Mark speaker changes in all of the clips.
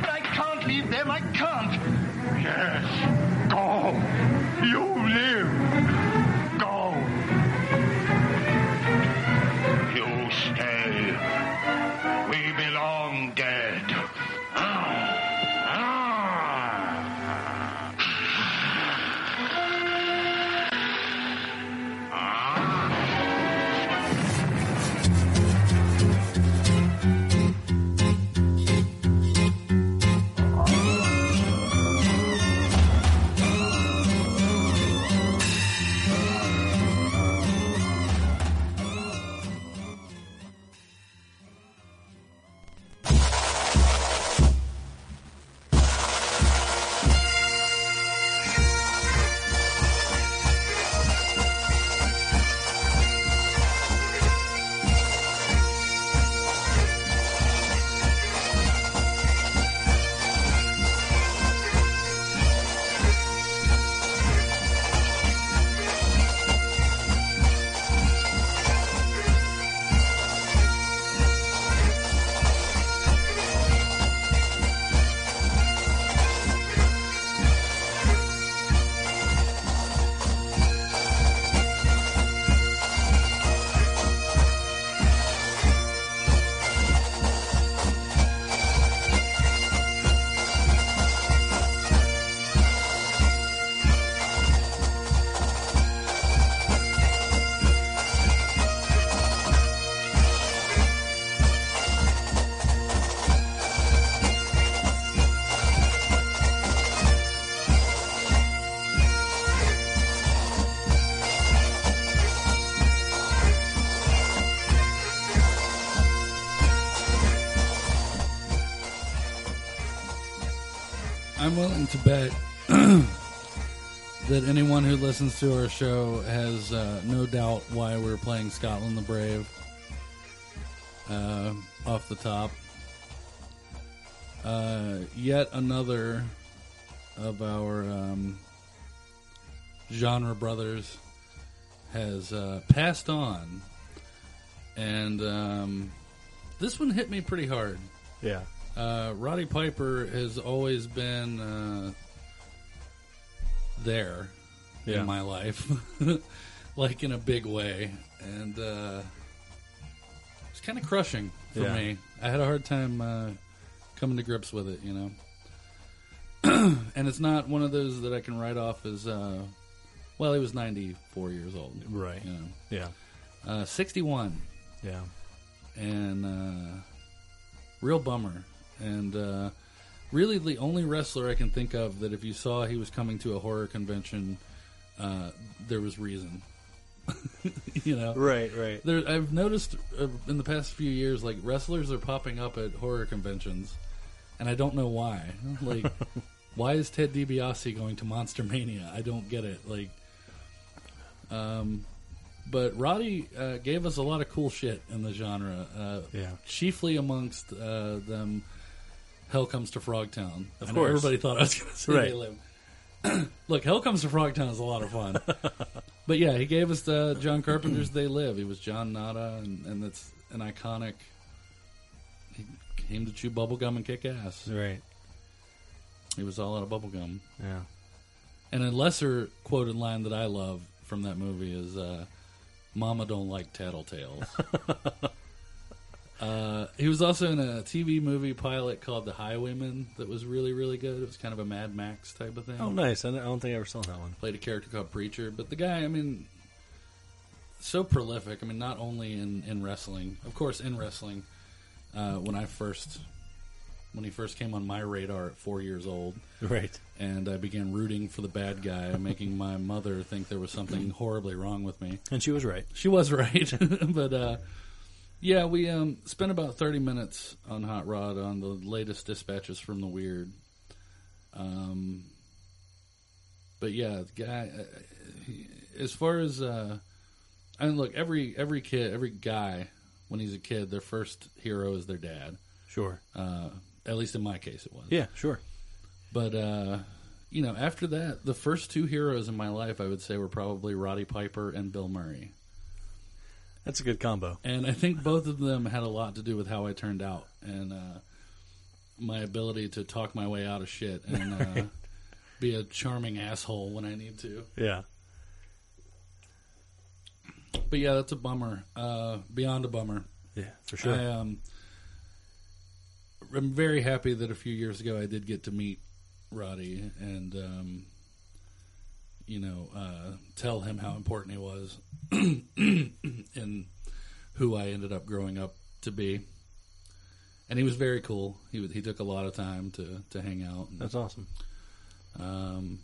Speaker 1: cannot leave them. I can't.
Speaker 2: Yes. Go. You live. Go. You stay. We belong dead. Ah.
Speaker 3: I'm willing to bet that anyone who listens to our show has uh, no doubt why we're playing Scotland the Brave uh, off the top. Uh, yet another of our um, genre brothers has uh, passed on, and um, this one hit me pretty hard.
Speaker 4: Yeah.
Speaker 3: Uh, Roddy Piper has always been uh, there
Speaker 4: Yeah.
Speaker 3: in my life, like in a big way, and uh, it's kind of crushing for
Speaker 4: Yeah.
Speaker 3: me. I had a hard time uh, coming to grips with it, you know. and it's not one of those that I can write off as. Uh, well, he was ninety-four years old,
Speaker 4: Right.
Speaker 3: You know,
Speaker 4: Yeah.
Speaker 3: uh, sixty-one
Speaker 4: Yeah.
Speaker 3: and uh, real bummer. And uh, really, the only wrestler I can think of that if you saw he was coming to a horror convention, uh, there was reason. you know,
Speaker 4: Right. Right.
Speaker 3: there, I've noticed uh, in the past few years, like wrestlers are popping up at horror conventions, and I don't know why. Like, why is Ted DiBiase going to Monster Mania? I don't get it. Like, um, but Roddy uh, gave us a lot of cool shit in the genre. Uh,
Speaker 4: Yeah.
Speaker 3: chiefly amongst uh, them, Hell Comes to Frogtown.
Speaker 4: Of
Speaker 3: I know
Speaker 4: course.
Speaker 3: everybody thought I was going to say
Speaker 4: Right.
Speaker 3: they live. Look, Hell Comes to Frogtown is a lot of fun. But yeah, he gave us the John Carpenter's "They Live." He was John Nada, and, and that's an iconic. He came to chew bubblegum and kick ass.
Speaker 4: Right.
Speaker 3: He was all out of bubblegum.
Speaker 4: Yeah.
Speaker 3: And a lesser quoted line that I love from that movie is, uh, "Mama don't like tattletales." uh, he was also in a TV movie pilot called "The Highwaymen" that was really, really good. It was kind of a Mad Max type of thing.
Speaker 4: Oh, nice. I don't- I don't think I ever saw that one.
Speaker 3: played a character called Preacher. But the guy, I mean, so prolific. I mean, not only in, in wrestling, of course, in wrestling. Uh, when I first, when he first came on my radar at four years old,
Speaker 4: Right.
Speaker 3: and I began rooting for the bad guy, making my mother think there was something horribly wrong with me.
Speaker 4: And she was right.
Speaker 3: She was right, but uh, yeah, we um, spent about thirty minutes on Hot Rod on the latest dispatches from the weird. Um, but yeah, the guy. Uh, he- as far as uh, I mean, look, every every kid, every guy, when he's a kid, their first hero is their dad.
Speaker 4: Sure.
Speaker 3: Uh, at least in my case, it was.
Speaker 4: Yeah. Sure.
Speaker 3: But uh, you know, after that, the first two heroes in my life, I would say, were probably Roddy Piper and Bill Murray.
Speaker 4: That's a good combo.
Speaker 3: and I think both of them had a lot to do with how I turned out. And uh, my ability to talk my way out of shit and uh, be a charming asshole when I need to.
Speaker 4: Yeah.
Speaker 3: But yeah, that's a bummer. Uh, beyond a bummer.
Speaker 4: Yeah, for sure.
Speaker 3: I um, I'm very happy that a few years ago I did get to meet Roddy and um, you know uh, tell him how important he was and who I ended up growing up to be. And he was very cool. He was, he took a lot of time to to hang out. And,
Speaker 4: That's awesome.
Speaker 3: um,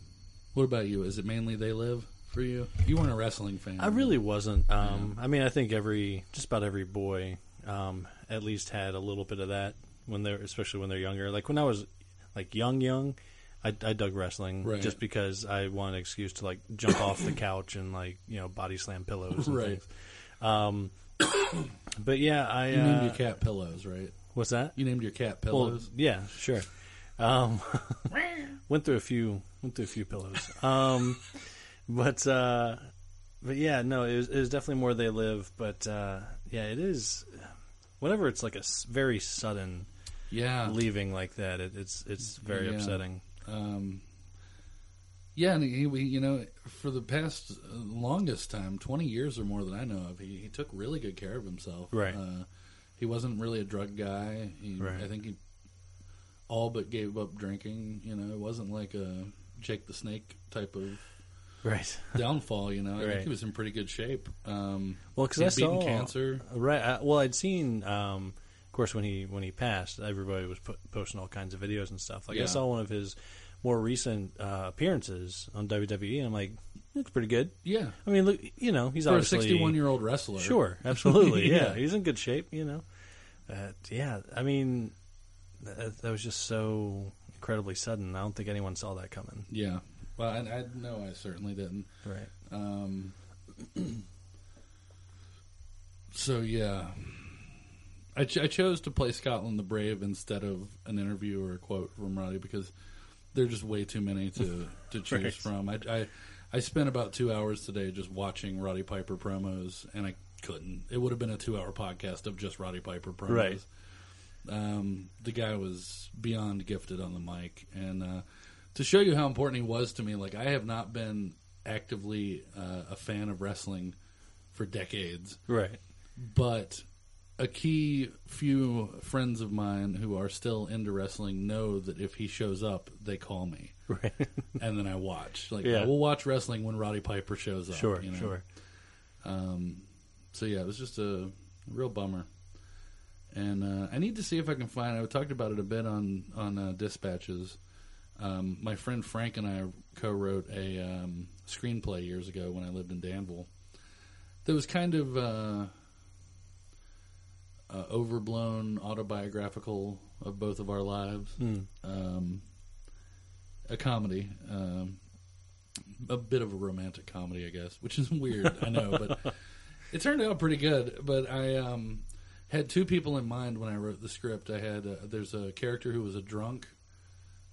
Speaker 3: what about you? Is it mainly they live for you? You weren't a wrestling fan.
Speaker 4: I really wasn't. Um, I mean, I think every just about every boy um, at least had a little bit of that when they're especially when they're younger. Like when I was like young, young, I, I dug wrestling
Speaker 3: Right.
Speaker 4: just because I wanted an excuse to like jump off the couch and like you know body slam pillows. And
Speaker 3: Right.
Speaker 4: Things. Um, but yeah, I
Speaker 3: You named
Speaker 4: uh,
Speaker 3: your cat pillows, right?
Speaker 4: what's that?
Speaker 3: You named your cat
Speaker 4: Well,
Speaker 3: pillows.
Speaker 4: yeah, sure. Um, went through a few went through a few pillows. Um, but uh, but yeah, no, it was, it was definitely more they live. But uh, yeah, it is. Whenever it's like a s- very sudden
Speaker 3: yeah.
Speaker 4: leaving like that, it, it's it's very
Speaker 3: Yeah.
Speaker 4: upsetting.
Speaker 3: Um, yeah, and he, we, you know, for the past uh, longest time, twenty years or more that I know of, he, he took really good care of himself.
Speaker 4: Right.
Speaker 3: Uh, he wasn't really a drug guy. He,
Speaker 4: Right.
Speaker 3: I think he all but gave up drinking. You know, it wasn't like a Jake the Snake type of
Speaker 4: Right.
Speaker 3: downfall. You know, I think
Speaker 4: Right.
Speaker 3: he was in pretty good shape. Um,
Speaker 4: Well, because
Speaker 3: he'd
Speaker 4: I saw
Speaker 3: beaten cancer.
Speaker 4: Right. I, well, I'd seen. Um, of course, when he when he passed, everybody was po- posting all kinds of videos and stuff. Like I
Speaker 3: Yeah.
Speaker 4: saw one of his more recent uh, appearances on WWE, and I'm like, looks pretty good.
Speaker 3: Yeah,
Speaker 4: I mean, look, you know, he's
Speaker 3: for a
Speaker 4: obviously
Speaker 3: sixty-one-year-old wrestler.
Speaker 4: Sure, absolutely. yeah.
Speaker 3: Yeah.
Speaker 4: he's in good shape. You know, but yeah, I mean, that, that was just so incredibly sudden. I don't think anyone saw that coming.
Speaker 3: Yeah. Well, I, I know I certainly didn't.
Speaker 4: Right.
Speaker 3: Um, so yeah, I, ch- I chose to play Scotland the Brave instead of an interview or a quote from Roddy because there are just way too many to to choose
Speaker 4: Right.
Speaker 3: from. I, I I spent about two hours today just watching Roddy Piper promos, and I couldn't. It would have been a two hour podcast of just Roddy Piper promos.
Speaker 4: Right.
Speaker 3: Um, the guy was beyond gifted on the mic, and uh, to show you how important he was to me, like I have not been actively uh, a fan of wrestling for decades,
Speaker 4: Right.
Speaker 3: but a key few friends of mine who are still into wrestling know that if he shows up, they call me,
Speaker 4: Right.
Speaker 3: and then I watch. Like
Speaker 4: Yeah.
Speaker 3: I will watch wrestling when Roddy Piper shows up.
Speaker 4: sure.
Speaker 3: you know?
Speaker 4: Sure.
Speaker 3: So yeah, it was just a real bummer. And uh, I need to see if I can find. I talked about it a bit on on uh, dispatches. Um, my friend Frank and I co-wrote a um, screenplay years ago when I lived in Danville. That was kind of uh, uh, overblown, autobiographical of both of our lives. Um, a comedy, um, a bit of a romantic comedy, I guess, which is weird. I know, but it turned out pretty good. But I um, had two people in mind when I wrote the script. I had uh there's a character who was a drunk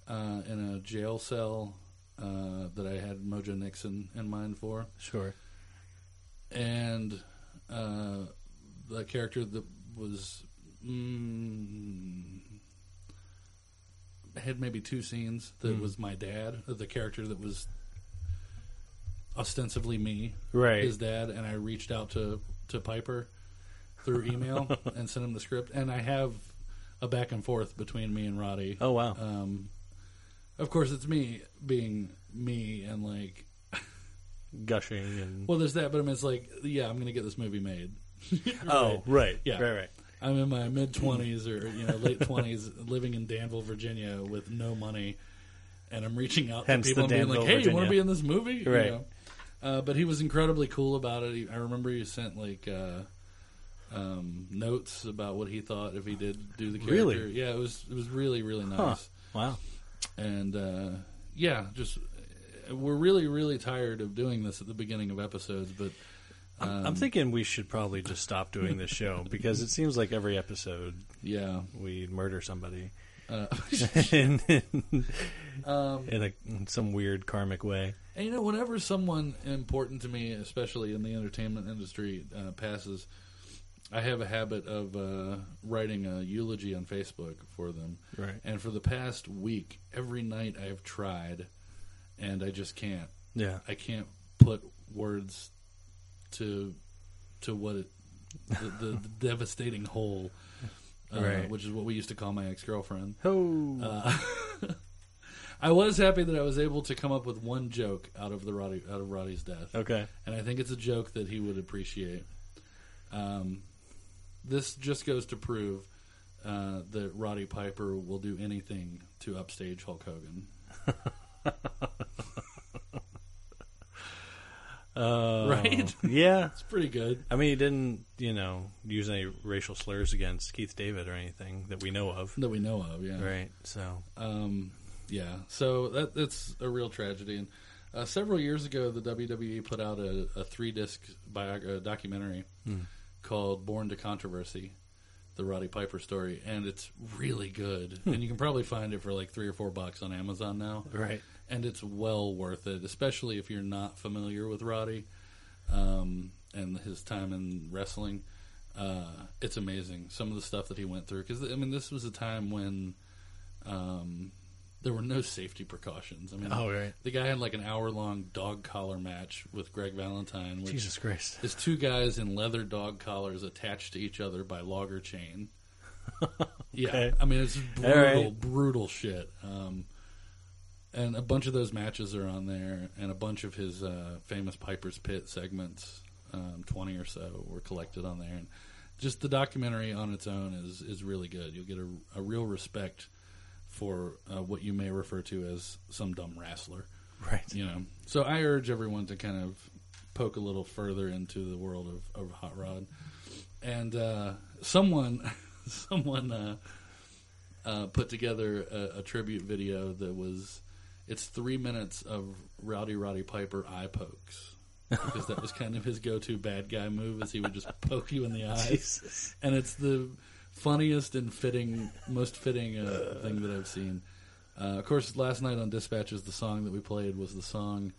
Speaker 3: uh, in a jail cell uh, that I had Mojo Nixon in mind for,
Speaker 4: Sure.
Speaker 3: and uh, the character that was. Mm, had maybe two scenes that
Speaker 4: Hmm.
Speaker 3: was my dad, uh, the character that was ostensibly me,
Speaker 4: Right.
Speaker 3: his dad and I reached out to to Piper through email and sent him the script and I have a back and forth between me and Roddy.
Speaker 4: Oh wow.
Speaker 3: Um of course it's me being me and like
Speaker 4: Gushing and
Speaker 3: well there's that but I mean it's like yeah, I'm going to get this movie made.
Speaker 4: oh right.
Speaker 3: Yeah.
Speaker 4: Right. Right.
Speaker 3: I'm in my mid 20s or you know late 20s living in Danville, Virginia with no money and I'm reaching out
Speaker 4: Hence
Speaker 3: to people
Speaker 4: the
Speaker 3: and being like, "Hey,
Speaker 4: Danville,
Speaker 3: you want to
Speaker 4: Virginia."
Speaker 3: be in this movie?" You
Speaker 4: Right.
Speaker 3: know? Uh, but he was incredibly cool about it. He, I remember he sent like uh, um, notes about what he thought if he did do the character.
Speaker 4: Really?
Speaker 3: Yeah, it was it was really really nice
Speaker 4: Huh. Wow.
Speaker 3: and uh, yeah, just uh, we're really really tired of doing this at the beginning of episodes, but Um,
Speaker 4: I'm thinking we should probably just stop doing this show because it seems like every episode
Speaker 3: yeah,
Speaker 4: we murder somebody
Speaker 3: uh, Um,
Speaker 4: in, in, in, a, in some weird karmic way.
Speaker 3: and you know, whenever someone important to me, especially in the entertainment industry, uh, passes, I have a habit of uh, writing a eulogy on Facebook for them.
Speaker 4: Right.
Speaker 3: And for the past week, every night I have tried, and I just can't.
Speaker 4: Yeah.
Speaker 3: I can't put words to to what it, the, the, the devastating hole, uh,
Speaker 4: Right.
Speaker 3: which is what we used to call my ex girlfriend.
Speaker 4: Oh.
Speaker 3: Uh, I was happy that I was able to come up with one joke out of the Roddy out of Roddy's death,
Speaker 4: okay.
Speaker 3: and I think it's a joke that he would appreciate. Um, this just goes to prove uh, that Roddy Piper will do anything to upstage Hulk Hogan.
Speaker 4: Uh,
Speaker 3: Right?
Speaker 4: Yeah.
Speaker 3: It's pretty good.
Speaker 4: I mean, he didn't, you know, use any racial slurs against Keith David or anything that we know of.
Speaker 3: That we know of, yeah.
Speaker 4: Right. So. uh,
Speaker 3: Um, yeah, so that that's a real tragedy. And uh, several years ago, the WWE put out a, a three disc bio- uh, documentary
Speaker 4: Hmm.
Speaker 3: called "Born to Controversy: The Roddy Piper Story," and it's really good. And you can probably find it for like three or four bucks on Amazon now,
Speaker 4: Hmm. Right.
Speaker 3: and it's well worth it, especially if you're not familiar with Roddy um, and his time in wrestling. Uh, it's amazing some of the stuff that he went through because I mean this was a time when um, there were no safety precautions. I mean,
Speaker 4: Oh, right.
Speaker 3: the guy had like an hour long dog collar match with Greg Valentine, which
Speaker 4: Jesus Christ.
Speaker 3: is two guys in leather dog collars attached to each other by logger chain. Yeah,
Speaker 4: Okay.
Speaker 3: I mean it's
Speaker 4: All
Speaker 3: brutal,
Speaker 4: right.
Speaker 3: brutal shit. Um, and a bunch of those matches are on there, and a bunch of his uh, famous Piper's Pit segments, um, twenty or so, were collected on there. And just the documentary on its own is is really good. You'll get a, a real respect for uh, what you may refer to as some dumb wrestler
Speaker 4: Right.
Speaker 3: you know. So I urge everyone to kind of poke a little further into the world of, of hot rod. And uh, someone, someone uh, uh, put together a, a tribute video that was it's three minutes of Rowdy Roddy Piper eye pokes. because that was kind of his go-to bad guy move, is he would just poke you in the eyes,
Speaker 4: Jesus.
Speaker 3: and it's the funniest and fitting, most fitting uh, thing that I've seen. Uh, of course, last night on Dispatches, the song that we played was the song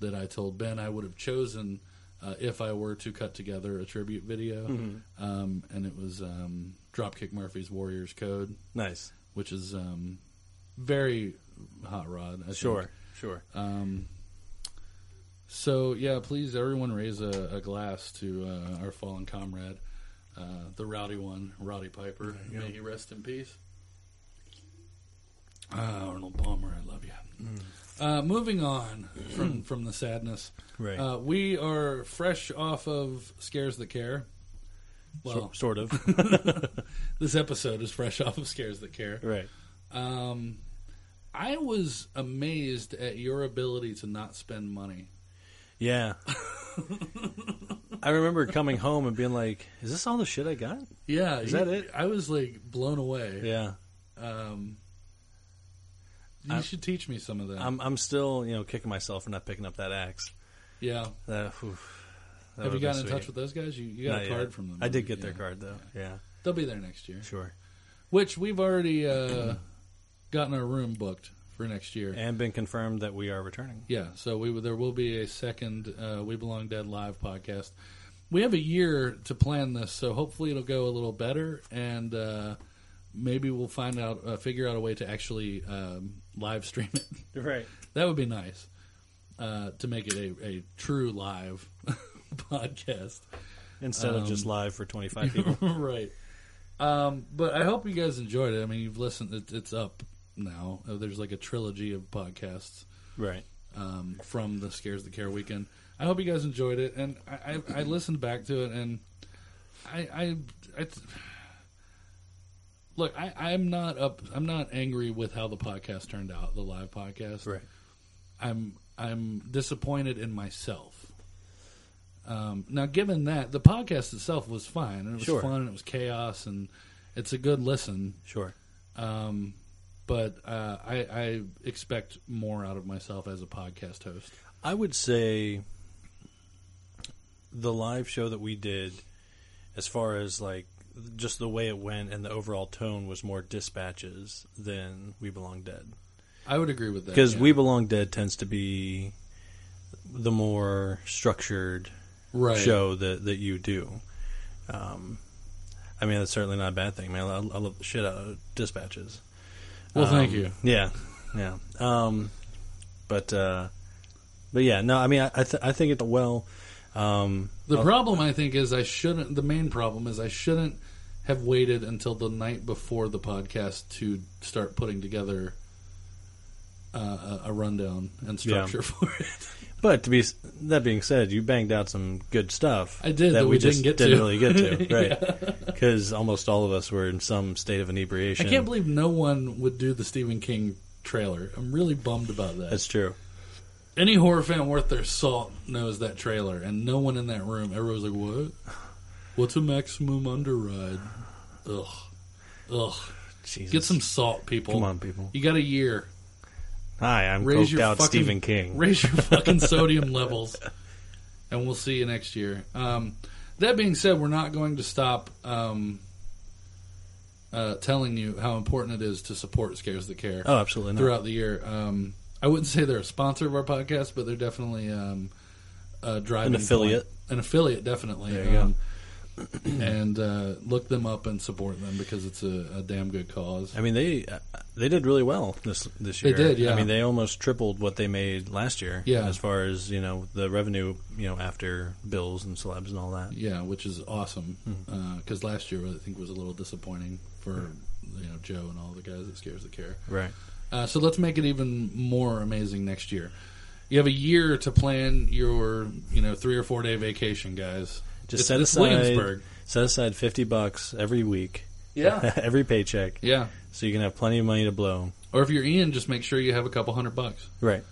Speaker 3: that I told Ben I would have chosen uh, if I were to cut together a tribute video, um, and it was um, Dropkick Murphys "Warriors Code,"
Speaker 4: Nice.
Speaker 3: which is um, very hot rod. I think.
Speaker 4: Sure. Sure.
Speaker 3: Um, so yeah, please everyone raise a, a glass to uh, our fallen comrade, uh, the rowdy one, Roddy Piper. May he rest in peace. Ah, Arnold Palmer, I love you. Uh, moving on from from the sadness,
Speaker 4: Mm. Right.
Speaker 3: uh, we are fresh off of scares that care. Well,
Speaker 4: Sor- sort of.
Speaker 3: this episode is fresh off of scares that care.
Speaker 4: right.
Speaker 3: Um, I was amazed at your ability to not spend money.
Speaker 4: Yeah. I remember coming home and being like, "Is this all the shit I got?"
Speaker 3: Yeah,
Speaker 4: Is that it?
Speaker 3: I was like blown away.
Speaker 4: Yeah.
Speaker 3: Um, you
Speaker 4: I'm-
Speaker 3: should teach me some of that.
Speaker 4: I'm I'm still you know kicking myself for not picking up that axe.
Speaker 3: yeah,
Speaker 4: That,
Speaker 3: have
Speaker 4: oof, that
Speaker 3: you
Speaker 4: would've been
Speaker 3: gotten in touch
Speaker 4: sweet.
Speaker 3: with those guys? You, you got
Speaker 4: Not
Speaker 3: a
Speaker 4: yet.
Speaker 3: card from them.
Speaker 4: I did
Speaker 3: right?
Speaker 4: get their
Speaker 3: Yeah.
Speaker 4: card though. Yeah,
Speaker 3: They'll be there next year.
Speaker 4: sure.
Speaker 3: Which we've already uh, gotten our room booked for next year.
Speaker 4: And been confirmed that we are returning.
Speaker 3: Yeah, so we there will be a second uh, We Belong Dead live podcast. We have a year to plan this, so hopefully it'll go a little better, and uh, maybe we'll find out, uh, figure out a way to actually um, live stream it.
Speaker 4: Right.
Speaker 3: that would be nice uh, to make it a, a true live podcast,
Speaker 4: Instead of just live for 25 people.
Speaker 3: right? Um, but I hope you guys enjoyed it. I mean, you've listened; it, it's up now. Uh, There's like a trilogy of podcasts
Speaker 4: right.
Speaker 3: um, from the Scares the Care weekend. I hope you guys enjoyed it, and I, I, I listened back to it, and I, I, I look, I, I'm not up, I'm not angry with how the podcast turned out, the live podcast.
Speaker 4: Right.
Speaker 3: I'm, I'm disappointed in myself. Um, now, given that the podcast itself was fine, and it was
Speaker 4: Sure.
Speaker 3: fun, and it was chaos, and it's a good listen.
Speaker 4: Sure.
Speaker 3: Um, but uh, I, I expect more out of myself as a podcast host.
Speaker 4: I would say the live show that we did, as far as like just the way it went and the overall tone, was more dispatches than We Belong Dead.
Speaker 3: I would agree with that
Speaker 4: Because
Speaker 3: yeah.
Speaker 4: We Belong Dead tends to be the more structured
Speaker 3: right.
Speaker 4: show that, that you do. Um, I mean, that's certainly not a bad thing. I mean, I, I love the shit out of dispatches.
Speaker 3: Well, thank
Speaker 4: Um,
Speaker 3: you.
Speaker 4: Yeah, yeah. Um, but uh, but yeah, no. I mean, I I, th- I think it well. Um,
Speaker 3: The
Speaker 4: oh,
Speaker 3: problem I think is I shouldn't. The main problem is I shouldn't have waited until the night before the podcast to start putting together uh, a, a rundown and
Speaker 4: Yeah.
Speaker 3: structure for it.
Speaker 4: But to be s- that being said, you banged out some good stuff.
Speaker 3: I did,
Speaker 4: that,
Speaker 3: that
Speaker 4: we,
Speaker 3: we didn't
Speaker 4: just
Speaker 3: get
Speaker 4: didn't
Speaker 3: to.
Speaker 4: really get to, right? Because almost all of us were in some state of inebriation.
Speaker 3: I can't believe no one would do the Stephen King trailer. I'm really bummed about that.
Speaker 4: That's true.
Speaker 3: Any horror fan worth their salt knows that trailer, and no one in that room. Everyone's like, "What? What's a maximum underride?" Ugh, ugh.
Speaker 4: Jesus.
Speaker 3: Get some salt, people.
Speaker 4: Come on, people.
Speaker 3: You got a year.
Speaker 4: Hi, I'm
Speaker 3: Raise
Speaker 4: coked
Speaker 3: your
Speaker 4: out
Speaker 3: fucking-
Speaker 4: Stephen King.
Speaker 3: Raise your fucking sodium levels, and we'll see you next year. Um, that being said, we're not going to stop um, uh, telling you how important it is to support Scares the Care
Speaker 4: oh, absolutely not.
Speaker 3: throughout the year. Um, I wouldn't say they're a sponsor of our podcast, but they're definitely um, a driving
Speaker 4: An affiliate.
Speaker 3: point. An affiliate, definitely.
Speaker 4: There you go.
Speaker 3: um, and uh, look them up and support them because it's a, a damn good cause.
Speaker 4: I mean, they uh, they did really well this this
Speaker 3: They
Speaker 4: year.
Speaker 3: did, yeah.
Speaker 4: I mean, they almost tripled what they made last year.
Speaker 3: Yeah.
Speaker 4: As far as you know, the revenue you know after bills and celebs and all that.
Speaker 3: Yeah, which is awesome
Speaker 4: Hmm.
Speaker 3: because last year I think was a little disappointing for you know Joe and all the guys that scares the care.
Speaker 4: Right.
Speaker 3: Uh, so let's make it even more amazing next year. You have a year to plan your you know three or four day vacation, guys. It's-
Speaker 4: Just set
Speaker 3: it's
Speaker 4: aside
Speaker 3: Williamsburg.
Speaker 4: set aside fifty bucks every week.
Speaker 3: Yeah,
Speaker 4: every paycheck,
Speaker 3: yeah.
Speaker 4: so you can have plenty of money to blow.
Speaker 3: Or if you're Ian, just make sure you have a couple hundred bucks.
Speaker 4: Right.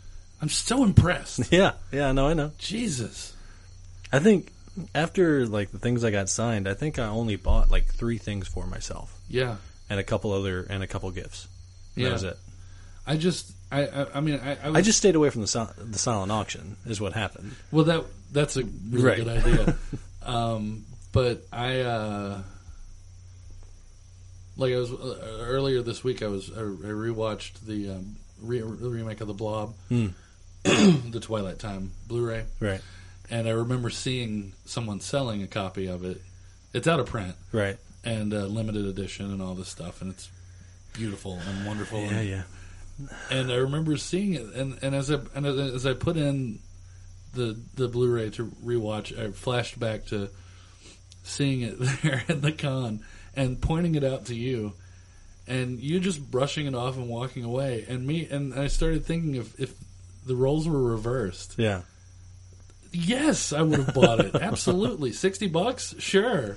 Speaker 3: I'm so impressed.
Speaker 4: Yeah. Yeah. No, I know.
Speaker 3: Jesus.
Speaker 4: I think after like the things I got signed, I think I only bought like three things for myself
Speaker 3: Yeah.
Speaker 4: and a couple other and a couple gifts. And
Speaker 3: Yeah.
Speaker 4: That was it.
Speaker 3: I just. I. I, I mean. I. I, was,
Speaker 4: I just stayed away from the sil- the silent auction. Is what happened.
Speaker 3: Well, that that's a really
Speaker 4: Right.
Speaker 3: good idea. um, but I, uh, like I was uh, earlier this week, I was I, I rewatched the um, re- remake of the Blob,
Speaker 4: Hmm.
Speaker 3: the Twilight Time Blu-ray,
Speaker 4: Right.
Speaker 3: and I remember seeing someone selling a copy of it. It's out of print
Speaker 4: Right.
Speaker 3: and uh, limited edition and all this stuff, and it's beautiful and wonderful.
Speaker 4: Yeah.
Speaker 3: and
Speaker 4: Yeah.
Speaker 3: and I remember seeing it, and, and as I and as I put in the the Blu-ray to rewatch, I flashed back to seeing it there at the con and pointing it out to you, and you just brushing it off and walking away, and me and I started thinking if if the roles were reversed,
Speaker 4: Yeah.
Speaker 3: yes, I would have bought it absolutely. Sixty bucks, sure.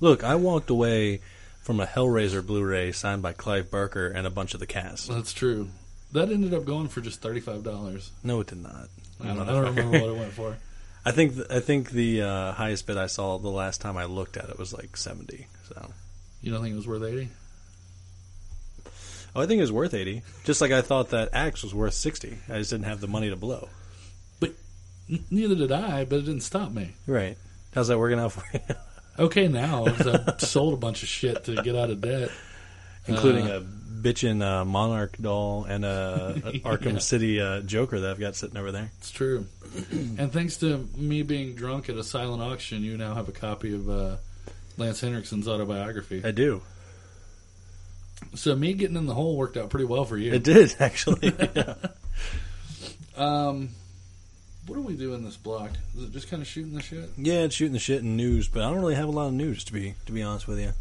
Speaker 4: Look, I walked away from a Hellraiser Blu-ray signed by Clive Barker and a bunch of the cast.
Speaker 3: That's true. That ended up going for just thirty five dollars.
Speaker 4: No, it did not.
Speaker 3: I don't, I don't remember what it went for.
Speaker 4: I think th- I think the uh, highest bid I saw the last time I looked at it was like seventy. So,
Speaker 3: You don't think it was worth eighty?
Speaker 4: oh, I think it was worth eighty. Just like I thought that Axe was worth sixty. I just didn't have the money to blow.
Speaker 3: N- Neither did I, but it didn't stop me.
Speaker 4: Right? Uh, How's that working out for you?
Speaker 3: Okay, now 'cause I've sold a bunch of shit to get out of debt.
Speaker 4: Including a bitchin' uh, Monarch doll and a, a Arkham
Speaker 3: Yeah.
Speaker 4: City uh, Joker that I've got sitting over there.
Speaker 3: It's true. And thanks to me being drunk at a silent auction, you now have a copy of uh, Lance Henriksen's autobiography.
Speaker 4: I do.
Speaker 3: So me getting in the hole worked out pretty well for you.
Speaker 4: It did actually.
Speaker 3: Um, what do we do in this block? Is it just kind of shooting the shit?
Speaker 4: yeah, it's shooting the shit in news, but I don't really have a lot of news to be to be honest with you.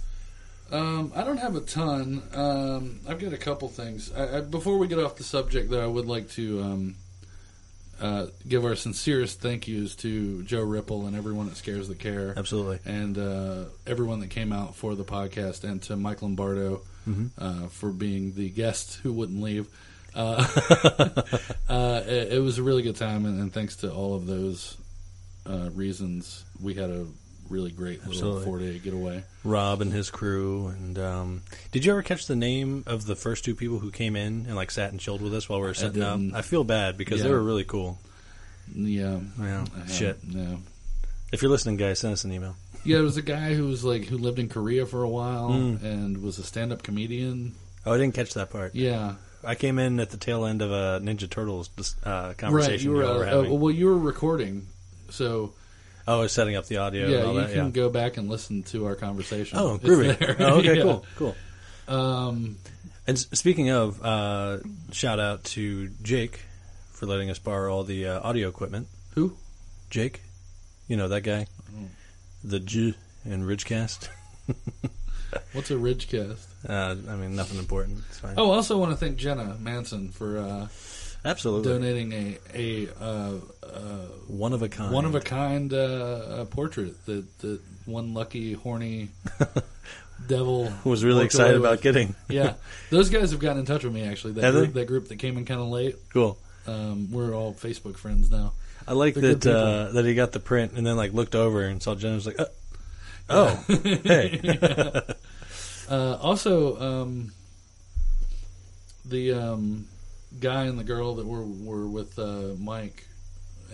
Speaker 3: Um, I don't have a ton. Um, I've got a couple things. I, I, before we get off the subject, though, I would like to um, uh, give our sincerest thank yous to Joe Ripple and everyone at Scares That Care.
Speaker 4: Absolutely.
Speaker 3: and uh, everyone that came out for the podcast, and to Mike Lombardo uh, for being the guest who wouldn't leave. Uh, uh, it, it was a really good time, and, and thanks to all of those uh, reasons, we had a really great little
Speaker 4: Absolutely.
Speaker 3: four day getaway.
Speaker 4: Rob and his crew. And um, did you ever catch the name of the first two people who came in and like sat and chilled with us while we were setting up?
Speaker 3: didn't.
Speaker 4: I feel bad because they
Speaker 3: Yeah.
Speaker 4: were really cool.
Speaker 3: Yeah,
Speaker 4: Yeah,
Speaker 3: I have-
Speaker 4: shit.
Speaker 3: Yeah,
Speaker 4: If you're listening, guys, send us an email.
Speaker 3: yeah. It was a guy who was like who lived in Korea for a while
Speaker 4: Hmm.
Speaker 3: and was a stand up comedian.
Speaker 4: Oh, I didn't catch that part.
Speaker 3: Yeah,
Speaker 4: I came in at the tail end of a Ninja Turtles dis- uh, conversation
Speaker 3: right. You were,
Speaker 4: y'all were
Speaker 3: uh,
Speaker 4: having.
Speaker 3: uh, well, you were recording, so
Speaker 4: Oh, it's setting up the audio.
Speaker 3: yeah,
Speaker 4: and all
Speaker 3: you
Speaker 4: that,
Speaker 3: can
Speaker 4: yeah.
Speaker 3: go back and listen to our conversation.
Speaker 4: Oh,
Speaker 3: It's
Speaker 4: groovy.
Speaker 3: there.
Speaker 4: Oh, okay,
Speaker 3: Yeah.
Speaker 4: cool, cool.
Speaker 3: Um,
Speaker 4: And s- speaking of, uh, shout out to Jake for letting us borrow all the uh, audio equipment.
Speaker 3: who?
Speaker 4: Jake, you know that guy,
Speaker 3: Mm-hmm.
Speaker 4: the J in Ridgecast.
Speaker 3: What's a Ridgecast?
Speaker 4: Uh, I mean, nothing important. It's fine.
Speaker 3: Oh, I also want to thank Jenna Manson for uh,
Speaker 4: absolutely,
Speaker 3: donating a a uh, uh,
Speaker 4: one of a kind.
Speaker 3: one of a kind uh, uh, portrait that that one lucky horny devil
Speaker 4: was really
Speaker 3: worked
Speaker 4: excited
Speaker 3: away
Speaker 4: about
Speaker 3: with.
Speaker 4: getting.
Speaker 3: yeah, those guys have gotten in touch with me actually. That
Speaker 4: Have
Speaker 3: group,
Speaker 4: they?
Speaker 3: that group that came in kind of late.
Speaker 4: Cool.
Speaker 3: Um, we're all Facebook friends now.
Speaker 4: I like
Speaker 3: They're good
Speaker 4: that uh, that he got the print and then like looked over and saw Jenna was like, uh, oh, hey,
Speaker 3: Uh, also, um, the um, guy and the girl that were were with uh, Mike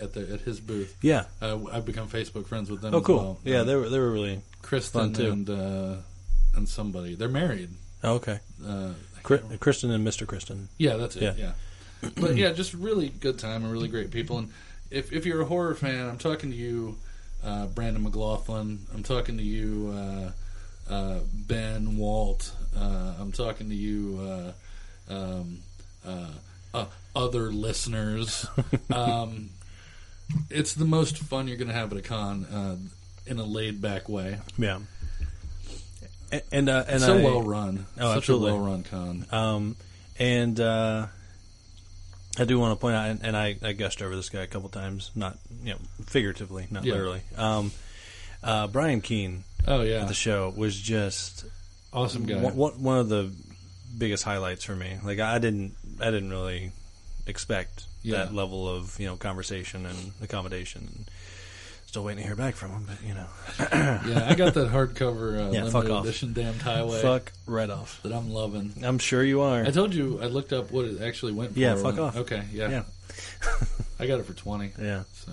Speaker 3: at the at his booth.
Speaker 4: yeah,
Speaker 3: Uh, I've become Facebook friends with them.
Speaker 4: oh,
Speaker 3: as
Speaker 4: cool,
Speaker 3: well.
Speaker 4: yeah.
Speaker 3: Um,
Speaker 4: They were they were really
Speaker 3: Kristen
Speaker 4: Fun, too.
Speaker 3: and uh, and somebody. They're married.
Speaker 4: oh, okay.
Speaker 3: Uh,
Speaker 4: Kri- Kristen and Mr. Kristen.
Speaker 3: yeah, that's it.
Speaker 4: Yeah.
Speaker 3: Yeah. but yeah, just really good time and really great people. And if if you're a horror fan, I'm talking to you, uh, Brandon McLaughlin. I'm talking to you, uh, uh, Ben Walt. Uh, I'm talking to you, uh, um, uh, uh, other listeners. um, it's the most fun you're going to have at a con uh, in a laid back way.
Speaker 4: Yeah. A- And uh, and
Speaker 3: so
Speaker 4: I,
Speaker 3: well run.
Speaker 4: Oh,
Speaker 3: Such
Speaker 4: absolutely.
Speaker 3: a well run con.
Speaker 4: Um, and uh, I do want to point out, and, and I, I gushed over this guy a couple times, not you know figuratively, not
Speaker 3: Yeah.
Speaker 4: literally. Um, uh, Brian Keene
Speaker 3: Oh
Speaker 4: at
Speaker 3: yeah,
Speaker 4: the show was just
Speaker 3: awesome guy.
Speaker 4: one, one one of the biggest highlights for me. Like I didn't I didn't really expect
Speaker 3: Yeah.
Speaker 4: that level of you know conversation and accommodation. And still waiting to hear back from him, but you know,
Speaker 3: yeah, I got that hardcover uh,
Speaker 4: Yeah, fuck
Speaker 3: limited
Speaker 4: off.
Speaker 3: edition damned highway
Speaker 4: fuck right off.
Speaker 3: that I'm loving.
Speaker 4: I'm sure you are.
Speaker 3: I told you I looked up what it actually went for.
Speaker 4: Yeah, fuck
Speaker 3: when-
Speaker 4: off.
Speaker 3: Okay, yeah.
Speaker 4: Yeah.
Speaker 3: I got it for twenty.
Speaker 4: yeah.
Speaker 3: So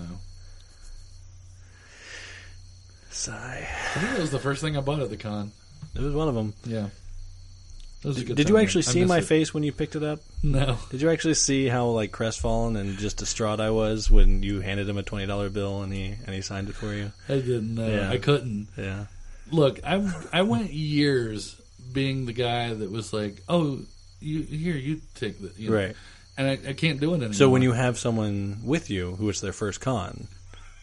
Speaker 4: Sigh.
Speaker 3: I think that was the first thing I bought at the con.
Speaker 4: It was one of them.
Speaker 3: Yeah. That was a good
Speaker 4: Did you
Speaker 3: time,
Speaker 4: actually
Speaker 3: man. I
Speaker 4: see
Speaker 3: miss
Speaker 4: my
Speaker 3: it.
Speaker 4: face when you picked it up?
Speaker 3: No.
Speaker 4: Did you actually see how like crestfallen and just distraught I was when you handed him a twenty dollar bill and he and he signed it for you?
Speaker 3: I didn't. Uh,
Speaker 4: Yeah.
Speaker 3: I couldn't.
Speaker 4: Yeah.
Speaker 3: Look, I I went years being the guy that was like, "Oh, you here, you take the you know.
Speaker 4: Right.
Speaker 3: and I, I can't do it anymore.
Speaker 4: So when you have someone with you who it's their first con,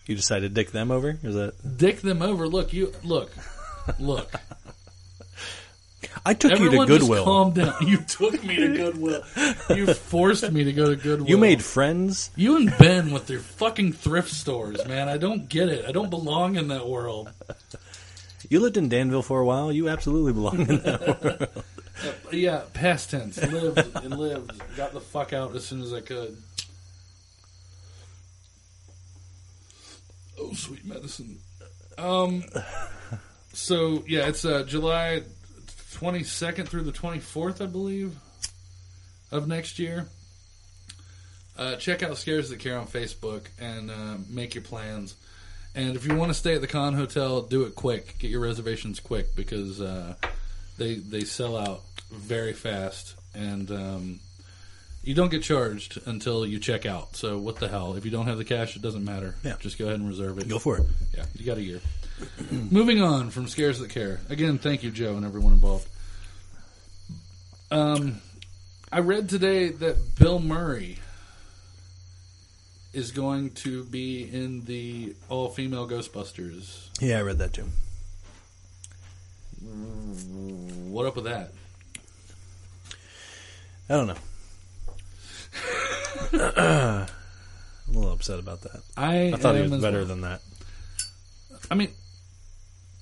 Speaker 4: you decide to dick them over? Is that
Speaker 3: dick them over, look you look, look.
Speaker 4: I took you to
Speaker 3: Everyone
Speaker 4: Goodwill.
Speaker 3: Just calm down. You took me to Goodwill. You forced me to go to Goodwill.
Speaker 4: you made friends?
Speaker 3: you and Ben with their fucking thrift stores, man. I don't get it. I don't belong in that world.
Speaker 4: You lived in Danville for a while. You absolutely belong in that.
Speaker 3: Yeah, past tense. Lived and lived. Got the fuck out as soon as I could. Oh, sweet medicine. Um. So yeah, it's uh, July twenty second through the twenty fourth, I believe, of next year. Uh, check out Scares That Care on Facebook and uh, make your plans. And if you want to stay at the Con Hotel, do it quick. Get your reservations quick because uh, they they sell out very fast, and um, you don't get charged until you check out. So what the hell? If you don't have the cash, it doesn't matter.
Speaker 4: Yeah.
Speaker 3: just go ahead and reserve it.
Speaker 4: Go for it.
Speaker 3: Yeah, you got a year. Moving on from Scares That Care. Again, thank you, Joe, and everyone involved. Um, I read today that Bill Murray is going to be in the all female Ghostbusters.
Speaker 4: Yeah, I read that too.
Speaker 3: What up with that?
Speaker 4: I don't know. I'm a little upset about that.
Speaker 3: I,
Speaker 4: I thought he
Speaker 3: am
Speaker 4: was
Speaker 3: as
Speaker 4: better
Speaker 3: well.
Speaker 4: than that.
Speaker 3: I mean,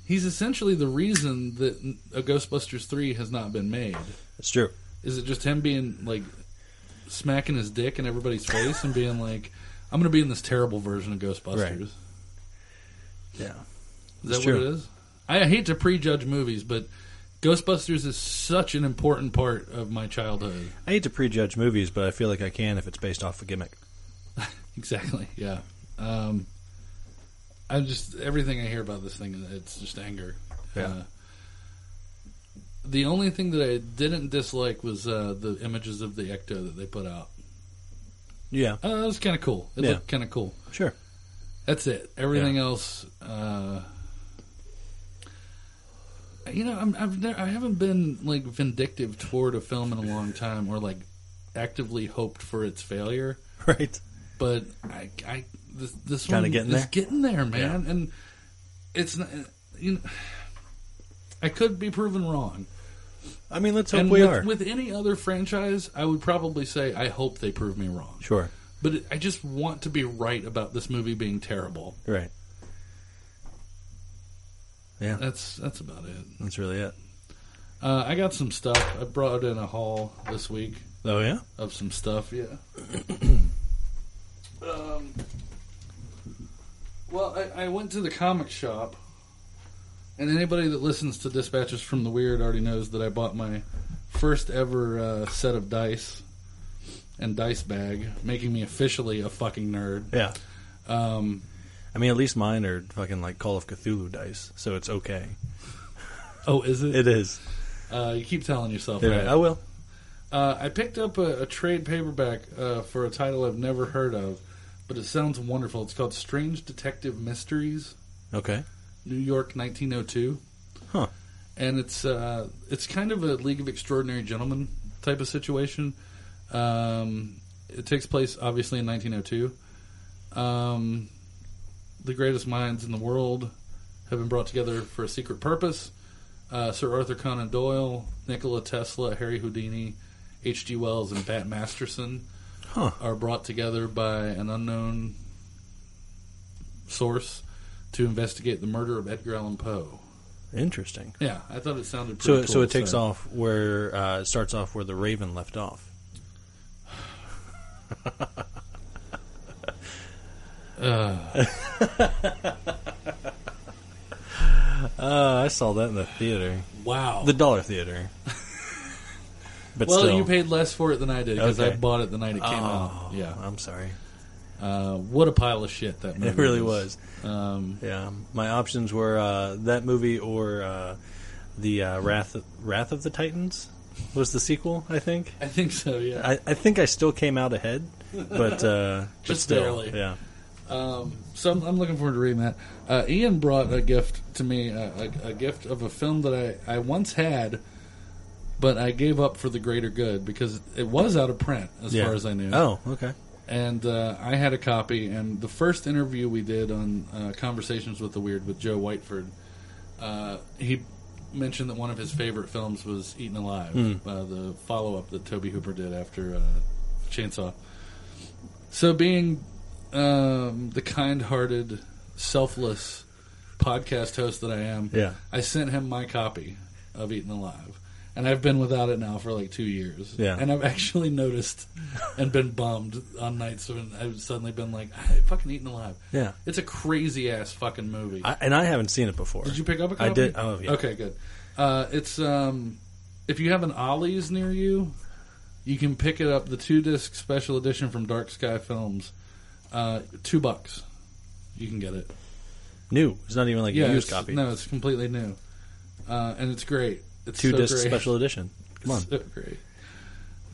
Speaker 3: he's essentially the reason that a Ghostbusters 3 has not been made.
Speaker 4: It's true.
Speaker 3: Is it just him being like smacking his dick in everybody's face and being like, "I'm going to be in this terrible version of Ghostbusters"?
Speaker 4: Right.
Speaker 3: Is
Speaker 4: Yeah.
Speaker 3: that
Speaker 4: It's
Speaker 3: what
Speaker 4: true.
Speaker 3: it is? I hate to prejudge movies, but Ghostbusters is such an important part of my childhood.
Speaker 4: I hate to prejudge movies, but I feel like I can if it's based off a gimmick.
Speaker 3: Exactly. Yeah. Um, I just everything I hear about this thing, it's just anger. Uh,
Speaker 4: Yeah.
Speaker 3: the only thing that I didn't dislike was uh, the images of the Ecto that they put out.
Speaker 4: Yeah.
Speaker 3: Uh, it was kind of cool. It
Speaker 4: Yeah.
Speaker 3: Oh, looked kind of cool.
Speaker 4: Sure.
Speaker 3: That's it. Everything else, uh, you know, I'm, I've never, I haven't been like vindictive toward a film in a long time, or like actively hoped for its failure.
Speaker 4: Right.
Speaker 3: But I, I this, this
Speaker 4: Kinda
Speaker 3: one
Speaker 4: getting
Speaker 3: is
Speaker 4: there?
Speaker 3: getting there, man. And it's not, you know, I could be proven wrong.
Speaker 4: I mean, let's hope
Speaker 3: and
Speaker 4: we
Speaker 3: with,
Speaker 4: are.
Speaker 3: with any other franchise, I would probably say I hope they prove me wrong.
Speaker 4: sure.
Speaker 3: But it, I just want to be right about this movie being terrible.
Speaker 4: Right. Yeah,
Speaker 3: That's that's about it.
Speaker 4: that's really it.
Speaker 3: Uh, I got some stuff. I brought in a haul this week
Speaker 4: Oh yeah.
Speaker 3: of some stuff. Yeah. um. Well, I, I went to the comic shop, and anybody that listens to Dispatches from the Weird already knows that I bought my first ever uh, set of dice and dice bag, making me officially a fucking nerd.
Speaker 4: Yeah.
Speaker 3: Um,
Speaker 4: I mean, at least mine are fucking like Call of Cthulhu dice, so it's okay.
Speaker 3: oh, is it?
Speaker 4: It is.
Speaker 3: Uh, you keep telling yourself
Speaker 4: Yeah,
Speaker 3: that.
Speaker 4: I will.
Speaker 3: Uh, I picked up a, a trade paperback uh, for a title I've never heard of, but it sounds wonderful. It's called Strange Detective Mysteries,
Speaker 4: Okay.
Speaker 3: New York, 1902.
Speaker 4: Huh.
Speaker 3: And it's uh, it's kind of a League of Extraordinary Gentlemen type of situation. Um, it takes place obviously in 1902. Um, the greatest minds in the world have been brought together for a secret purpose. Uh, Sir Arthur Conan Doyle, Nikola Tesla, Harry Houdini, H.G. Wells, and Bat Masterson
Speaker 4: Huh.
Speaker 3: are brought together by an unknown source to investigate the murder of Edgar Allan Poe.
Speaker 4: Interesting.
Speaker 3: Yeah, I thought it sounded
Speaker 4: So,
Speaker 3: pretty cool.
Speaker 4: so it takes off where uh, it starts off where the Raven left off. uh, I saw that in the theater,
Speaker 3: Wow.
Speaker 4: the Dollar Theater. But
Speaker 3: well,
Speaker 4: still,
Speaker 3: you paid less for it than I did because
Speaker 4: Okay.
Speaker 3: I bought it the night it
Speaker 4: Oh,
Speaker 3: came out. Yeah.
Speaker 4: I'm sorry.
Speaker 3: Uh, what a pile of shit that movie.
Speaker 4: It really
Speaker 3: is.
Speaker 4: was.
Speaker 3: Um,
Speaker 4: Yeah, my options were uh, that movie or uh, the uh, Wrath Wrath of the Titans was the sequel, I think.
Speaker 3: I think so. Yeah.
Speaker 4: I, I think I still came out ahead, but uh, but
Speaker 3: Just
Speaker 4: still,
Speaker 3: barely.
Speaker 4: Yeah.
Speaker 3: Um, so I'm, I'm looking forward to reading that. Uh, Ian brought a gift to me, a, a, a gift of a film that I, I once had, but I gave up for the greater good because it was out of print as
Speaker 4: yeah.
Speaker 3: far as I knew.
Speaker 4: Oh, okay.
Speaker 3: and uh, I had a copy. And the first interview we did on uh, Conversations with the Weird with Joe Whiteford, uh, he mentioned that one of his favorite films was Eaten Alive, uh, the follow up that Toby Hooper did after uh, Chainsaw. So, being um, the kind hearted, selfless podcast host that I am,
Speaker 4: Yeah.
Speaker 3: I sent him my copy of Eaten Alive. And I've been without it now for like two years.
Speaker 4: Yeah.
Speaker 3: And I've actually noticed and been bummed on nights when I've suddenly been like, I fucking eaten alive.
Speaker 4: Yeah.
Speaker 3: It's a crazy ass fucking movie.
Speaker 4: I, and I haven't seen it before.
Speaker 3: did you pick up a copy?
Speaker 4: I did. Oh, yeah.
Speaker 3: Okay, good. Uh, it's um, if you have an Ollie's near you, you can pick it up. The two disc special edition from Dark Sky Films, uh, two bucks. You can get it.
Speaker 4: New. It's not even like
Speaker 3: Yeah,
Speaker 4: a used
Speaker 3: it's-
Speaker 4: copy.
Speaker 3: No, it's completely new, uh, and it's great. It's
Speaker 4: Two
Speaker 3: so
Speaker 4: disc
Speaker 3: great.
Speaker 4: special edition. Come on.
Speaker 3: It's so great.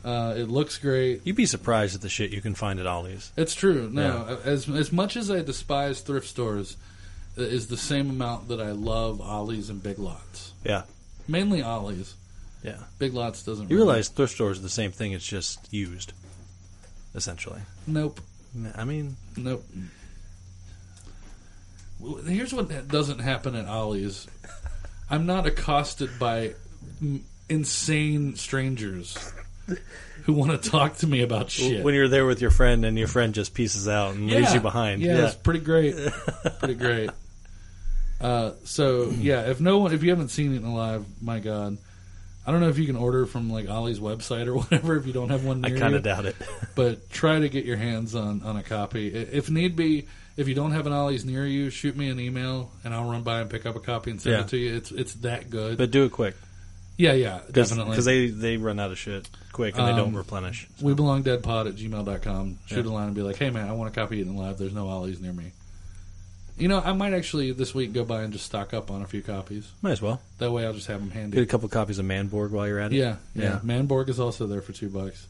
Speaker 3: Uh, it looks great.
Speaker 4: You'd be surprised at the shit you can find at Ollie's.
Speaker 3: It's true. No, as as much as I despise thrift stores, it is the same amount that I love Ollie's and Big Lots.
Speaker 4: Yeah.
Speaker 3: Mainly Ollie's.
Speaker 4: Yeah.
Speaker 3: Big Lots doesn't.
Speaker 4: You
Speaker 3: really-
Speaker 4: realize thrift stores are the same thing. It's just used, essentially.
Speaker 3: Nope.
Speaker 4: I mean,
Speaker 3: Nope. Well, Here's what that doesn't happen at Ollie's. I'm not accosted by m- insane strangers who want to talk to me about shit.
Speaker 4: when you're there with your friend and your friend just pieces out and leaves you behind.
Speaker 3: Yeah, it's pretty great. pretty great. Uh, so yeah, if no one, if you haven't seen it alive, my God, I don't know if you can order from like Ollie's website or whatever if you don't have one.
Speaker 4: I
Speaker 3: Near
Speaker 4: kind
Speaker 3: you,
Speaker 4: of doubt it.
Speaker 3: But try to get your hands on on a copy I- if need be. If you don't have an Ollie's near you, shoot me an email and I'll run by and pick up a copy and send
Speaker 4: Yeah.
Speaker 3: it to you. It's it's that good.
Speaker 4: But do it quick.
Speaker 3: yeah, yeah, definitely.
Speaker 4: Because they, they run out of shit quick and they don't
Speaker 3: Um,
Speaker 4: replenish.
Speaker 3: We belong deadpod at gmail.com. Shoot a
Speaker 4: Yeah.
Speaker 3: line and be like, hey, man, I want to copy it in live. There's no Ollie's near me. You know, I might actually this week go by and just stock up on a few copies.
Speaker 4: Might as well.
Speaker 3: That way I'll just have them
Speaker 4: Get
Speaker 3: handy.
Speaker 4: a couple copies of Manborg while you're at it.
Speaker 3: Yeah, yeah.
Speaker 4: Yeah.
Speaker 3: Manborg is also there for two bucks.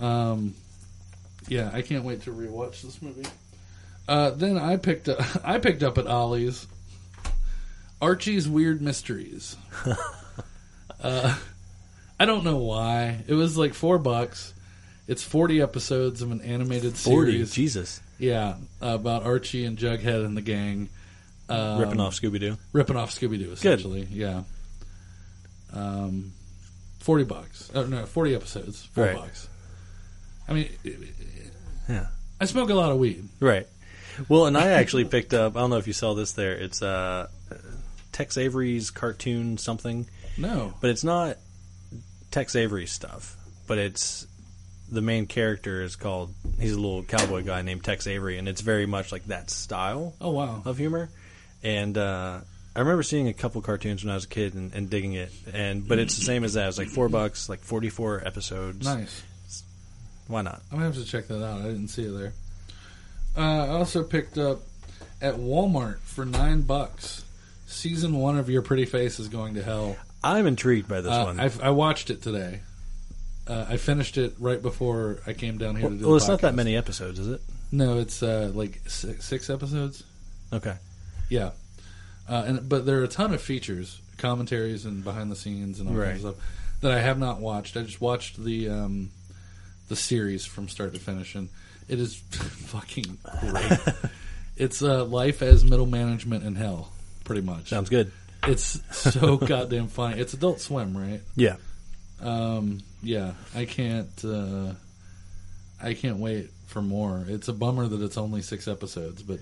Speaker 3: Um, yeah, I can't wait to rewatch this movie. Uh, then I picked up I picked up at Ollie's Archie's Weird Mysteries. uh, I don't know why it was like four bucks. It's forty episodes of an animated
Speaker 4: 40,
Speaker 3: series.
Speaker 4: Jesus.
Speaker 3: Yeah, about Archie and Jughead and the gang um,
Speaker 4: Ripping off Scooby Doo.
Speaker 3: ripping off Scooby Doo essentially. Yeah, um, forty bucks. Oh, no, forty episodes, four
Speaker 4: Right.
Speaker 3: bucks. I mean, it- it-
Speaker 4: Yeah.
Speaker 3: I smoke a lot of weed.
Speaker 4: Right. Well, and I actually picked up. I don't know if you saw this there. It's uh, Tex Avery's cartoon something,
Speaker 3: No,
Speaker 4: but it's not Tex Avery stuff. But it's the main character is called. He's a little cowboy guy named Tex Avery, and it's very much like that style
Speaker 3: oh wow,
Speaker 4: of humor. And uh, I remember seeing a couple cartoons when I was a kid and, and digging it. And but it's the same as that. It's like four bucks, like forty four episodes.
Speaker 3: nice.
Speaker 4: Why not?
Speaker 3: I'm gonna have to check that out. I didn't see it there. Uh, I also picked up at Walmart for nine bucks. Season one of Your Pretty Face is going to hell.
Speaker 4: I'm intrigued by this
Speaker 3: Uh,
Speaker 4: one.
Speaker 3: I, I watched it today. Uh, I finished it right before I came down here
Speaker 4: well,
Speaker 3: to do.
Speaker 4: well,
Speaker 3: the
Speaker 4: it's not that
Speaker 3: podcast.
Speaker 4: many episodes, is it?
Speaker 3: No, it's uh, like six, six episodes.
Speaker 4: Okay.
Speaker 3: Yeah, uh, and but there are a ton of features, commentaries, and behind the scenes and all
Speaker 4: Right.
Speaker 3: that stuff that I have not watched. I just watched the um, the series from start to finish, and it is fucking great. it's uh, life as middle management in hell, pretty much.
Speaker 4: Sounds good.
Speaker 3: It's so goddamn funny. It's Adult Swim, right?
Speaker 4: Yeah.
Speaker 3: Um, yeah, I can't. Uh, I can't wait for more. It's a bummer that it's only six episodes, but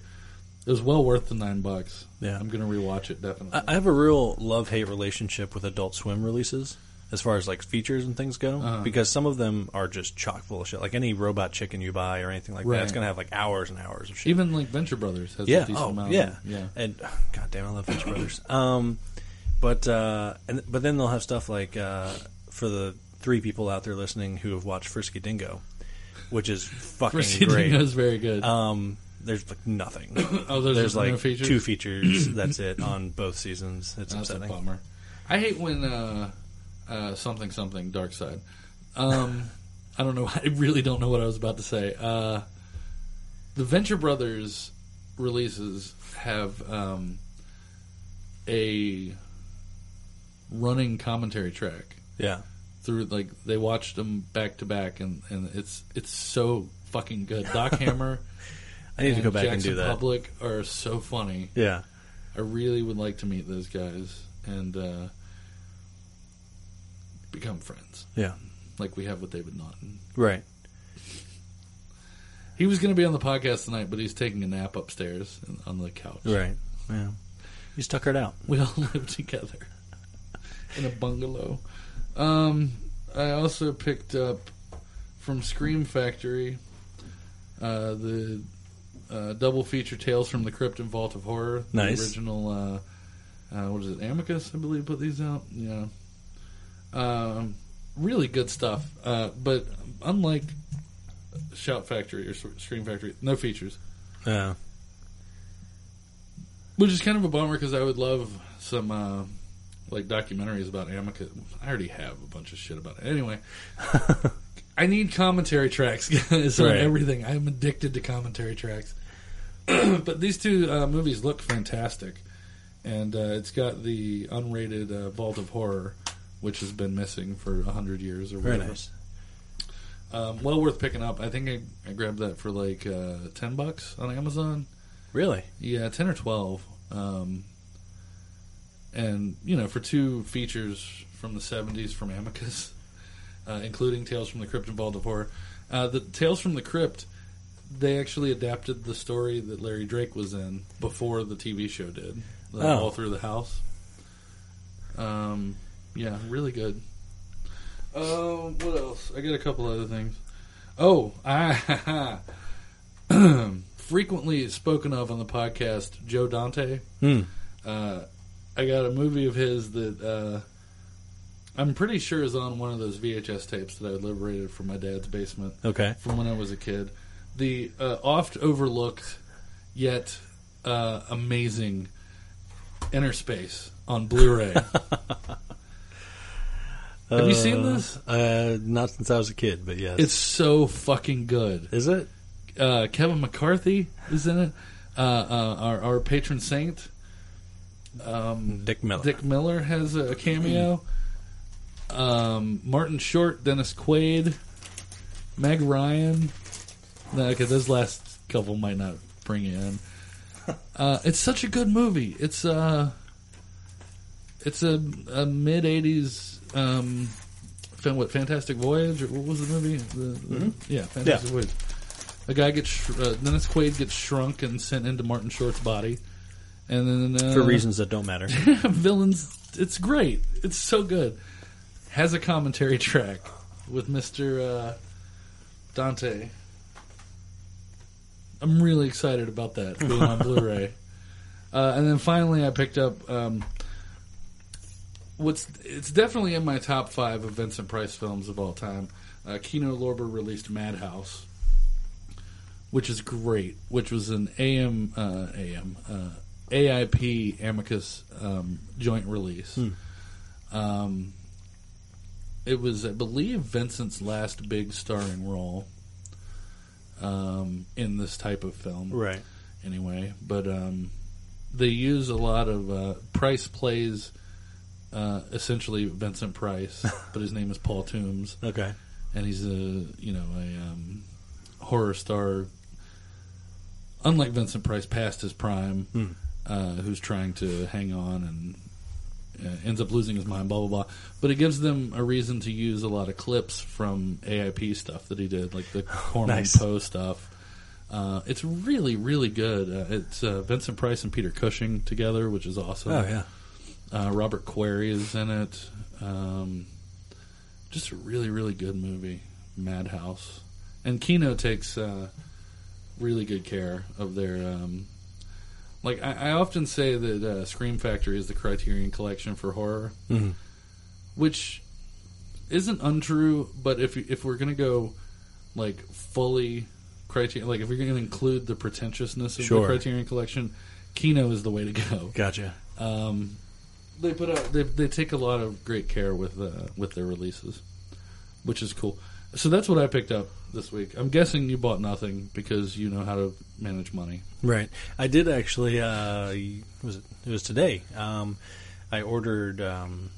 Speaker 3: it was well worth the nine bucks.
Speaker 4: Yeah.
Speaker 3: I'm gonna rewatch it definitely.
Speaker 4: I I have a real love hate relationship with Adult Swim releases as far as like features and things go
Speaker 3: Uh-huh.
Speaker 4: because some of them are just chock full of shit. Like any robot chicken you buy or anything like that, it's
Speaker 3: Right.
Speaker 4: going to have like hours and hours of shit.
Speaker 3: Even like Venture Brothers has a
Speaker 4: yeah,
Speaker 3: decent
Speaker 4: oh,
Speaker 3: amount.
Speaker 4: yeah,
Speaker 3: yeah.
Speaker 4: And God damn, I love Venture Brothers. Um, but uh, and but then they'll have stuff like uh, for the three people out there listening who have watched Frisky Dingo, which is fucking great.
Speaker 3: Proceeding is very good.
Speaker 4: Um, there's like nothing.
Speaker 3: oh, there's,
Speaker 4: there's like
Speaker 3: no features?
Speaker 4: two features. That's it on both seasons. It's
Speaker 3: That's a
Speaker 4: upsetting.
Speaker 3: bummer. I hate when uh, uh, something something dark side. Um, I don't know. I really don't know what I was about to say. Uh, the Venture Brothers releases have um, a running commentary track
Speaker 4: Yeah.
Speaker 3: through. Like they watched them back to back, and and it's it's so fucking good. Doc Hammer.
Speaker 4: I need to go back
Speaker 3: Jackson
Speaker 4: and do that.
Speaker 3: Public are so funny.
Speaker 4: Yeah.
Speaker 3: I really would like to meet those guys and uh, become friends,
Speaker 4: Yeah.
Speaker 3: like we have with David Naughton.
Speaker 4: Right.
Speaker 3: He was going to be on the podcast tonight, but he's taking a nap upstairs and- on the couch.
Speaker 4: Right. Yeah. You stuck it out.
Speaker 3: We all live together in a bungalow. Um, I also picked up from Scream Factory uh, the uh, double feature Tales from the Crypt and Vault of Horror.
Speaker 4: Nice.
Speaker 3: The original, uh, uh, what is it, Amicus, I believe, put these out. Yeah. Um, really good stuff. Uh, but unlike Shout Factory or Scream Factory, no features.
Speaker 4: Yeah.
Speaker 3: Which is kind of a bummer because I would love some uh, like documentaries about Amicus. I already have a bunch of shit about it. Anyway, I need commentary tracks guys, on
Speaker 4: Right.
Speaker 3: everything. I'm addicted to commentary tracks. but these two uh, movies look fantastic, and uh, it's got the unrated uh, Vault of Horror, which has been missing for hundred years or
Speaker 4: Very
Speaker 3: whatever.
Speaker 4: nice.
Speaker 3: Um, well worth picking up. I think I, I grabbed that for like uh, ten bucks on Amazon.
Speaker 4: Really?
Speaker 3: Yeah, ten or twelve. Um, and you know, for two features from the '70s from Amicus, uh, including Tales from the Crypt and Vault of Horror, uh, the Tales from the Crypt, they actually adapted the story that Larry Drake was in before the TV show did, the
Speaker 4: Oh.
Speaker 3: All Through the House. Um, yeah, really good. Um, what else? I got a couple other things. Oh, I frequently spoken of on the podcast, Joe Dante.
Speaker 4: Hmm.
Speaker 3: Uh, I got a movie of his that uh, I'm pretty sure is on one of those VHS tapes that I liberated from my dad's basement
Speaker 4: Okay.
Speaker 3: from when I was a kid. The uh, oft overlooked yet uh, amazing Inner Space on Blu-ray. Have you seen
Speaker 4: Uh,
Speaker 3: this?
Speaker 4: Uh, not since I was a kid, but yes.
Speaker 3: It's so fucking good.
Speaker 4: is it?
Speaker 3: uh, Kevin McCarthy is in it. Uh, uh, our, our patron saint,
Speaker 4: Dick Miller.
Speaker 3: Dick Miller, has a cameo. Um, Martin Short, Dennis Quaid, Meg Ryan. No, okay, those last couple might not bring you in. Uh, it's such a good movie. It's uh, it's a, a mid '80s um, film. What Fantastic Voyage? Or what was the movie? The, the-
Speaker 4: Mm-hmm.
Speaker 3: Yeah, Fantastic Voyage. A guy gets sh- uh, Dennis Quaid gets shrunk and sent into Martin Short's body, and then uh,
Speaker 4: For reasons that don't matter.
Speaker 3: villains. It's great. It's so good. Has a commentary track with Mr. Uh, Dante. I'm really excited about that being on Blu-ray. Uh, and then finally, I picked up um, what's it's definitely in my top five of Vincent Price films of all time. Uh, Kino Lorber released Madhouse, which is great. Which was an AM uh, AM uh, AIP Amicus um, joint release. Um, it was, I believe, Vincent's last big starring role um, in this type of film
Speaker 4: right.
Speaker 3: anyway. But um, they use a lot of uh, Price plays uh, essentially Vincent Price, but his name is Paul Toombs,
Speaker 4: Okay.
Speaker 3: and he's a you know a um, horror star. Unlike Vincent Price, past his prime,
Speaker 4: Hmm.
Speaker 3: uh, who's trying to hang on and uh, ends up losing his mind, blah blah blah. But it gives them a reason to use a lot of clips from AIP stuff that he did, like the Corman
Speaker 4: Oh, Nice.
Speaker 3: Poe stuff. Uh, it's really, really good. Uh, it's uh, Vincent Price and Peter Cushing together, which is awesome.
Speaker 4: Oh yeah.
Speaker 3: Uh, Robert Quarry is in it. Um, just a really, really good movie, Madhouse. And Kino takes uh, really good care of their. Um, like I, I often say that uh, Scream Factory is the Criterion Collection for horror,
Speaker 4: Mhm.
Speaker 3: which isn't untrue. But if if we're gonna go like fully Criterion, like if you're gonna include the pretentiousness of
Speaker 4: Sure.
Speaker 3: the Criterion Collection, Kino is the way to go
Speaker 4: Gotcha.
Speaker 3: um, they put out they, they take a lot of great care with uh, with their releases, which is cool. So that's what I picked up this week. I'm guessing you bought nothing because you know how to manage money.
Speaker 4: Right. I did actually. Uh, was it? It was today. Um, I ordered um,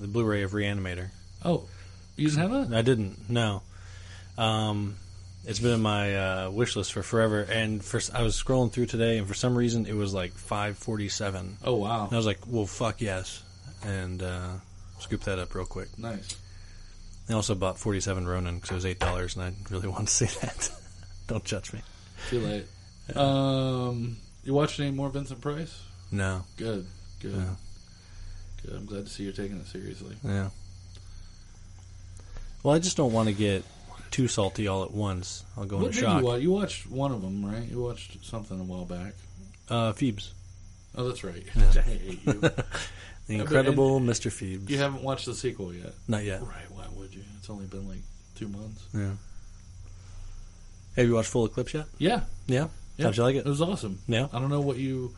Speaker 4: the Blu-ray of Reanimator.
Speaker 3: Oh, you didn't have that?
Speaker 4: I didn't. No. Um, it's been in my uh, wish list for forever. And for, s- I was scrolling through today, and for some reason, it was like 547.
Speaker 3: Oh wow,
Speaker 4: And I was like, well, fuck yes. And uh, scoop that up real quick.
Speaker 3: nice.
Speaker 4: I also bought 47 Ronin because it was $8, and I really want to see that. Don't judge me.
Speaker 3: Too late. Um, you watching any more Vincent Price?
Speaker 4: No.
Speaker 3: Good, good,
Speaker 4: Yeah.
Speaker 3: good. I'm glad to see you're taking it seriously.
Speaker 4: Yeah. Well, I just don't want to get too salty all at once. I'll go
Speaker 3: What
Speaker 4: in a
Speaker 3: did
Speaker 4: shock.
Speaker 3: you watch? You watched one of them, right? You watched something a while back.
Speaker 4: Uh, Phoebes.
Speaker 3: Oh, that's right.
Speaker 4: Yeah.
Speaker 3: I hate you.
Speaker 4: The
Speaker 3: but-
Speaker 4: Incredible Mr. Phoebes.
Speaker 3: you haven't watched the sequel yet.
Speaker 4: Not yet.
Speaker 3: Right, why would you? It's only been like two months.
Speaker 4: Yeah. Have you watched Full Eclipse yet?
Speaker 3: Yeah.
Speaker 4: Yeah.
Speaker 3: yeah.
Speaker 4: How'd you like it?
Speaker 3: It was awesome.
Speaker 4: Yeah.
Speaker 3: I don't know what you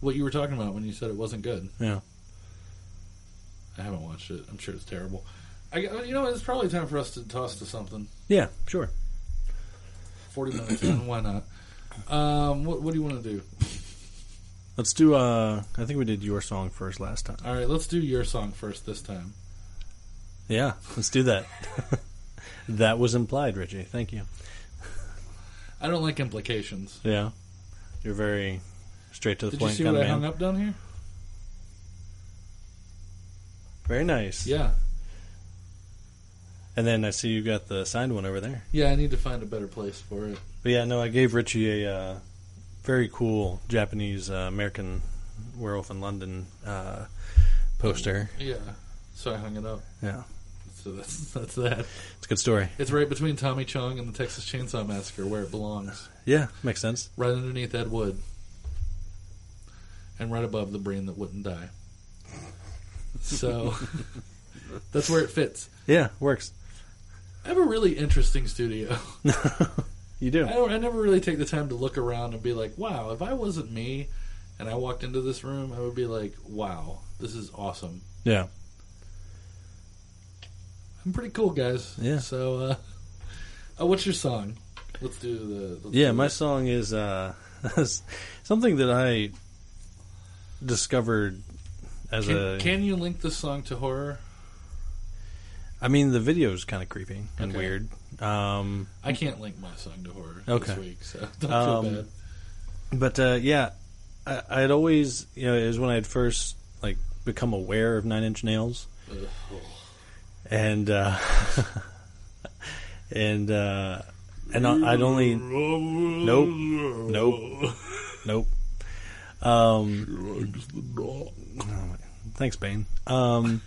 Speaker 3: what you were talking about when you said it wasn't good.
Speaker 4: Yeah.
Speaker 3: I haven't watched it. I'm sure it's terrible. I, uh, you know, it's probably time for us to toss to something.
Speaker 4: Yeah. Sure.
Speaker 3: 40 minutes in, why not? Um, what, what do you want to do?
Speaker 4: Let's do. uh I think we did your song first last time.
Speaker 3: All right, let's do your song first this time.
Speaker 4: Yeah. Let's do that. that was implied, Richie. Thank you.
Speaker 3: I don't like implications.
Speaker 4: Yeah. You're very straight to the
Speaker 3: Did you
Speaker 4: point
Speaker 3: see
Speaker 4: kind
Speaker 3: what
Speaker 4: of
Speaker 3: I
Speaker 4: man.
Speaker 3: hung up down here?
Speaker 4: Very nice.
Speaker 3: Yeah.
Speaker 4: And then I see you got the signed one over there.
Speaker 3: Yeah, I need to find a better place for it.
Speaker 4: But yeah, no, I gave Richie a uh, very cool Japanese uh, American werewolf in London uh, poster.
Speaker 3: Yeah. So I hung it up.
Speaker 4: Yeah.
Speaker 3: So that's that's that.
Speaker 4: It's a good story.
Speaker 3: It's right between Tommy Chong and the Texas Chainsaw Massacre where it belongs.
Speaker 4: Yeah. Makes sense.
Speaker 3: right underneath Ed Wood, and right above the brain that wouldn't die. So that's where it fits.
Speaker 4: Yeah. Works.
Speaker 3: I have a really interesting studio.
Speaker 4: You do.
Speaker 3: I don't. I never really take the time to look around and be like, "Wow, if I wasn't me, and I walked into this room, I would be like, wow, this is awesome.
Speaker 4: Yeah.
Speaker 3: I'm pretty cool, guys."
Speaker 4: Yeah.
Speaker 3: So, uh, uh, what's your song? Let's do the. let's
Speaker 4: Yeah,
Speaker 3: do
Speaker 4: my
Speaker 3: the-
Speaker 4: song is uh, something that I discovered as
Speaker 3: Can,
Speaker 4: a.
Speaker 3: can you link this song to horror?
Speaker 4: I mean, the video is kind of creepy and
Speaker 3: Okay.
Speaker 4: weird. Um,
Speaker 3: I can't link my song to horror
Speaker 4: Okay.
Speaker 3: this week, so don't
Speaker 4: Um,
Speaker 3: feel bad.
Speaker 4: but uh, yeah, I, I'd always you know it was when I'd first like become aware of Nine Inch Nails,
Speaker 3: Ugh.
Speaker 4: and uh, and uh, and I- I'd only nope nope nope. Um, thanks, Bane. Um,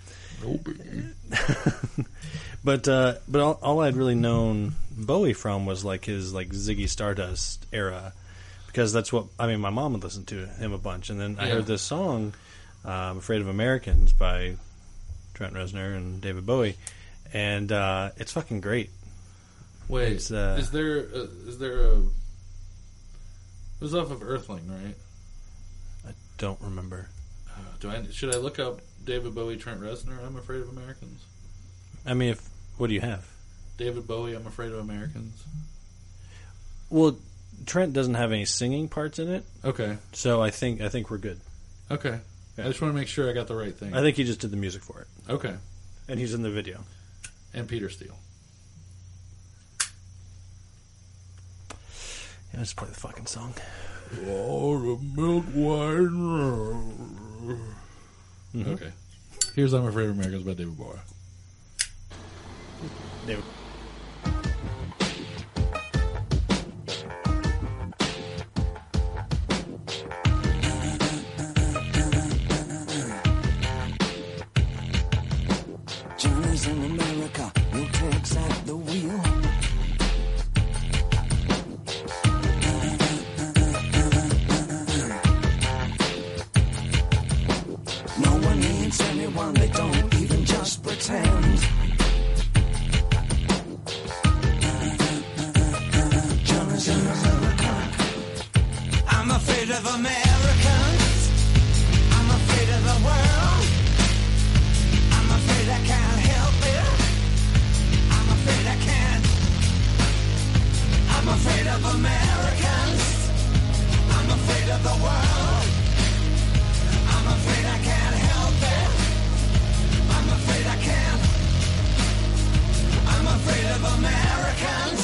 Speaker 4: but uh, but all, all I'd really known Bowie from was like his like Ziggy Stardust era, because that's what I mean. My mom would listen to him a bunch, and then I
Speaker 3: Yeah.
Speaker 4: heard this song, uh, "I'm Afraid of Americans" by Trent Reznor and David Bowie, and uh, it's fucking great.
Speaker 3: Wait,
Speaker 4: It's, uh,
Speaker 3: is there a, is there a? It was off of Earthling, right?
Speaker 4: Don't remember.
Speaker 3: Uh, do I should I look up David Bowie, Trent Reznor? I'm afraid of Americans.
Speaker 4: I mean, if what do you have?
Speaker 3: David Bowie, I'm afraid of Americans.
Speaker 4: Well, Trent doesn't have any singing parts in it,
Speaker 3: Okay,
Speaker 4: so I think I think we're good.
Speaker 3: okay. I
Speaker 4: Yeah.
Speaker 3: just want to make sure I got the right thing.
Speaker 4: I think he just did the music for it,
Speaker 3: okay,
Speaker 4: and he's in the video.
Speaker 3: and Peter Steele.
Speaker 4: Yeah, let's play the fucking song.
Speaker 3: Okay, here's I'm afraid of Americans by David Bowie.
Speaker 4: David.
Speaker 1: Journeys in America, no drugs at the wheel. No one needs anyone, they don't even just pretend. Journeys in America. I'm afraid of Americans. I'm afraid of the world. I'm afraid I can't help it. I'm afraid I can't. I'm afraid of Americans. I'm afraid of the world. I'm afraid I can't help it. I'm afraid I can't. I'm afraid of Americans.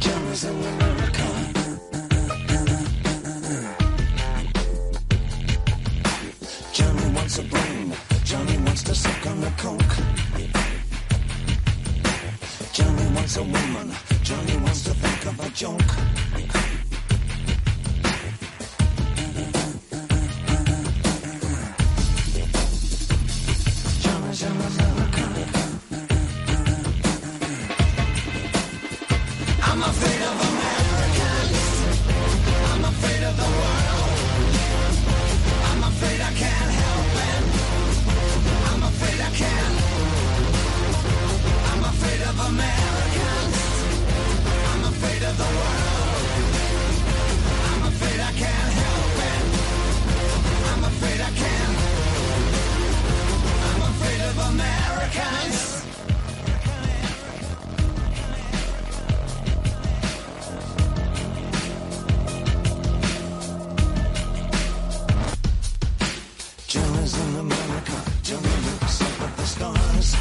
Speaker 1: Journeys in America. Johnny wants a brain. Johnny wants to suck on the coke. Johnny wants a woman. Johnny wants to think of a joke. Johnny's in America. I'm afraid of Americans. I'm afraid of the world. I'm afraid I can't help it. I'm afraid I can't. I'm afraid of Americans. I'm afraid of the world. I'm afraid I can't help it. I'm afraid I can't. I'm afraid of Americans. Johnny's in America. Johnny looks up at the stars.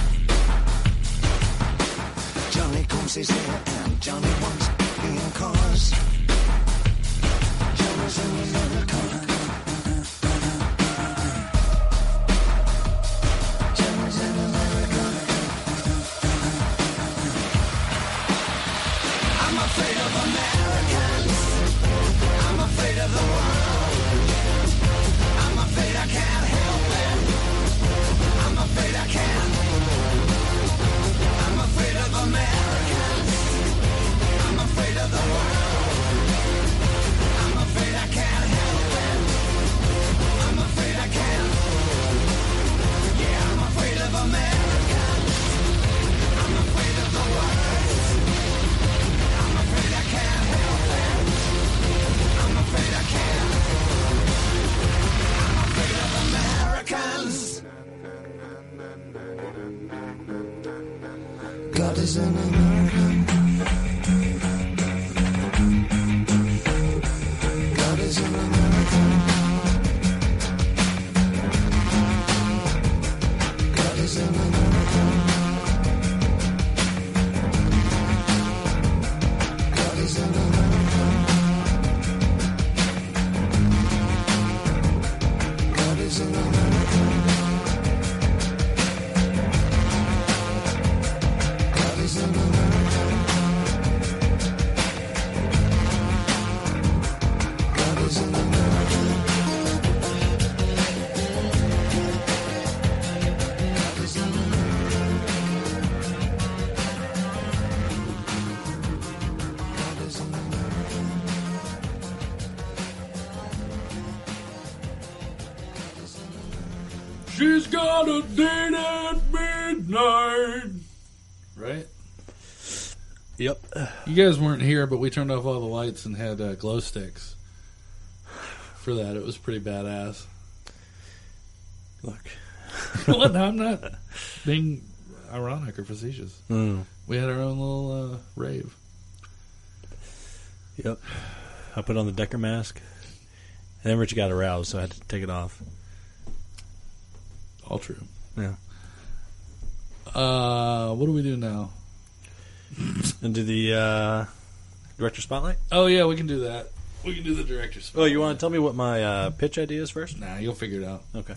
Speaker 1: Johnny combs his hair and Johnny wants being cars. Johnny's in America. Johnny's in America. I'm afraid of Americans. I'm afraid of the world. I'm afraid I can't help it. I'm afraid I can't. I'm afraid of Americans. is an American. God is an American. God is an American. God is an American. God is an American. God is an American. God is an American. God is an American. God is an American. God is an American.
Speaker 3: She's got a date at midnight. Right?
Speaker 4: Yep.
Speaker 3: You guys weren't here, but we turned off all the lights and had uh, glow sticks for that. It was pretty badass.
Speaker 4: Look.
Speaker 3: what? No, I'm not being ironic or facetious.
Speaker 4: Mm.
Speaker 3: We had our own little uh, rave.
Speaker 4: Yep. I put on the Decker mask. And then Rich got aroused, so I had to take it off.
Speaker 3: All true.
Speaker 4: Yeah.
Speaker 3: Uh, what do we do now?
Speaker 4: And do the uh, director spotlight.
Speaker 3: Oh yeah, we can do that. We can do the director's.
Speaker 4: Oh, you want to tell me what my uh, pitch idea is first?
Speaker 3: Nah, you'll figure it out.
Speaker 4: Okay.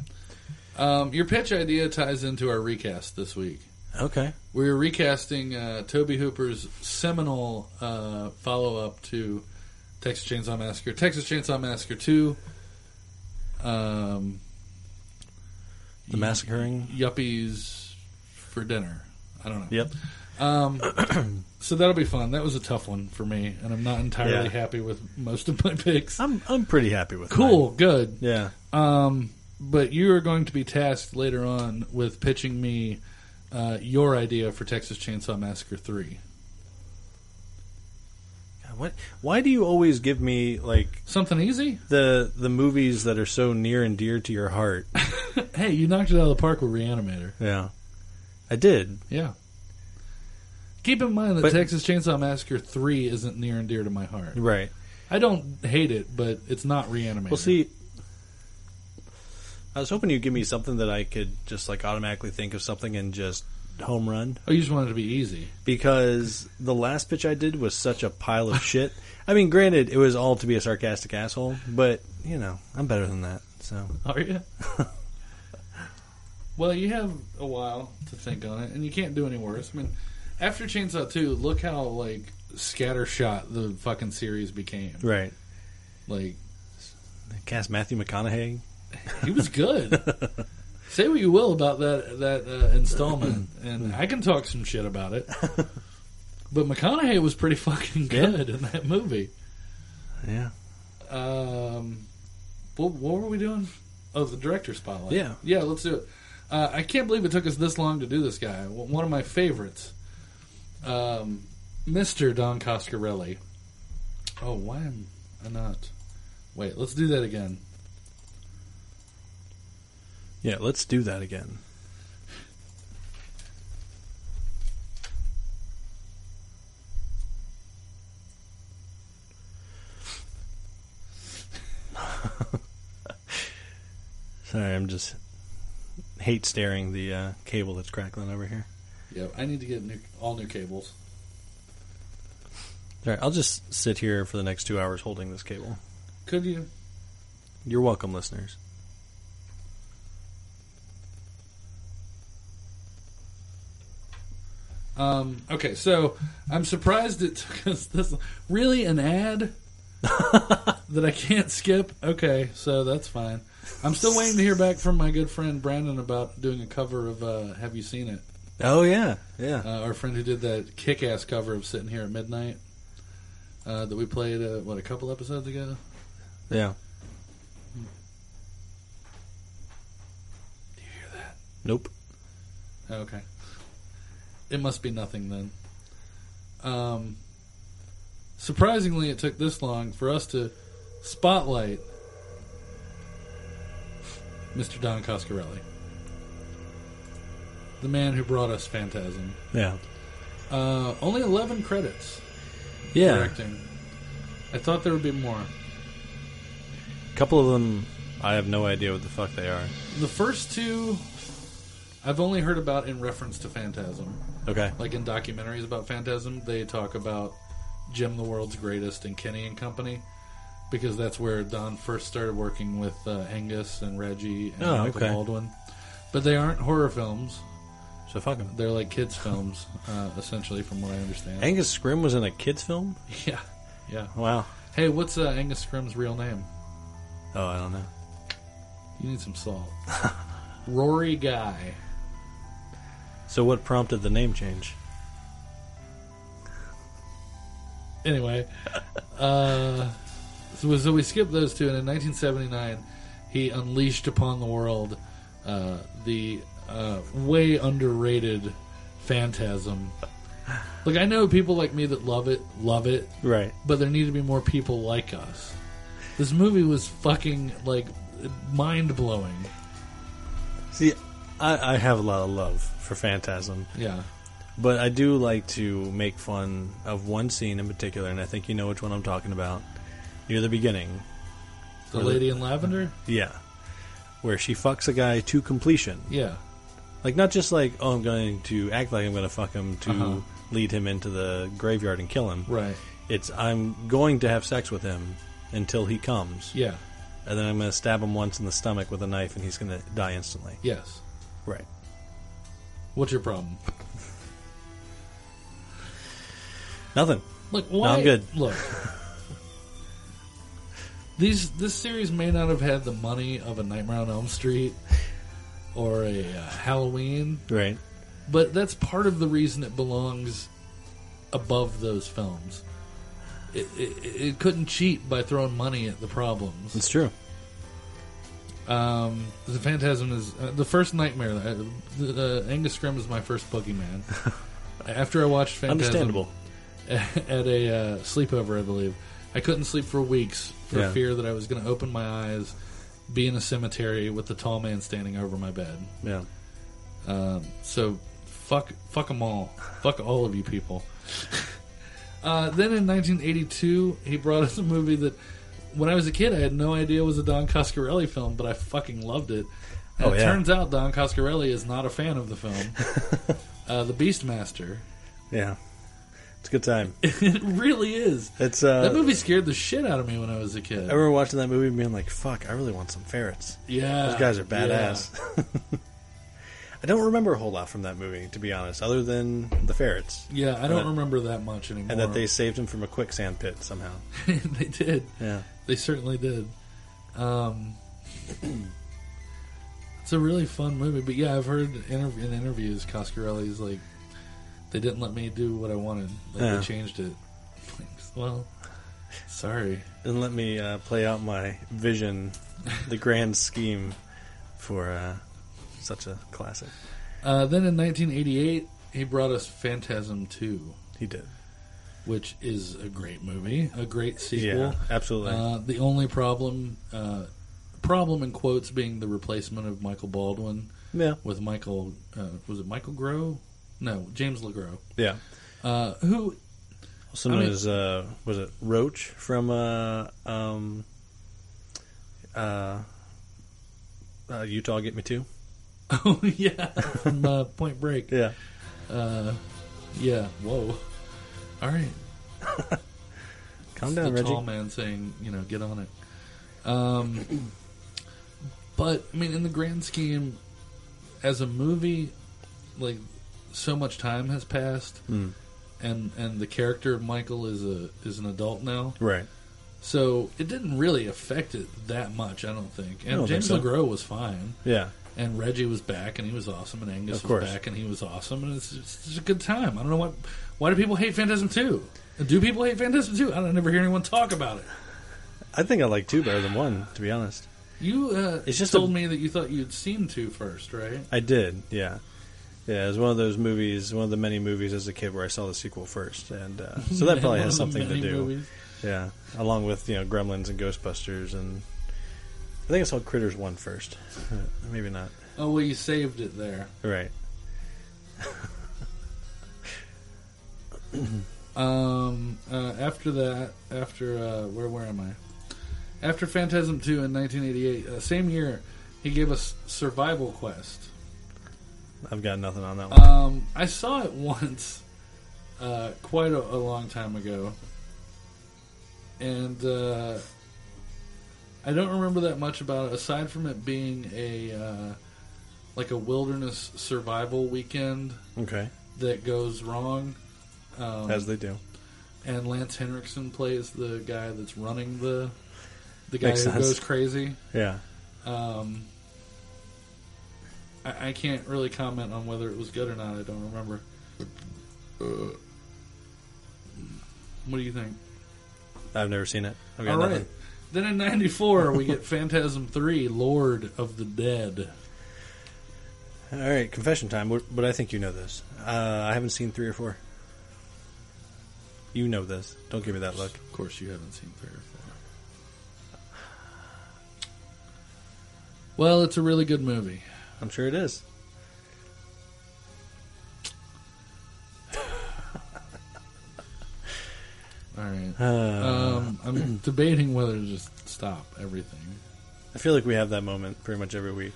Speaker 3: Um, your pitch idea ties into our recast this week.
Speaker 4: Okay.
Speaker 3: We're recasting uh, Toby Hooper's seminal uh, follow-up to Texas Chainsaw Massacre, Texas Chainsaw Massacre Two. Um,
Speaker 4: The massacring.
Speaker 3: yuppies for dinner. I don't know.
Speaker 4: Yep.
Speaker 3: So that'll be fun. That was a tough one for me, and I'm not entirely
Speaker 4: Yeah.
Speaker 3: happy with most of my picks.
Speaker 4: I'm I'm pretty happy with.
Speaker 3: Cool,
Speaker 4: mine.
Speaker 3: good.
Speaker 4: Yeah.
Speaker 3: Um, but you are going to be tasked later on with pitching me uh, your idea for Texas Chainsaw Massacre 3.
Speaker 4: God, What? Why do you always give me like
Speaker 3: Something easy?
Speaker 4: the the movies that are so near and dear to your heart?
Speaker 3: Hey, you knocked it out of the park with Reanimator.
Speaker 4: Yeah. I did.
Speaker 3: Yeah. Keep in mind that
Speaker 4: But-
Speaker 3: Texas Chainsaw Massacre 3 isn't near and dear to my heart.
Speaker 4: Right.
Speaker 3: I don't hate it, but it's not Reanimator.
Speaker 4: Well, see, I was hoping you'd give me something that I could just like automatically think of something and just home run
Speaker 3: Oh, you just wanted to be easy.
Speaker 4: because the last pitch I did was such a pile of shit. I mean, granted, it was all to be a sarcastic asshole, but you know, I'm better than that. So
Speaker 3: Are you? well, you have a while to think on it, and you can't do any worse. I mean, after Chainsaw Two, look how like scattershot the fucking series became.
Speaker 4: right,
Speaker 3: Like
Speaker 4: cast Matthew McConaughey.
Speaker 3: he was good. Say what you will about that that uh, installment, and I can talk some shit about it. But McConaughey was pretty fucking good in that movie.
Speaker 4: Yeah,
Speaker 3: Um, what, what were we doing? Oh, the director spotlight.
Speaker 4: Yeah.
Speaker 3: yeah. Let's do it. Uh, I can't believe it took us this long to do this guy. W- One of my favorites, um, Mister Don Coscarelli. Oh, why am I not? Wait, let's do that again.
Speaker 4: yeah. Let's do that again. Sorry, I'm just hate staring the uh, cable that's crackling over here.
Speaker 3: Yeah, I need to get new, all new cables.
Speaker 4: All right, I'll just sit here for the next two hours holding this cable.
Speaker 3: Could you?
Speaker 4: You're welcome, listeners.
Speaker 3: Um, okay, so I'm surprised it took us this. Long. Really, an ad that I can't skip. Okay, so that's fine. I'm still waiting to hear back from my good friend Brandon about doing a cover of uh, "Have You Seen It."
Speaker 4: Oh yeah, yeah.
Speaker 3: Uh, our friend who did that kick-ass cover of "Sitting Here at Midnight" uh, that we played uh, what a couple episodes ago.
Speaker 4: Yeah. Hmm. Do you
Speaker 3: hear
Speaker 4: that? Nope.
Speaker 3: Oh, Okay. It must be nothing then. Um, surprisingly, it took this long for us to spotlight Mr. Don Coscarelli, the man who brought us Phantasm.
Speaker 4: Yeah.
Speaker 3: Uh, only 11 credits
Speaker 4: Yeah,
Speaker 3: for acting. I thought there would be more.
Speaker 4: a couple of them. I have no idea what the fuck they are.
Speaker 3: The first two I've only heard about in reference to Phantasm.
Speaker 4: Okay.
Speaker 3: Like in documentaries about Phantasm, they talk about Jim the World's Greatest and Kenny and Company because that's where Don first started working with uh, Angus and Reggie and
Speaker 4: Oh,
Speaker 3: Michael
Speaker 4: okay.
Speaker 3: Baldwin. But they aren't horror films.
Speaker 4: So fuck them.
Speaker 3: They're like kids' films, uh, essentially, from what I understand.
Speaker 4: Angus Scrim was in a kids film.
Speaker 3: yeah, yeah.
Speaker 4: Wow.
Speaker 3: Hey, what's uh, Angus Scrimm's real name?
Speaker 4: Oh, I don't know.
Speaker 3: You need some salt. Rory Guy.
Speaker 4: So what prompted the name change?
Speaker 3: anyway, uh, so, so we skipped those two, and in 1979, he unleashed upon the world uh, the uh, way underrated Phantasm. Like I know people like me that love it, love it,
Speaker 4: Right.
Speaker 3: but there need to be more people like us. This movie was fucking like mind blowing.
Speaker 4: See, I, I have a lot of love for Phantasm,
Speaker 3: Yeah,
Speaker 4: but I do like to make fun of one scene in particular, and I think you know which one I'm talking about. Near the beginning,
Speaker 3: the
Speaker 4: Really?
Speaker 3: lady in lavender.
Speaker 4: yeah, where she fucks a guy to completion.
Speaker 3: Yeah,
Speaker 4: Like not just like oh I'm going to act like I'm going to fuck him to
Speaker 3: Uh-huh.
Speaker 4: lead him into the graveyard and kill him.
Speaker 3: right.
Speaker 4: It's I'm going to have sex with him until he comes,
Speaker 3: Yeah,
Speaker 4: and then I'm going to stab him once in the stomach with a knife, and he's going to die instantly.
Speaker 3: yes.
Speaker 4: Right.
Speaker 3: What's your problem?
Speaker 4: Nothing.
Speaker 3: Look, why?
Speaker 4: I'm good.
Speaker 3: Look, these this series may not have had the money of a Nightmare on Elm Street or a uh, Halloween,
Speaker 4: Right.
Speaker 3: but that's part of the reason it belongs above those films. It, it, it couldn't cheat by throwing money at the problems.
Speaker 4: It's true.
Speaker 3: Um, the Phantasm is uh, the first nightmare. Uh, the, uh, Angus Scrim is my first boogeyman. After I watched Phantasm,
Speaker 4: Understandable.
Speaker 3: at a uh, sleepover, I believe. I couldn't sleep for weeks for
Speaker 4: Yeah.
Speaker 3: fear that I was going to open my eyes, be in a cemetery with the tall man standing over my bed.
Speaker 4: Yeah.
Speaker 3: Um, so fuck, fuck them all. fuck all of you people. Uh, then in 1982, he brought us a movie that, when I was a kid, I had no idea was a Don Coscarelli film, but I fucking loved it. And
Speaker 4: Oh,
Speaker 3: it
Speaker 4: yeah.
Speaker 3: turns out Don Coscarelli is not a fan of the film. uh, the Beastmaster.
Speaker 4: Yeah. It's a good time.
Speaker 3: It really is.
Speaker 4: It's uh
Speaker 3: That movie scared the shit out of me when I was a kid.
Speaker 4: I remember watching that movie and being like, fuck, I really want some ferrets.
Speaker 3: Yeah.
Speaker 4: Those guys are
Speaker 3: yeah.
Speaker 4: badass. I don't remember a whole lot from that movie, to be honest, other than the ferrets.
Speaker 3: Yeah, I don't
Speaker 4: that-
Speaker 3: remember that much anymore.
Speaker 4: And that they saved him from a quicksand pit somehow.
Speaker 3: they did.
Speaker 4: Yeah.
Speaker 3: They certainly did. Um, it's a really fun movie, but yeah, I've heard interv- in interviews Coscarelli's like they didn't let me do what I wanted. Like
Speaker 4: Yeah.
Speaker 3: they changed it. well, sorry.
Speaker 4: And let me uh, play out my vision, the grand scheme for uh, such a classic.
Speaker 3: Uh, then in 1988, he brought us Phantasm 2,
Speaker 4: He did.
Speaker 3: which is a great movie, a great sequel.
Speaker 4: Yeah, absolutely.
Speaker 3: Uh, the only problem, uh, problem in quotes, being the replacement of Michael Baldwin
Speaker 4: yeah.
Speaker 3: with Michael. Uh, was it Michael Groh? No, James LeGros.
Speaker 4: Yeah.
Speaker 3: Uh, who?
Speaker 4: Also
Speaker 3: I
Speaker 4: known
Speaker 3: mean-
Speaker 4: as uh, was it Roach from uh, um, uh, uh, Utah Get Me Too?
Speaker 3: Oh yeah, from uh, Point Break.
Speaker 4: Yeah,
Speaker 3: Uh, yeah. Whoa. All right.
Speaker 4: calm
Speaker 3: It's
Speaker 4: down,
Speaker 3: the
Speaker 4: Reggie.
Speaker 3: tall man saying, you know, get on it. Um, but I mean, in the grand scheme, as a movie, like so much time has passed,
Speaker 4: Mm.
Speaker 3: and and the character of Michael is a is an adult now,
Speaker 4: Right.
Speaker 3: so it didn't really affect it that much. I don't think. And
Speaker 4: I don't think
Speaker 3: James
Speaker 4: so.
Speaker 3: LeGros was fine,
Speaker 4: Yeah.
Speaker 3: and Reggie was back, and he was awesome, and Angus
Speaker 4: Of
Speaker 3: was
Speaker 4: course.
Speaker 3: back, and he was awesome, and it's, it's, it's a good time. I don't know why. Why do people hate Phantasm Two? Do people hate Phantasm Two? I don't I never hear anyone talk about it.
Speaker 4: I think I like two better than one, to be honest.
Speaker 3: You uh,
Speaker 4: It's just
Speaker 3: told
Speaker 4: a-
Speaker 3: me that you thought you'd seen two first, right?
Speaker 4: I did. Yeah. Yeah, it was one of those movies, one of the many movies as a kid where I saw the sequel first, and uh, so that probably
Speaker 3: One
Speaker 4: has
Speaker 3: of the
Speaker 4: something to
Speaker 3: many
Speaker 4: do.
Speaker 3: movies.
Speaker 4: Yeah, along with you know Gremlins and Ghostbusters, and I think I saw Critters one first, maybe not.
Speaker 3: Oh well, you saved it there.
Speaker 4: Right.
Speaker 3: um, uh, after that, after uh, where where am I? After Phantasm Two in 1988, uh, same year, he gave us Survival Quest.
Speaker 4: I've got nothing on that one.
Speaker 3: Um, I saw it once, uh, quite a, a long time ago, and uh, I don't remember that much about it aside from it being a uh, like a wilderness survival weekend
Speaker 4: okay,
Speaker 3: that goes wrong. Um,
Speaker 4: as they do.
Speaker 3: and Lance Henriksen plays the guy that's running the the guy
Speaker 4: Makes
Speaker 3: who
Speaker 4: sense.
Speaker 3: goes crazy.
Speaker 4: Yeah,
Speaker 3: Um, I, I can't really comment on whether it was good or not. I don't remember. Uh, What do you think?
Speaker 4: I've never seen it. I've got
Speaker 3: All
Speaker 4: nothing.
Speaker 3: right. Then in '94 we get Phantasm Three: Lord of the Dead.
Speaker 4: All right, confession time. But- But I think you know this. Uh, I haven't seen three or four. You know this. Don't give me that look.
Speaker 3: Of course, you haven't seen three or four. Well, it's a really good movie.
Speaker 4: I'm sure it is.
Speaker 3: All right.
Speaker 4: Uh,
Speaker 3: Um, I'm debating whether to just stop everything.
Speaker 4: I feel like we have that moment pretty much every week.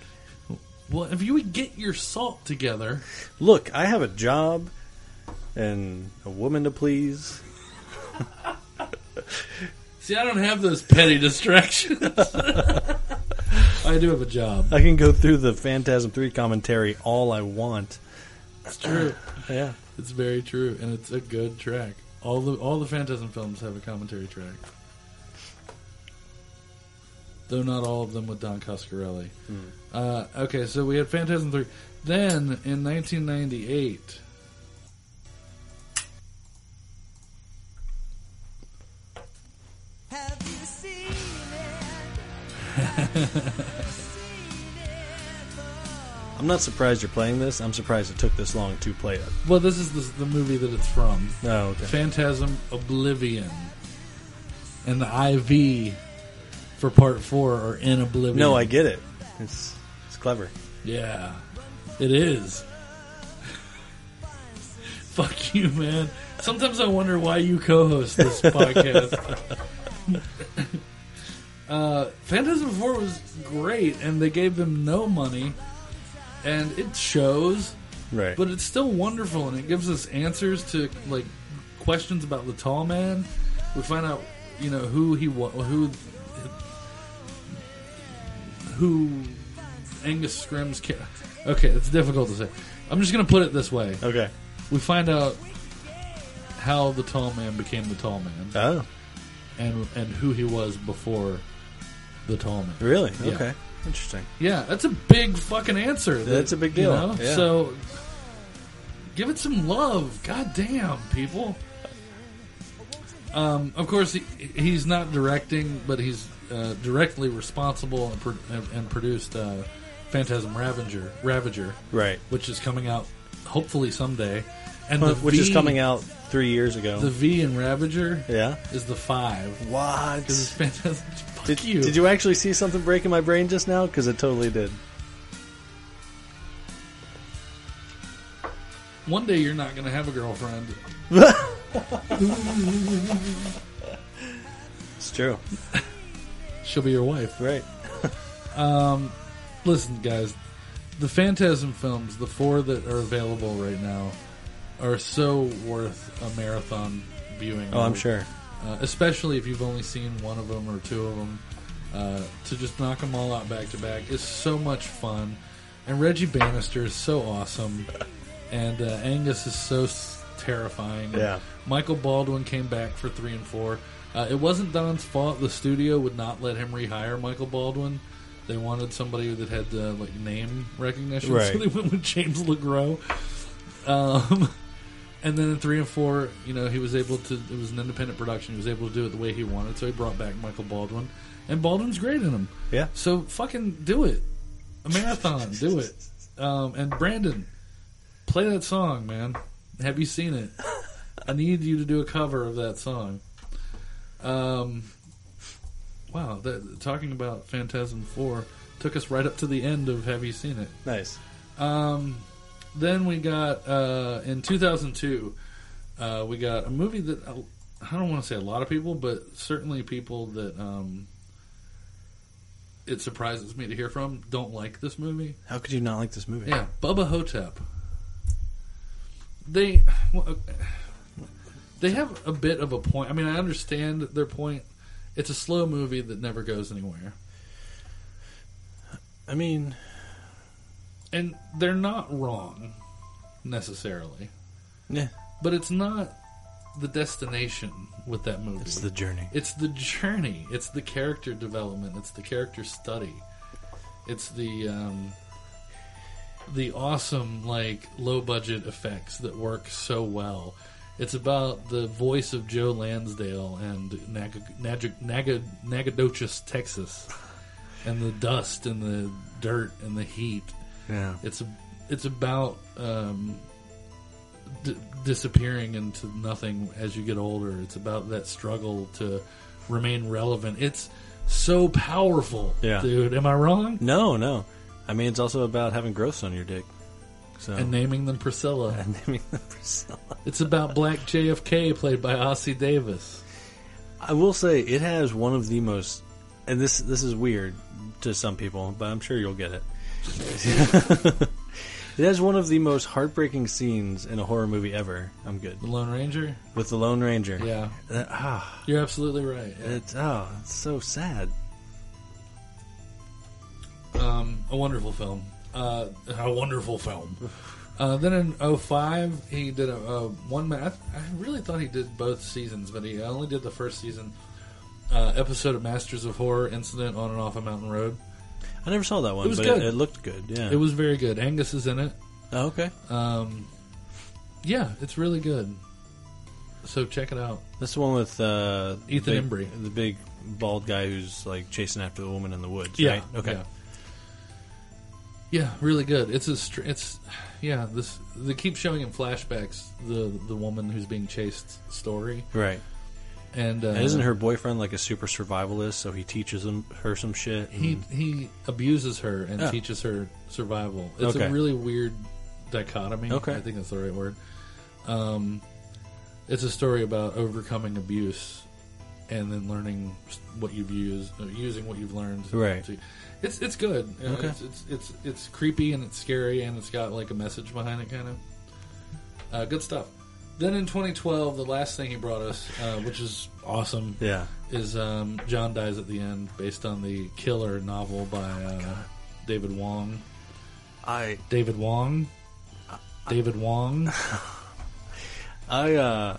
Speaker 3: Well, if you would get your salt together,
Speaker 4: Look, I have a job and a woman to please.
Speaker 3: see, I don't have those petty distractions. I do have a job.
Speaker 4: I can go through the Phantasm 3 commentary all I want.
Speaker 3: It's true.
Speaker 4: Yeah.
Speaker 3: It's very true, and it's a good track. All the all the Phantasm films have a commentary track, though not all of them with Don Coscarelli. Uh, okay, so we had Phantasm three. Then in 1998,
Speaker 1: Have you seen it?
Speaker 4: I'm not surprised you're playing this. I'm surprised it took this long to play it.
Speaker 3: well, this is the, the movie that it's from.
Speaker 4: Oh, okay.
Speaker 3: Phantasm Oblivion and the IV for part four are in Oblivion.
Speaker 4: No, I get it. It's it's clever.
Speaker 3: Yeah, it is. Fuck you, man. Sometimes I wonder why you co-host this podcast. uh, Phantasm Four was great, and they gave them no money, and it shows.
Speaker 4: Right.
Speaker 3: But it's still wonderful, and it gives us answers to like questions about the tall man. We find out, you know, who he was, who who Angus Scrimm's. Ca- okay, it's difficult to say. I'm just gonna put it this way:
Speaker 4: okay.
Speaker 3: we find out how the tall man became the tall man,
Speaker 4: Oh,
Speaker 3: and and who he was before the tall man.
Speaker 4: really?
Speaker 3: Yeah.
Speaker 4: Okay. Interesting.
Speaker 3: Yeah, that's a big fucking answer.
Speaker 4: That's a big
Speaker 3: you
Speaker 4: deal.
Speaker 3: know?
Speaker 4: Yeah.
Speaker 3: So give it some love. God damn, people. Um, of course, he, he's not directing, but he's uh, directly responsible and, pro- and, and produced uh, Phantasm Ravager, Ravager,
Speaker 4: Right.
Speaker 3: which is coming out hopefully someday. And the
Speaker 4: Which is
Speaker 3: V-
Speaker 4: coming out three years ago.
Speaker 3: The V in Ravager
Speaker 4: yeah.
Speaker 3: is the five.
Speaker 4: What?
Speaker 3: Because it's Phantasm. Fuck
Speaker 4: Did
Speaker 3: you.
Speaker 4: did you actually see something break in my brain just now? Because it totally did.
Speaker 3: One day you're not going to have a girlfriend.
Speaker 4: It's true.
Speaker 3: She'll be your wife.
Speaker 4: Right.
Speaker 3: Listen, guys, the Phantasm films, the four that are available right now, are so worth a marathon viewing.
Speaker 4: Oh, I'm sure.
Speaker 3: Uh, especially if you've only seen one of them or two of them. Uh, to just knock them all out back to back is so much fun. And Reggie Bannister is so awesome. And uh, Angus is so s- terrifying. And
Speaker 4: Yeah.
Speaker 3: Michael Baldwin came back for three and four. Uh, it wasn't Don's fault. The studio would not let him rehire Michael Baldwin. They wanted somebody that had uh, like name recognition, so
Speaker 4: Right.
Speaker 3: they went with James LeGros. Um, and then in three and four, you know, he was able to. It was an independent production. He was able to do it the way he wanted. So he brought back Michael Baldwin, and Baldwin's great in him.
Speaker 4: Yeah.
Speaker 3: So fucking do it, a marathon, do it. Um, and Brandon, play that song, man. Have you seen it? I need you to do a cover of that song. Um, wow, that, talking about Phantasm Four took us right up to the end of Have you seen it?
Speaker 4: Nice.
Speaker 3: Um, then we got uh, in 2002 Uh, we got a movie that uh, I don't want to say a lot of people, but certainly people that um, it surprises me to hear from don't like this movie.
Speaker 4: How could you not like this movie?
Speaker 3: Yeah, Bubba Hotep. They well, uh, they have a bit of a point. I mean, I understand their point. It's a slow movie that never goes anywhere,
Speaker 4: I mean,
Speaker 3: and they're not wrong necessarily,
Speaker 4: yeah,
Speaker 3: but it's not the destination with that movie.
Speaker 4: it's the journey.
Speaker 3: It's the journey. It's the character development. It's the character study. It's the um, the awesome like low budget effects that work so well. It's about the voice of Joe Lansdale and Naga, Naga, Naga, Nagadoches, Texas, and the dust and the dirt and the heat.
Speaker 4: Yeah.
Speaker 3: It's a, it's about um, d- disappearing into nothing as you get older. It's about that struggle to remain relevant. It's so powerful,
Speaker 4: Yeah.
Speaker 3: dude. Am I wrong?
Speaker 4: No, no. I mean, it's also about having growths on your dick. So
Speaker 3: And naming them Priscilla.
Speaker 4: I mean, the Priscilla.
Speaker 3: It's about Black JFK, played by Ossie Davis.
Speaker 4: I will say it has one of the most, and this this is weird to some people, but I'm sure you'll get it. it has one of the most heartbreaking scenes in a horror movie ever. I'm good
Speaker 3: The Lone Ranger.
Speaker 4: with the Lone Ranger.
Speaker 3: Yeah,
Speaker 4: That- ah,
Speaker 3: you're absolutely right.
Speaker 4: it's oh, it's so sad.
Speaker 3: Um, a wonderful film. Uh, a wonderful film. Uh, then in 05, he did a, a one man. I, I really thought he did both seasons, but he only did the first season uh, episode of Masters of Horror Incident on and off a mountain road.
Speaker 4: I never saw that one,
Speaker 3: It was
Speaker 4: but
Speaker 3: good.
Speaker 4: It, it looked good. Yeah.
Speaker 3: It was very good. Angus is in it.
Speaker 4: oh, okay.
Speaker 3: Um, yeah, it's really good. So check it out.
Speaker 4: That's the one with uh, the
Speaker 3: Ethan
Speaker 4: big-
Speaker 3: Embry.
Speaker 4: the big bald guy who's like chasing after the woman in the woods. Right? Okay.
Speaker 3: Yeah. Yeah, really good. It's a str- it's yeah, this they keep showing in flashbacks the the woman who's being chased story
Speaker 4: Right.
Speaker 3: and uh,
Speaker 4: And isn't her boyfriend like a super survivalist? So he teaches him, her some shit.
Speaker 3: he he abuses her and
Speaker 4: Hmm. Yeah.
Speaker 3: teaches her survival. It's
Speaker 4: Okay.
Speaker 3: a really weird dichotomy.
Speaker 4: Okay.
Speaker 3: I think that's the right word. Um, it's a story about overcoming abuse and then learning what you've used, uh, using what you've learned.
Speaker 4: Right.
Speaker 3: To- It's it's good. Uh,
Speaker 4: Okay.
Speaker 3: It's, it's it's it's creepy and it's scary and it's got like a message behind it, kind of. Uh, good stuff. Then in 2012, the last thing he brought us, uh, which is awesome,
Speaker 4: yeah.
Speaker 3: is um, John dies at the end, based on the Killer novel by uh, David Wong.
Speaker 4: I
Speaker 3: David Wong. David Wong.
Speaker 4: I uh,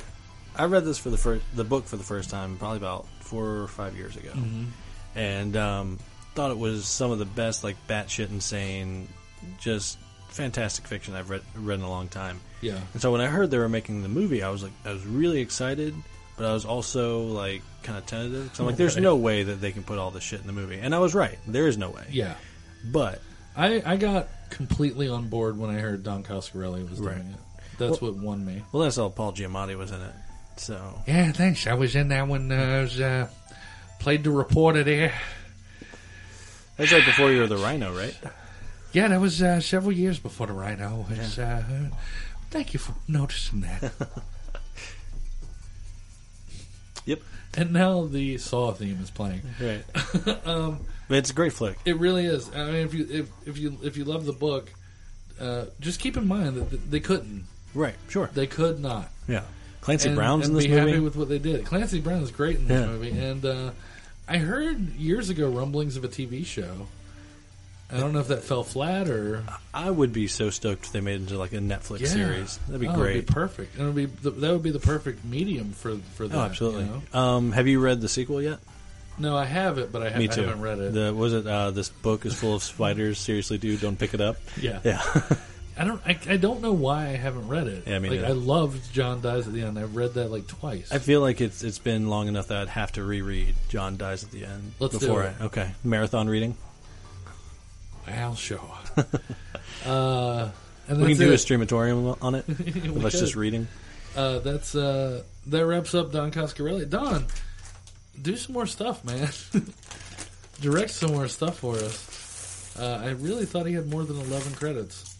Speaker 4: I read this for the first the book for the first time probably about four or five years ago,
Speaker 3: Mm-hmm.
Speaker 4: and um, thought it was some of the best like batshit insane, just fantastic fiction I've read read in a long time.
Speaker 3: Yeah.
Speaker 4: And so when I heard they were making the movie, I was like, I was really excited, but I was also like kind of tentative. So I'm like, there's
Speaker 3: Right.
Speaker 4: no way that they can put all this shit in the movie, and I was right. There is no way.
Speaker 3: Yeah.
Speaker 4: But
Speaker 3: I, I got completely on board when I heard Don Coscarelli was doing
Speaker 4: Right.
Speaker 3: it. That's what won me.
Speaker 4: well, that's all Paul Giamatti was in it. So
Speaker 3: Yeah, thanks. I was in that one. Uh, I was, uh, played the reporter there.
Speaker 4: that's like before you were the Rhino, right?
Speaker 3: Yeah, that was uh, several years before the Rhino. It's, uh, thank you for noticing that.
Speaker 4: Yep.
Speaker 3: and now the Saw theme is playing.
Speaker 4: Right. um, it's a great flick.
Speaker 3: It really is. I mean, if you if, if you if you love the book, uh, just keep in mind that th- they couldn't.
Speaker 4: Right. Sure.
Speaker 3: They could not.
Speaker 4: Yeah. Clancy
Speaker 3: and,
Speaker 4: Brown's
Speaker 3: and
Speaker 4: in this
Speaker 3: be
Speaker 4: movie.
Speaker 3: happy with what they did. Clancy Brown is great in this
Speaker 4: Yeah.
Speaker 3: movie, and uh, I heard years ago rumblings of a TV show. I don't know if that fell flat or
Speaker 4: I would be so stoked if they made it into like a Netflix
Speaker 3: Yeah.
Speaker 4: series. That'd be
Speaker 3: Oh,
Speaker 4: great.
Speaker 3: It'd be perfect. And it'd be the, that would be the perfect medium for for that.
Speaker 4: oh, absolutely.
Speaker 3: you know?
Speaker 4: um, have you read the sequel yet?
Speaker 3: No, I have it, but I, ha-
Speaker 4: Me
Speaker 3: I
Speaker 4: too.
Speaker 3: haven't read it.
Speaker 4: The, was it uh, this book is full of spiders? Seriously, dude, don't pick it up.
Speaker 3: yeah.
Speaker 4: Yeah.
Speaker 3: I don't. I, I don't know why I haven't read it.
Speaker 4: Yeah, me
Speaker 3: like,
Speaker 4: neither.
Speaker 3: I loved John Dies at the End. I've read that like twice.
Speaker 4: I feel like it's it's been long enough that I'd have to reread John Dies at the End
Speaker 3: Let's do
Speaker 4: before
Speaker 3: it.
Speaker 4: I okay marathon reading.
Speaker 3: Al Shaw. uh, and
Speaker 4: we
Speaker 3: that's
Speaker 4: can do
Speaker 3: it.
Speaker 4: a streamatorium on it.
Speaker 3: We
Speaker 4: That's just
Speaker 3: could.
Speaker 4: reading.
Speaker 3: Uh, that's uh, that wraps up Don Coscarelli. Don, do some more stuff, man. Direct some more stuff for us. Uh, I really thought he had more than eleven credits.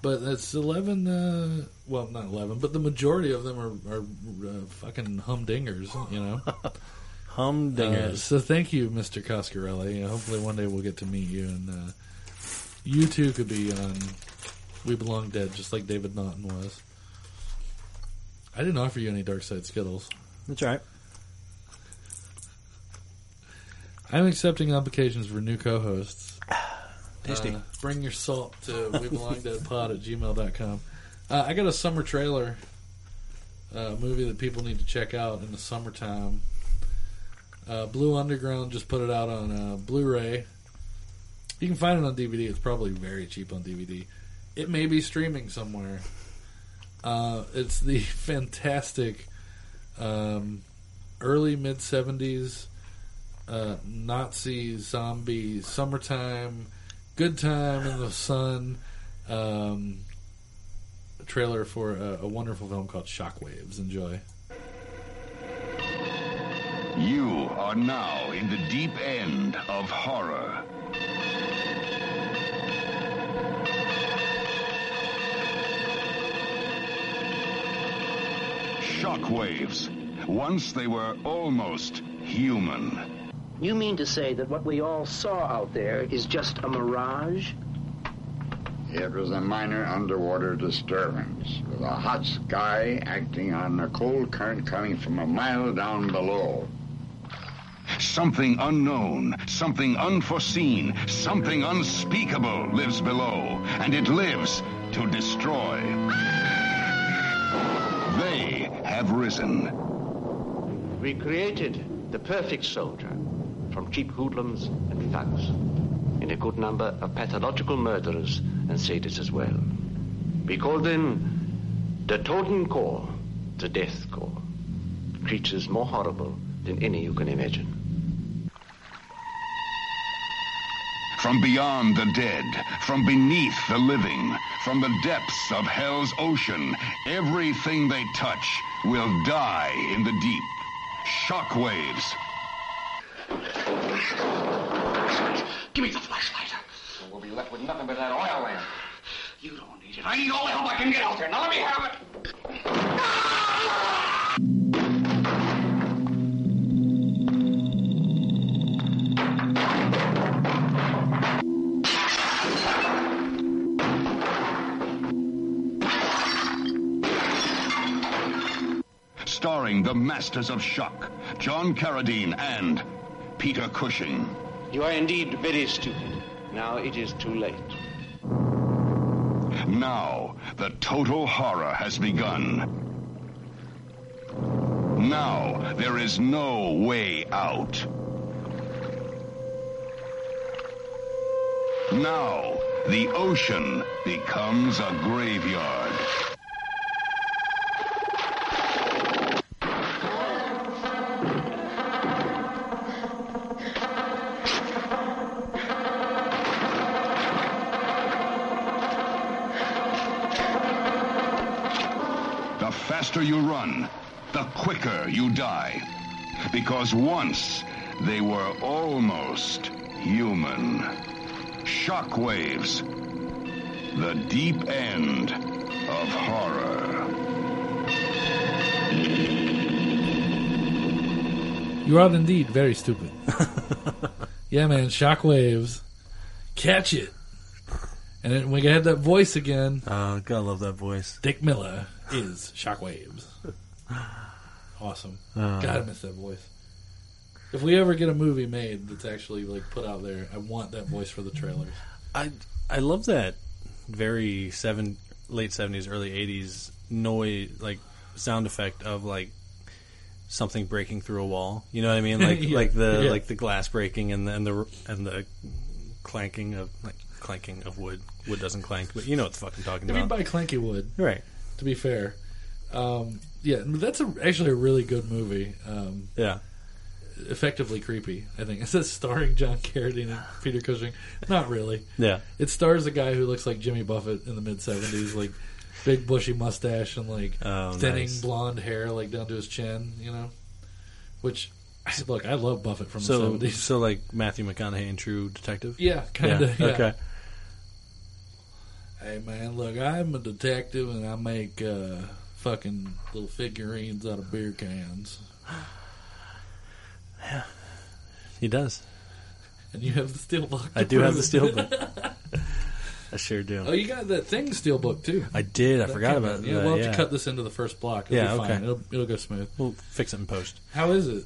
Speaker 3: But that's eleven. Uh, well, not eleven, but the majority of them are are uh, fucking humdingers, you know. Uh,
Speaker 4: Humdingers.
Speaker 3: so thank you, Mr. Coscarelli. Uh, hopefully one day we'll get to meet you, and uh, you too could be on We Belong Dead, just like David Naughton was. I didn't offer you any Dark Side Skittles.
Speaker 4: That's all right.
Speaker 3: I'm accepting applications for new co-hosts.
Speaker 4: Tasty.
Speaker 3: Uh, bring your salt to we belong dead pod at gmail.com. Uh, I got a summer trailer, uh, movie that people need to check out in the summertime. Uh, Blue Underground just put it out on uh, Blu-ray. You can find it on DVD. It's probably very cheap on DVD. It may be streaming somewhere. Uh, it's the fantastic um, early mid '70s uh, Nazi zombie summertime, good time in the sun. Um, trailer for a, a wonderful film called Shockwaves. Enjoy.
Speaker 2: You are now in the deep end of horror. Shockwaves. Once they were almost human.
Speaker 5: You mean to say that what we all saw out there is just a mirage?
Speaker 6: It was a minor underwater disturbance, with a hot sky acting on a cold current coming from a mile down below.
Speaker 2: Something unknown, something unforeseen, something unspeakable lives below, and it lives to destroy. They have risen.
Speaker 5: We created the perfect soldier from cheap hoodlums and thugs, and a good number of pathological murderers and sadists as well. We called them the Toten Corps, the Death Corps. Creatures more horrible than any you can imagine.
Speaker 2: From beyond the dead, from beneath the living, from the depths of hell's ocean, everything they touch will die in the deep. Shockwaves.
Speaker 7: Give me the flashlight. Or we'll be left with nothing but that oil lamp. You don't need it. I need all the help I can get out there. Now let me have it.
Speaker 2: Starring the masters of shock, John Carradine and Peter Cushing.
Speaker 5: You are indeed very stupid. Now it is too late.
Speaker 2: Now, the total horror has begun. Now, there is no way out. Now, the ocean becomes a graveyard. The faster you run, the quicker you die. Because once they were almost human. Shockwaves. The deep end of horror.
Speaker 3: You are indeed very stupid. yeah, man. Shockwaves. Catch it. And then we had that voice again.
Speaker 4: Oh, gotta love that voice.
Speaker 3: Dick Miller is Shockwaves. Awesome. God, I miss that voice. If we ever get a movie made that's actually like put out there, I want that voice for the trailers.
Speaker 4: I I love that very seven late seventies, early eighties noise like sound effect of like something breaking through a wall. You know what I mean? Like
Speaker 3: Yeah.
Speaker 4: like the
Speaker 3: Yeah.
Speaker 4: like the glass breaking and the, and the and the clanking of like clanking of wood. Wood doesn't clank, but you know what the fuck I'm talking
Speaker 3: I mean,
Speaker 4: about,
Speaker 3: by Clanky Wood.
Speaker 4: right?
Speaker 3: to be fair. Um, yeah, that's a, actually a really good movie. Um,
Speaker 4: Yeah.
Speaker 3: effectively creepy, I think. It says starring John Carradine and Peter Cushing. Not really.
Speaker 4: Yeah.
Speaker 3: It stars a guy who looks like Jimmy Buffett in the mid '70s, like big bushy mustache and like
Speaker 4: Oh,
Speaker 3: thinning
Speaker 4: nice.
Speaker 3: blonde hair, like down to his chin. You know, which look, I love Buffett from
Speaker 4: So
Speaker 3: the '70s.
Speaker 4: so like Matthew McConaughey in True Detective.
Speaker 3: Yeah, kind of. Yeah.
Speaker 4: Okay.
Speaker 3: Hey man, look, I'm a detective and I make uh, fucking little figurines out of beer cans.
Speaker 4: He does.
Speaker 3: And you have the steel book.
Speaker 4: I
Speaker 3: to
Speaker 4: do have the
Speaker 3: prove it.
Speaker 4: steel book. I sure do.
Speaker 3: Oh, you got that thing steel book too.
Speaker 4: I did. I
Speaker 3: That
Speaker 4: forgot
Speaker 3: came
Speaker 4: about
Speaker 3: in.
Speaker 4: that.
Speaker 3: Yeah, we'll have
Speaker 4: yeah.
Speaker 3: to cut this into the first block. It'll
Speaker 4: Yeah,
Speaker 3: be fine.
Speaker 4: okay.
Speaker 3: It'll, it'll go smooth.
Speaker 4: We'll fix it in post.
Speaker 3: How is it?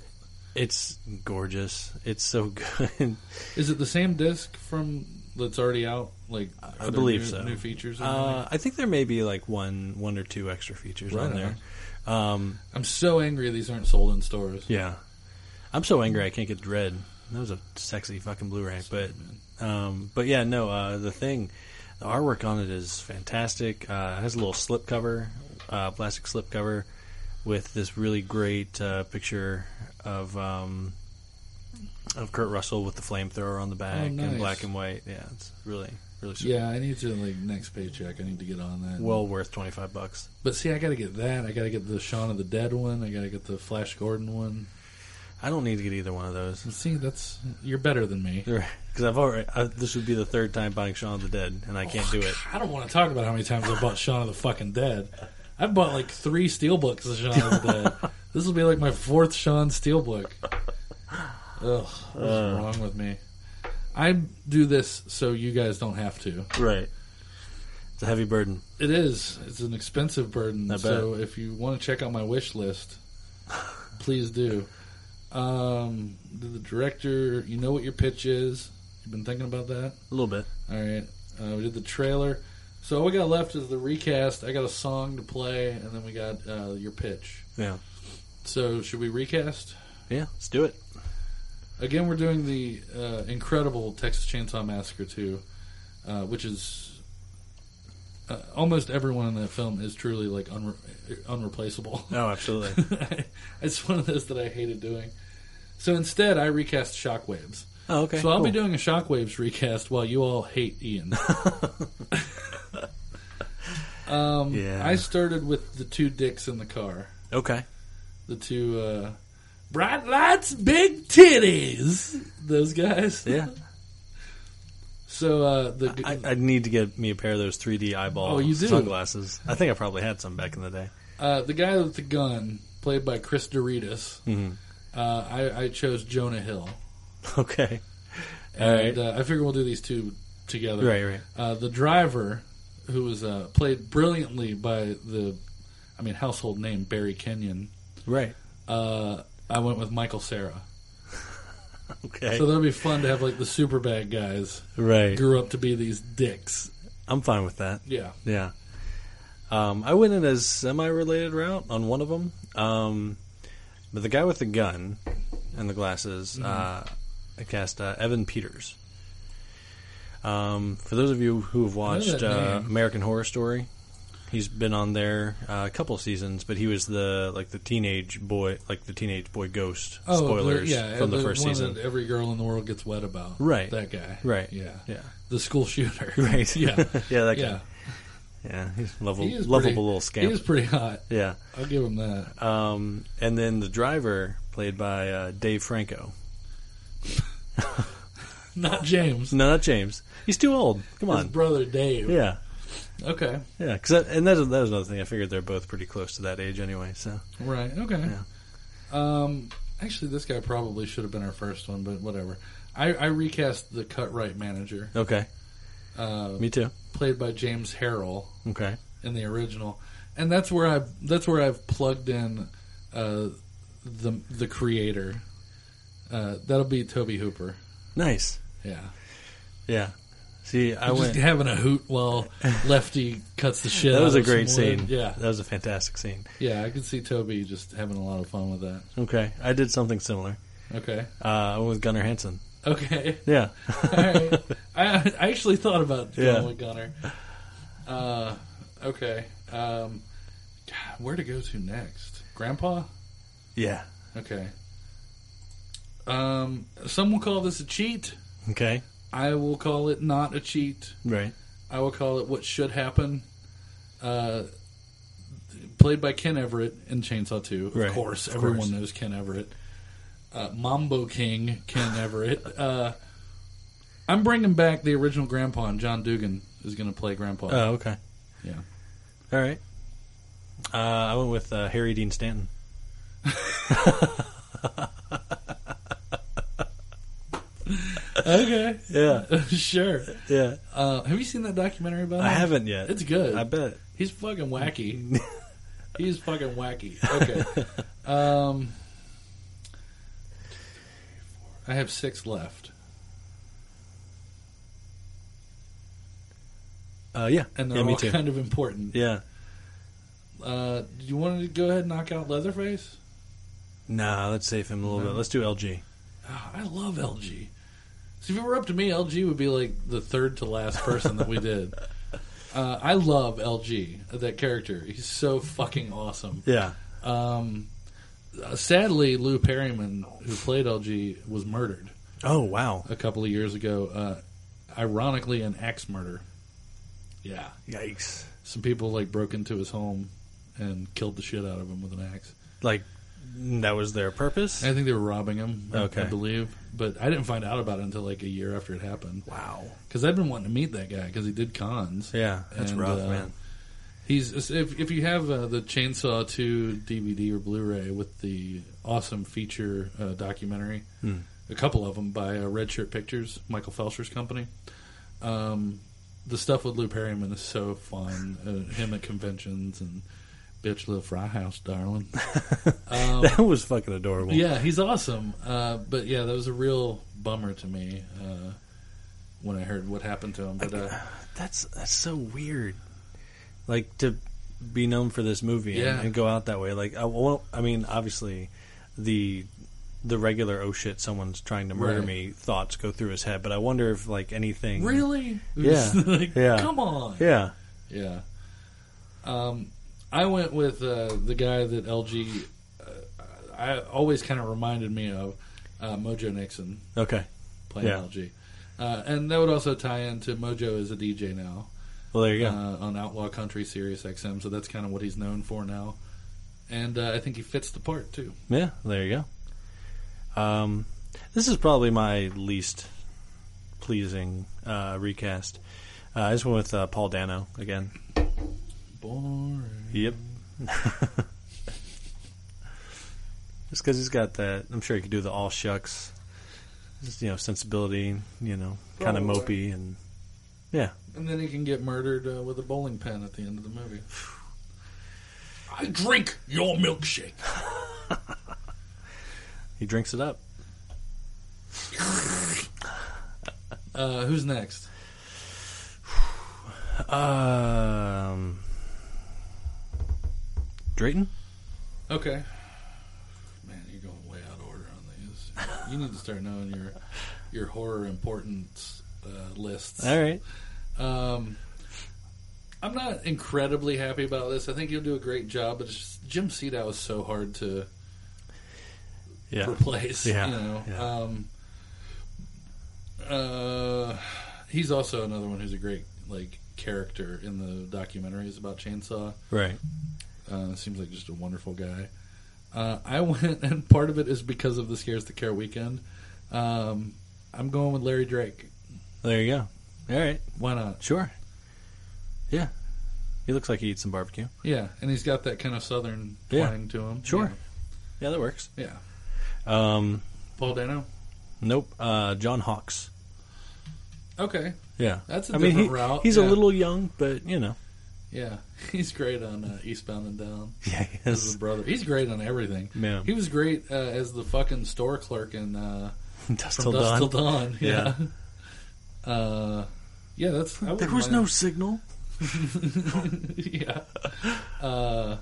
Speaker 4: It's gorgeous. It's so good.
Speaker 3: Is it the same disc from that's already out? Like are there
Speaker 4: believe
Speaker 3: new,
Speaker 4: so.
Speaker 3: New features. in there?
Speaker 4: Uh, I think there may be like one, one or two extra features
Speaker 3: Right
Speaker 4: on there. Um,
Speaker 3: I'm so angry these aren't sold in stores.
Speaker 4: yeah, I'm so angry I can't get Dread. That was a sexy fucking Blu-ray, but um, but yeah, no. Uh, the thing, the artwork on it is fantastic. Uh, it has a little slip cover, uh, plastic slip cover, with this really great uh, picture of um, of Kurt Russell with the flamethrower on the back
Speaker 3: nice.
Speaker 4: in black and white. Yeah, it's really really sweet.
Speaker 3: Yeah, I need to like next paycheck. I need to get on that.
Speaker 4: well worth twenty five bucks.
Speaker 3: but see, I got to get that. I got to get the Shaun of the Dead one. I got to get the Flash Gordon one.
Speaker 4: I don't need to get either one of those.
Speaker 3: See, that's you're better than me.
Speaker 4: Because I've already, uh, this would be the third time buying Shaun of the Dead, and I can't do it.
Speaker 3: I don't want to talk about how many times I bought Shaun of the fucking Dead. I bought like three steelbooks of Shaun of the Dead. This will be like my fourth Shaun steelbook. Ugh, what's
Speaker 4: Uh.
Speaker 3: wrong with me? I do this so you guys don't have to.
Speaker 4: Right. It's a heavy burden.
Speaker 3: It is. It's an expensive burden.
Speaker 4: I bet.
Speaker 3: So if you want to check out my wish list, please do. Um, the director, you know what your pitch is. You've been thinking about that.
Speaker 4: A little bit.
Speaker 3: All right. Uh, we did the trailer. So all we got left is the recast. I got a song to play, and then we got uh, your pitch.
Speaker 4: Yeah.
Speaker 3: So should we recast?
Speaker 4: Yeah, let's do it.
Speaker 3: Again, we're doing the uh, incredible Texas Chainsaw Massacre 2, uh, which is. Uh, almost everyone in that film is truly like unre- unreplaceable.
Speaker 4: Oh, absolutely.
Speaker 3: it's one of those that I hated doing. So instead, I recast Shockwaves.
Speaker 4: Oh, okay.
Speaker 3: so I'll be
Speaker 4: cool.
Speaker 3: doing a Shockwaves recast while you all hate Ian.
Speaker 4: Yeah.
Speaker 3: I started with the two dicks in the car.
Speaker 4: okay.
Speaker 3: The two uh, bright lights, big titties. Those guys.
Speaker 4: Yeah.
Speaker 3: So uh, the
Speaker 4: I, I need to get me a pair of those 3D eyeball
Speaker 3: Oh, you do?
Speaker 4: sunglasses. I think I probably had some back in the day.
Speaker 3: uh, the guy with the gun, played by Chris Doritas.
Speaker 4: Mm-hmm.
Speaker 3: Uh, I, I chose Jonah Hill,
Speaker 4: Okay.
Speaker 3: and uh, I figure we'll do these two together.
Speaker 4: Right, right.
Speaker 3: Uh, the driver, who was uh, played brilliantly by the, I mean, household name Barry Kenyon.
Speaker 4: Right.
Speaker 3: Uh, I went with Michael Sarah.
Speaker 4: Okay.
Speaker 3: So that'll be fun to have like the super bad guys
Speaker 4: right.
Speaker 3: grew up to be these dicks.
Speaker 4: I'm fine with that.
Speaker 3: Yeah.
Speaker 4: Yeah. Um, I went in a semi-related route on one of them, um, but the guy with the gun and the glasses,
Speaker 3: Mm-hmm.
Speaker 4: uh, I cast uh, Evan Peters. Um, for those of you who have watched
Speaker 3: that
Speaker 4: uh,
Speaker 3: name.
Speaker 4: American Horror Story, he's been on there uh, a couple seasons, but he was the like the teenage boy, like the teenage boy ghost. spoilers
Speaker 3: Oh, the- yeah,
Speaker 4: from the, first
Speaker 3: one
Speaker 4: season,
Speaker 3: That every girl in the world gets wet about.
Speaker 4: Right.
Speaker 3: That guy.
Speaker 4: right?
Speaker 3: Yeah.
Speaker 4: yeah,
Speaker 3: The school shooter.
Speaker 4: right.
Speaker 3: Yeah.
Speaker 4: yeah, that guy.
Speaker 3: yeah.
Speaker 4: Yeah, he's lovable,
Speaker 3: He is
Speaker 4: lovable
Speaker 3: pretty-
Speaker 4: little
Speaker 3: He
Speaker 4: scamp.
Speaker 3: is pretty hot.
Speaker 4: yeah.
Speaker 3: I'll give him that.
Speaker 4: Um, and then the driver, played by uh, Dave Franco.
Speaker 3: Not James.
Speaker 4: No, not James. He's too old. Come
Speaker 3: His
Speaker 4: on.
Speaker 3: brother Dave.
Speaker 4: Yeah,
Speaker 3: Okay.
Speaker 4: yeah. Cause that, and that's that was another thing. I figured they're both pretty close to that age anyway. So
Speaker 3: Right. Okay.
Speaker 4: Yeah.
Speaker 3: Um. Actually, this guy probably should have been our first one, but whatever. I, I recast the cut right manager,
Speaker 4: okay,
Speaker 3: uh,
Speaker 4: me too.
Speaker 3: played by James Harrell.
Speaker 4: Okay,
Speaker 3: in the original, and that's where I that's where I've plugged in uh, the the creator. Uh, that'll be Toby Hooper.
Speaker 4: nice.
Speaker 3: Yeah,
Speaker 4: Yeah. See, I
Speaker 3: I'm
Speaker 4: went.
Speaker 3: just having a hoot while Lefty cuts the shit.
Speaker 4: That was
Speaker 3: out
Speaker 4: a
Speaker 3: of some
Speaker 4: great
Speaker 3: wood.
Speaker 4: scene.
Speaker 3: Yeah,
Speaker 4: that was a fantastic scene.
Speaker 3: yeah, I could see Toby just having a lot of fun with that.
Speaker 4: Okay, I did something similar.
Speaker 3: Okay,
Speaker 4: Uh, I went with Gunnar Hansen.
Speaker 3: okay.
Speaker 4: Yeah,
Speaker 3: All right. I, I actually thought about going
Speaker 4: Yeah.
Speaker 3: with Gunner. Uh, okay. Um, God, where to go to next? Grandpa.
Speaker 4: yeah.
Speaker 3: Okay. Um, some will call this a cheat.
Speaker 4: Okay,
Speaker 3: I will call it not a cheat.
Speaker 4: right.
Speaker 3: I will call it what should happen. Uh, played by Ken Everett in Chainsaw 2. Of
Speaker 4: Right,
Speaker 3: course,
Speaker 4: of
Speaker 3: everyone
Speaker 4: course.
Speaker 3: knows Ken Everett. Uh, Mambo King Ken Everett. Uh, I'm bringing back the original grandpa and John Dugan, is going to play Grandpa.
Speaker 4: Oh, okay.
Speaker 3: Yeah.
Speaker 4: All right. Uh, I went with uh, Harry Dean Stanton.
Speaker 3: okay.
Speaker 4: Yeah,
Speaker 3: sure.
Speaker 4: yeah.
Speaker 3: Uh, have you seen that documentary about him?
Speaker 4: I haven't yet.
Speaker 3: It's good.
Speaker 4: I bet.
Speaker 3: He's fucking wacky. He's fucking wacky. Okay. Um, I have six left,
Speaker 4: Uh, yeah,
Speaker 3: and they're
Speaker 4: yeah, me
Speaker 3: all
Speaker 4: too.
Speaker 3: kind of important.
Speaker 4: Yeah.
Speaker 3: Uh, do you want to go ahead and knock out Leatherface?
Speaker 4: Nah, let's save him a little bit. Let's do LG.
Speaker 3: Oh, I love LG. See, if it were up to me, LG would be like the third to last person that we did. Uh, I love LG, that character. He's so fucking awesome.
Speaker 4: Yeah.
Speaker 3: Um, uh, sadly, Lou Perryman, who played LG, was murdered
Speaker 4: Oh wow.
Speaker 3: a couple of years ago. Uh, ironically, an axe murder. Yeah,
Speaker 4: Yikes.
Speaker 3: some people like broke into his home and killed the shit out of him with an axe.
Speaker 4: Like that was their purpose.
Speaker 3: I think they were robbing him. I-
Speaker 4: Okay.
Speaker 3: I believe, but I didn't find out about it until like a year after it happened.
Speaker 4: Wow.
Speaker 3: Because I've been wanting to meet that guy because he did cons.
Speaker 4: Yeah, that's
Speaker 3: And,
Speaker 4: rough,
Speaker 3: uh,
Speaker 4: man.
Speaker 3: He's if if you have uh, the Chainsaw Two DVD or Blu-ray with the awesome feature uh, documentary,
Speaker 4: Hmm.
Speaker 3: a couple of them by uh, Red Shirt Pictures, Michael Felsher's company. Um, the stuff with Lou Perryman is so fun. uh, him at conventions and bitch little fry house darling. Um,
Speaker 4: that was fucking adorable.
Speaker 3: yeah, he's awesome. Uh, but yeah, that was a real bummer to me uh, when I heard what happened to him. But uh,
Speaker 4: That's that's so weird. Like to be known for this movie and,
Speaker 3: Yeah.
Speaker 4: and go out that way. Like I well, I mean, obviously the the regular oh shit, someone's trying to murder
Speaker 3: Right.
Speaker 4: me thoughts go through his head, but I wonder if like anything
Speaker 3: really,
Speaker 4: Yeah.
Speaker 3: Like,
Speaker 4: Yeah.
Speaker 3: come on,
Speaker 4: Yeah.
Speaker 3: Yeah. Um, I went with uh, the guy that LG. Uh, I always kind of reminded me of uh, Mojo Nixon
Speaker 4: Okay.
Speaker 3: playing
Speaker 4: Yeah.
Speaker 3: LG, uh, and that would also tie into Mojo is a DJ now
Speaker 4: Well, there you go.
Speaker 3: uh, on Outlaw Country Sirius XM, so that's kind of what he's known for now. And uh, I think he fits the part too.
Speaker 4: Yeah, there you go. Um, this is probably my least pleasing uh, recast. Uh, I just went with uh, Paul Dano again.
Speaker 3: Boring.
Speaker 4: Yep. just because he's got that, I'm sure he could do the all shucks, just, you know, sensibility, you know, kind of
Speaker 3: Probably.
Speaker 4: mopey and
Speaker 3: And then he can get murdered uh, with a bowling pin at the end of the movie. I drink your milkshake.
Speaker 4: he drinks it up.
Speaker 3: Uh, who's next?
Speaker 4: Um, Drayton.
Speaker 3: Okay. Man, you're going way out of order on these. You need to start knowing your your horror importance uh, lists.
Speaker 4: All right.
Speaker 3: Um, I'm not incredibly happy about this. I think you'll do a great job, but it's just, Jim Seedow is so hard to
Speaker 4: Yeah.
Speaker 3: replace.
Speaker 4: Yeah,
Speaker 3: You know?
Speaker 4: yeah.
Speaker 3: Um, uh, he's also another one who's a great like character in the documentaries about Chainsaw.
Speaker 4: Right.
Speaker 3: Uh, seems like just a wonderful guy. Uh, I went, and part of it is because of the Scares the Care weekend. Um, I'm going with Larry Drake.
Speaker 4: There you go. All right.
Speaker 3: Why not?
Speaker 4: Sure. Yeah. He looks like he eats some barbecue.
Speaker 3: Yeah, and he's got that kind of southern
Speaker 4: Yeah.
Speaker 3: twang to him.
Speaker 4: Sure. Yeah, that works.
Speaker 3: Yeah. yeah.
Speaker 4: Um,
Speaker 3: Paul Dano.
Speaker 4: nope. Uh, John Hawks.
Speaker 3: Okay.
Speaker 4: Yeah.
Speaker 3: That's a
Speaker 4: I mean,
Speaker 3: different
Speaker 4: he,
Speaker 3: route.
Speaker 4: he's
Speaker 3: Yeah.
Speaker 4: a little young, but you know.
Speaker 3: Yeah, he's great on uh, Eastbound and Down.
Speaker 4: Yeah, he
Speaker 3: This is a brother. He's great on everything.
Speaker 4: Yeah.
Speaker 3: He was great uh, as the fucking store clerk in uh,
Speaker 4: Dust
Speaker 3: From
Speaker 4: till
Speaker 3: Dusk
Speaker 4: dawn.
Speaker 3: Till Dawn. Yeah.
Speaker 4: Yeah.
Speaker 3: Uh, yeah, that's. I
Speaker 4: There
Speaker 3: wouldn't
Speaker 4: was
Speaker 3: mind-
Speaker 4: no signal.
Speaker 3: yeah. Uh,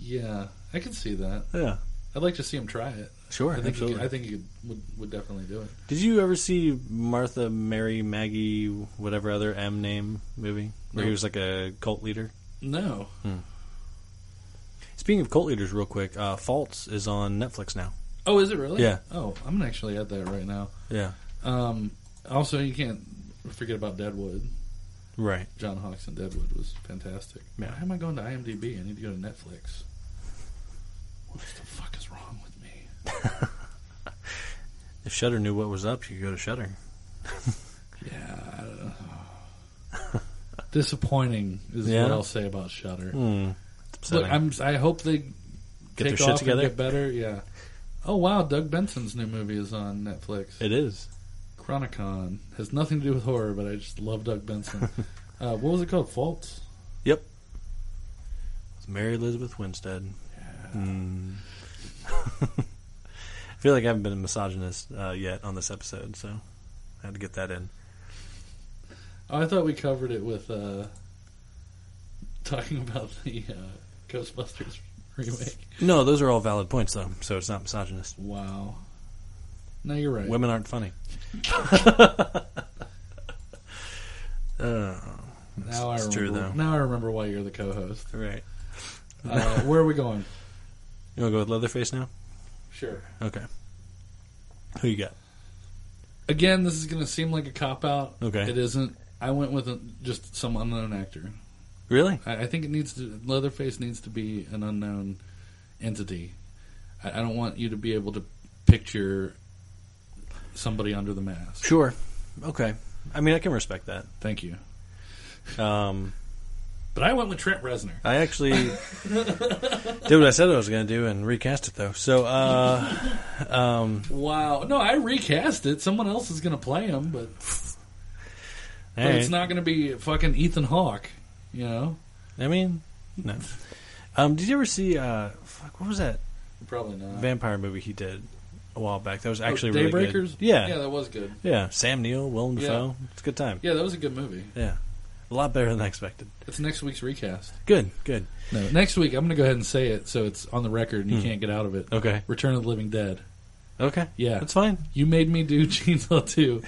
Speaker 3: yeah, I can see that.
Speaker 4: Yeah.
Speaker 3: I'd like to see him try it.
Speaker 4: Sure.
Speaker 3: I think he
Speaker 4: absolutely.
Speaker 3: could, I think he could, would would definitely do it.
Speaker 4: Did you ever see Martha, Mary, Maggie, whatever other M name movie
Speaker 3: No.
Speaker 4: where he was like a cult leader?
Speaker 3: No.
Speaker 4: Speaking of cult leaders, real quick, uh, Faults is on Netflix now.
Speaker 3: Oh, is it really?
Speaker 4: Yeah.
Speaker 3: Oh, I'm gonna actually at that right now.
Speaker 4: Yeah.
Speaker 3: Um, also, you can't forget about Deadwood.
Speaker 4: Right.
Speaker 3: John Hawks and Deadwood was fantastic.
Speaker 4: Yeah.
Speaker 3: Why am I going to IMDb? I need to go to Netflix. What the fuck is wrong with me?
Speaker 4: If Shutter knew what was up, you could go to Shutter.
Speaker 3: Yeah. I don't know. Disappointing is
Speaker 4: Yeah.
Speaker 3: what I'll say about Shutter. Look,
Speaker 4: upsetting.
Speaker 3: I'm, I hope they
Speaker 4: their
Speaker 3: take
Speaker 4: shit
Speaker 3: off and
Speaker 4: together.
Speaker 3: get better. Yeah. Oh wow, Doug Benson's new movie is on Netflix.
Speaker 4: It is.
Speaker 3: Chronicon has nothing to do with horror, but I just love Doug Benson. uh, what was it called? Faults.
Speaker 4: Yep. It's Mary Elizabeth Winstead. Mm. I feel like I haven't been a misogynist uh, yet on this episode, so I had to get that in.
Speaker 3: Oh, I thought we covered it with uh, talking about the uh, Ghostbusters remake.
Speaker 4: No, those are all valid points, though, so it's not misogynist.
Speaker 3: Wow. No, you're right.
Speaker 4: Women aren't funny. uh,
Speaker 3: now I
Speaker 4: it's
Speaker 3: remember,
Speaker 4: true, though.
Speaker 3: Now I remember why you're the co-host.
Speaker 4: right.
Speaker 3: Uh, where are we going?
Speaker 4: You want to go with Leatherface now?
Speaker 3: Sure.
Speaker 4: Okay. Who you got?
Speaker 3: Again, this is going to seem like a cop out.
Speaker 4: Okay.
Speaker 3: It isn't. I went with a, just some unknown actor.
Speaker 4: Really?
Speaker 3: I, I think it needs to Leatherface needs to be an unknown entity. I, I don't want you to be able to picture somebody under the mask.
Speaker 4: Sure. Okay. I mean, I can respect that.
Speaker 3: Thank you.
Speaker 4: Um,
Speaker 3: But I went with Trent Reznor.
Speaker 4: I actually did what I said I was going to do and recast it though. So uh,
Speaker 3: Wow. No, I recast it. Someone else is going to play him, but, but
Speaker 4: hey,
Speaker 3: it's not going to be fucking Ethan Hawke. You know,
Speaker 4: I mean, no. Um, did you ever see uh, fuck, what was that
Speaker 3: probably not.
Speaker 4: vampire movie he did a while back? That was
Speaker 3: Oh,
Speaker 4: actually really
Speaker 3: Daybreakers.
Speaker 4: good. Yeah,
Speaker 3: yeah,
Speaker 4: yeah,
Speaker 3: that was good.
Speaker 4: Sam Neill, Willem
Speaker 3: Yeah.
Speaker 4: Dafoe. It's a good time.
Speaker 3: Yeah, that was a good movie.
Speaker 4: Yeah, a lot better than I expected.
Speaker 3: It's next week's recast.
Speaker 4: Good, good.
Speaker 3: No, next week I'm going to go ahead and say it, so it's on the record and you can't get out of it.
Speaker 4: Hmm. Okay,
Speaker 3: Return of the Living Dead.
Speaker 4: okay.
Speaker 3: Yeah.
Speaker 4: that's fine.
Speaker 3: You made me do Chainsaw 2.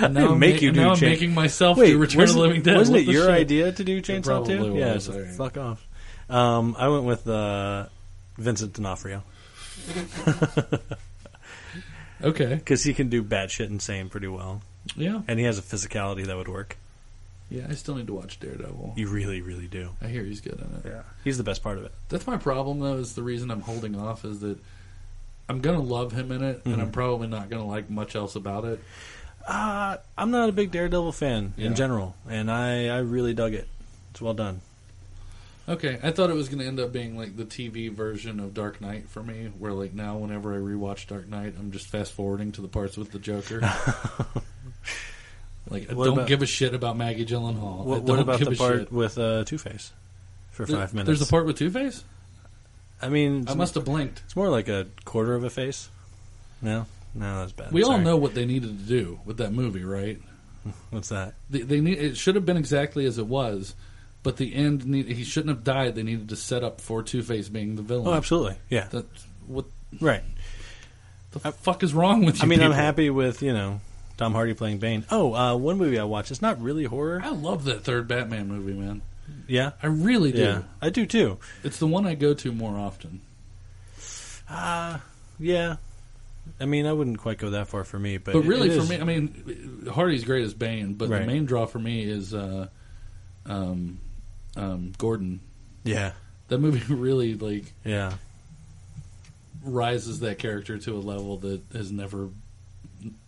Speaker 3: And
Speaker 4: didn't
Speaker 3: I'm
Speaker 4: make
Speaker 3: ma-
Speaker 4: you do
Speaker 3: now I'm
Speaker 4: Chain-
Speaker 3: making myself do Return of the
Speaker 4: wasn't-
Speaker 3: Living Dead.
Speaker 4: Wasn't
Speaker 3: What
Speaker 4: it
Speaker 3: the
Speaker 4: your
Speaker 3: shit?
Speaker 4: idea to do Chainsaw
Speaker 3: probably
Speaker 4: Two? Yeah,
Speaker 3: was,
Speaker 4: so
Speaker 3: all right.
Speaker 4: fuck off. Um, I went with uh, Vincent D'Onofrio
Speaker 3: Okay.
Speaker 4: because he can do batshit insane pretty well,
Speaker 3: Yeah.
Speaker 4: and he has a physicality that would work.
Speaker 3: Yeah, I still need to watch Daredevil.
Speaker 4: You really, really do.
Speaker 3: I hear he's good in it.
Speaker 4: Yeah, he's the best part of it.
Speaker 3: That's my problem, though, is the reason I'm holding off is that I'm going to love him in it,
Speaker 4: Mm-hmm.
Speaker 3: and I'm probably not going to like much else about it.
Speaker 4: Uh, I'm not a big Daredevil fan
Speaker 3: Yeah.
Speaker 4: in general, and I, I really dug it. It's well done.
Speaker 3: Okay, I thought it was going to end up being like the TV version of Dark Knight for me, where like now whenever I rewatch Dark Knight, I'm just fast forwarding to the parts with the Joker. like I
Speaker 4: What
Speaker 3: don't
Speaker 4: about-
Speaker 3: give a shit about Maggie Gyllenhaal. I
Speaker 4: What,
Speaker 3: don't
Speaker 4: what about
Speaker 3: give
Speaker 4: the
Speaker 3: a
Speaker 4: part
Speaker 3: shit.
Speaker 4: with uh, Two Face for
Speaker 3: There-
Speaker 4: five minutes?
Speaker 3: There's a part with Two Face.
Speaker 4: I mean,
Speaker 3: I must have blinked.
Speaker 4: It's more like a quarter of a face. No, no, that's bad.
Speaker 3: We all
Speaker 4: Sorry.
Speaker 3: know what they needed to do with that movie, right?
Speaker 4: what's that.
Speaker 3: They, they need it should have been exactly as it was, but the end need, he shouldn't have died. They needed to set up for Two Face being the villain.
Speaker 4: Oh, absolutely. Yeah.
Speaker 3: That's what
Speaker 4: Right.
Speaker 3: the fuck is wrong with you?
Speaker 4: I mean, I'm
Speaker 3: people?
Speaker 4: happy with, you know, Tom Hardy playing Bane. Oh, uh, one movie I watched. It's not really horror.
Speaker 3: I love that third Batman movie, man.
Speaker 4: Yeah.
Speaker 3: I really do.
Speaker 4: Yeah. I do too.
Speaker 3: It's the one I go to more often.
Speaker 4: Uh, yeah. I mean, I wouldn't quite go that far for me, but
Speaker 3: But
Speaker 4: it-
Speaker 3: really,
Speaker 4: it
Speaker 3: for
Speaker 4: is-
Speaker 3: me, I mean, Hardy's great as Bane, but the
Speaker 4: Right.
Speaker 3: main draw for me is uh, um, um, Gordon.
Speaker 4: yeah,
Speaker 3: That movie really like
Speaker 4: yeah,
Speaker 3: rises that character to a level that has never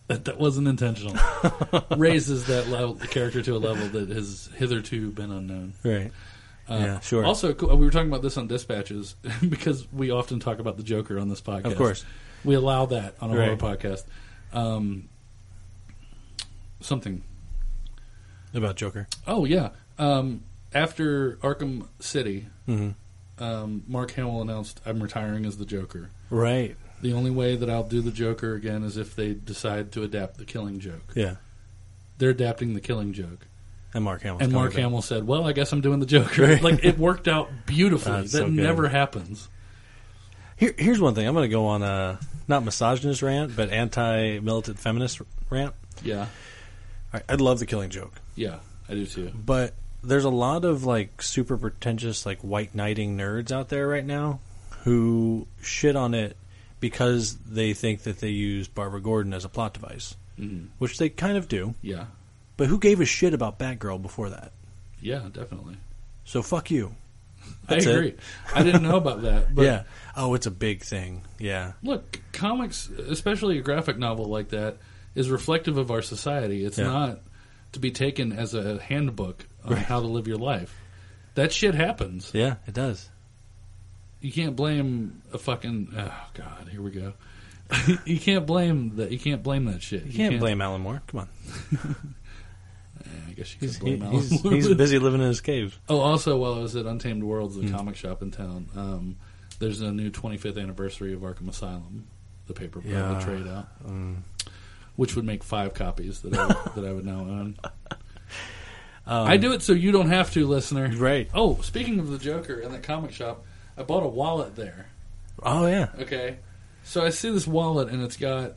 Speaker 3: that, that wasn't intentional. raises that level character to a level that has hitherto been unknown.
Speaker 4: right, yeah, sure,
Speaker 3: Uh, Also, cool- we were talking about this on dispatches because we often talk about the Joker on this podcast.
Speaker 4: Of course.
Speaker 3: we allow that on a horror
Speaker 4: Right.
Speaker 3: podcast. Um, something.
Speaker 4: about Joker.
Speaker 3: Oh yeah. Um, after Arkham City,
Speaker 4: Mm-hmm.
Speaker 3: um, Mark Hamill announced, "I'm retiring as the Joker.
Speaker 4: Right.
Speaker 3: The only way that I'll do the Joker again is if they decide to adapt the Killing Joke.
Speaker 4: Yeah,
Speaker 3: They're adapting the Killing Joke."
Speaker 4: and Mark Hamill.
Speaker 3: and Mark Hamill said, "Well, I guess I'm doing the Joker."
Speaker 4: Right.
Speaker 3: Like it worked out beautifully.
Speaker 4: That's
Speaker 3: that
Speaker 4: so good.
Speaker 3: never happens.
Speaker 4: Here, here's one thing. I'm going to go on a not misogynist rant, but anti-militant feminist rant.
Speaker 3: Yeah.
Speaker 4: All right, I love the Killing Joke.
Speaker 3: Yeah, I do too.
Speaker 4: but there's a lot of like super pretentious like white knighting nerds out there right now who shit on it because they think that they used Barbara Gordon as a plot device,
Speaker 3: Mm-hmm.
Speaker 4: which they kind of do.
Speaker 3: Yeah,
Speaker 4: But who gave a shit about Batgirl before that?
Speaker 3: yeah, definitely.
Speaker 4: So fuck you. That's
Speaker 3: I
Speaker 4: it.
Speaker 3: agree. I didn't know about that, but
Speaker 4: yeah. Oh, it's a big thing. Yeah.
Speaker 3: look, comics, especially a graphic novel like that, is reflective of our society. It's
Speaker 4: Yeah.
Speaker 3: not to be taken as a handbook on how to live your life. That shit happens.
Speaker 4: Yeah, it does.
Speaker 3: You can't blame a fucking oh god, here we go. you can't blame that. You can't blame that shit.
Speaker 4: You can't blame Alan Moore. Come on,
Speaker 3: I guess you
Speaker 4: he's
Speaker 3: can blame Alan
Speaker 4: he's,
Speaker 3: Moore,
Speaker 4: he's
Speaker 3: but-
Speaker 4: busy living in his cave.
Speaker 3: Oh, also, while I was at Untamed Worlds,
Speaker 4: Hmm.
Speaker 3: the comic shop in town, um, there's a new 25th anniversary of Arkham Asylum, the paper yeah.
Speaker 4: Yeah. Mm.
Speaker 3: trade out, which would make five copies that I, would- that I would now own. I do it so you don't have to, listener.
Speaker 4: Um, Right.
Speaker 3: Oh, speaking of the Joker and that comic shop, I bought a wallet there.
Speaker 4: Oh yeah,
Speaker 3: Okay. So I see this wallet and it's got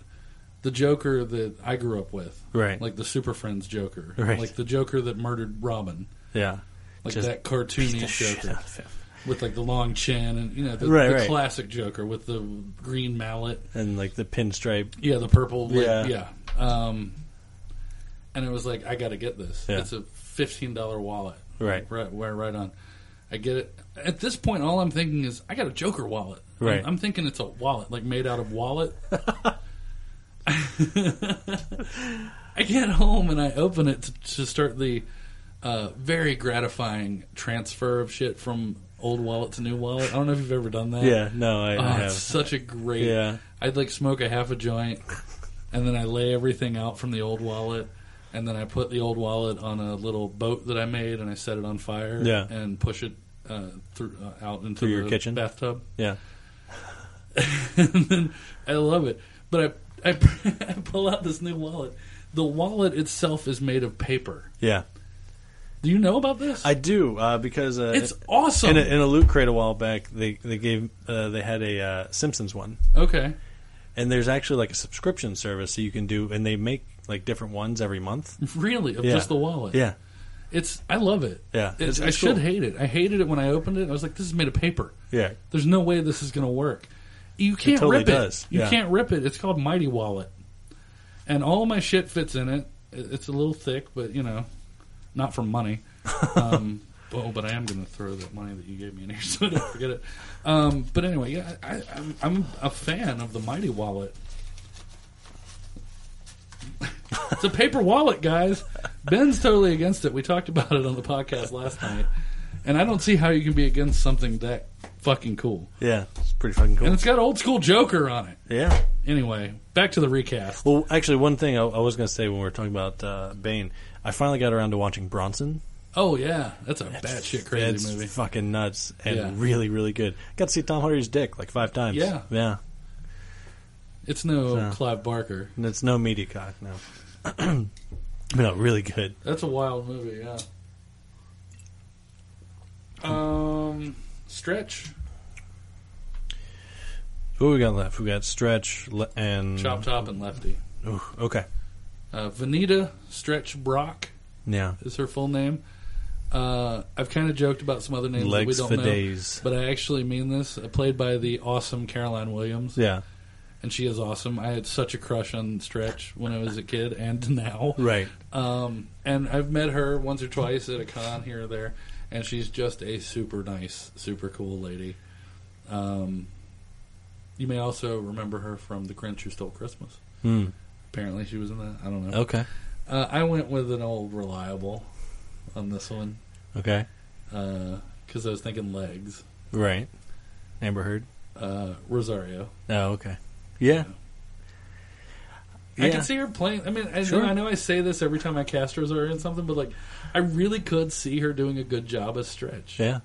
Speaker 3: the Joker that I grew up with.
Speaker 4: Right.
Speaker 3: Like the Super Friends Joker.
Speaker 4: Right.
Speaker 3: Like the Joker that murdered Robin.
Speaker 4: yeah.
Speaker 3: Like
Speaker 4: Just
Speaker 3: that cartoony
Speaker 4: the shit
Speaker 3: Joker
Speaker 4: out of him.
Speaker 3: with like the long chin and you know the,
Speaker 4: Right,
Speaker 3: the
Speaker 4: right.
Speaker 3: classic Joker with the green mallet.
Speaker 4: And like the pinstripe.
Speaker 3: Yeah, the purple. Lip, yeah,
Speaker 4: Yeah.
Speaker 3: Um, and it was like I got to get this.
Speaker 4: Yeah.
Speaker 3: It's a fifteen dollar wallet.
Speaker 4: Right.
Speaker 3: right, right, right on. I get it. At this point, all I'm thinking is I got a Joker wallet. I'm-
Speaker 4: Right.
Speaker 3: I'm, thinking it's a wallet like made out of wallet. I get home and I open it to, to start the uh, very gratifying transfer of shit from old wallet to new wallet. I don't know if you've ever done that.
Speaker 4: Yeah, no, I, I
Speaker 3: Oh,
Speaker 4: have.
Speaker 3: it's such a great.
Speaker 4: Yeah.
Speaker 3: I'd like smoke a half a joint, and then I lay everything out from the old wallet, and then I put the old wallet on a little boat that I made, and I set it on fire.
Speaker 4: Yeah.
Speaker 3: And push it uh, through uh, out into
Speaker 4: Through your
Speaker 3: the
Speaker 4: kitchen?
Speaker 3: bathtub.
Speaker 4: Yeah,
Speaker 3: and then I love it, but I I, I pull out this new wallet. The wallet itself is made of paper.
Speaker 4: yeah.
Speaker 3: Do you know about this?
Speaker 4: I do uh, because uh,
Speaker 3: It's awesome.
Speaker 4: In a, in a loot crate a while back, they they gave uh, they had a uh, Simpsons one,
Speaker 3: okay.
Speaker 4: and there's actually like a subscription service so you can do, and they make like different ones every month.
Speaker 3: Really, of
Speaker 4: Yeah.
Speaker 3: just the wallet.
Speaker 4: Yeah,
Speaker 3: It's I love it.
Speaker 4: Yeah,
Speaker 3: It-
Speaker 4: it's-
Speaker 3: I
Speaker 4: it's
Speaker 3: should
Speaker 4: cool.
Speaker 3: hate it. I hated it when I opened it. I was like, this is made of paper.
Speaker 4: yeah,
Speaker 3: There's no way this is going to work. You can't
Speaker 4: totally
Speaker 3: rip it.
Speaker 4: does,
Speaker 3: You
Speaker 4: yeah.
Speaker 3: can't rip it. It's called Mighty Wallet, and all my shit fits in it. It- It's a little thick, but you know, not for money. Um, oh, but I am going to throw that money that you gave me in here, so I don't forget it. Um, but anyway, yeah, I, I'm, I'm a fan of the Mighty Wallet. it's a paper wallet, guys. Ben's totally against it. We talked about it on the podcast last night, and I don't see how you can be against something that fucking cool.
Speaker 4: yeah. It's pretty fucking cool.
Speaker 3: And it's got old school Joker on it.
Speaker 4: yeah.
Speaker 3: Anyway, back to the recast.
Speaker 4: Well, actually, one thing I, I was going to say when we were talking about uh, Bane, I finally got around to watching Bronson.
Speaker 3: Oh yeah, that's a batshit crazy
Speaker 4: it's
Speaker 3: movie.
Speaker 4: fucking nuts and
Speaker 3: Yeah.
Speaker 4: really, really good. Got to see Tom Hardy's dick like five times.
Speaker 3: Yeah.
Speaker 4: yeah.
Speaker 3: It's no
Speaker 4: Yeah.
Speaker 3: Clive Barker.
Speaker 4: And it's no meaty cock. No, no, really good.
Speaker 3: That's a wild movie. Yeah. Um, stretch,
Speaker 4: Who we got left? We got Stretch le- and
Speaker 3: chop top, and lefty.
Speaker 4: Ooh, okay,
Speaker 3: Uh, Vanita Stretch Brock
Speaker 4: yeah.
Speaker 3: is her full name. Uh, I've kind of joked about some other names
Speaker 4: Legs
Speaker 3: that
Speaker 4: for
Speaker 3: we don't know,
Speaker 4: days.
Speaker 3: but I actually mean this. Uh, Played by the awesome Caroline Williams,
Speaker 4: Yeah,
Speaker 3: and she is awesome. I had such a crush on Stretch when I was a kid, and now.
Speaker 4: right.
Speaker 3: Um, and I've met her once or twice at a con here or there, and she's just a super nice, super cool lady. Um, you may also remember her from The Grinch Who Stole Christmas.
Speaker 4: Hmm.
Speaker 3: Apparently, she was in that. I don't know.
Speaker 4: Okay,
Speaker 3: Uh, I went with an old reliable on this one
Speaker 4: okay,
Speaker 3: because I was thinking legs.
Speaker 4: right. Amber Heard.
Speaker 3: Uh, Rosario.
Speaker 4: Oh, okay. Yeah,
Speaker 3: I
Speaker 4: Yeah.
Speaker 3: can see her playing. I mean, I,
Speaker 4: Sure.
Speaker 3: know, I know I say this every time I cast Rosario in something, but like, I really could see her doing a good job as Stretch.
Speaker 4: yeah.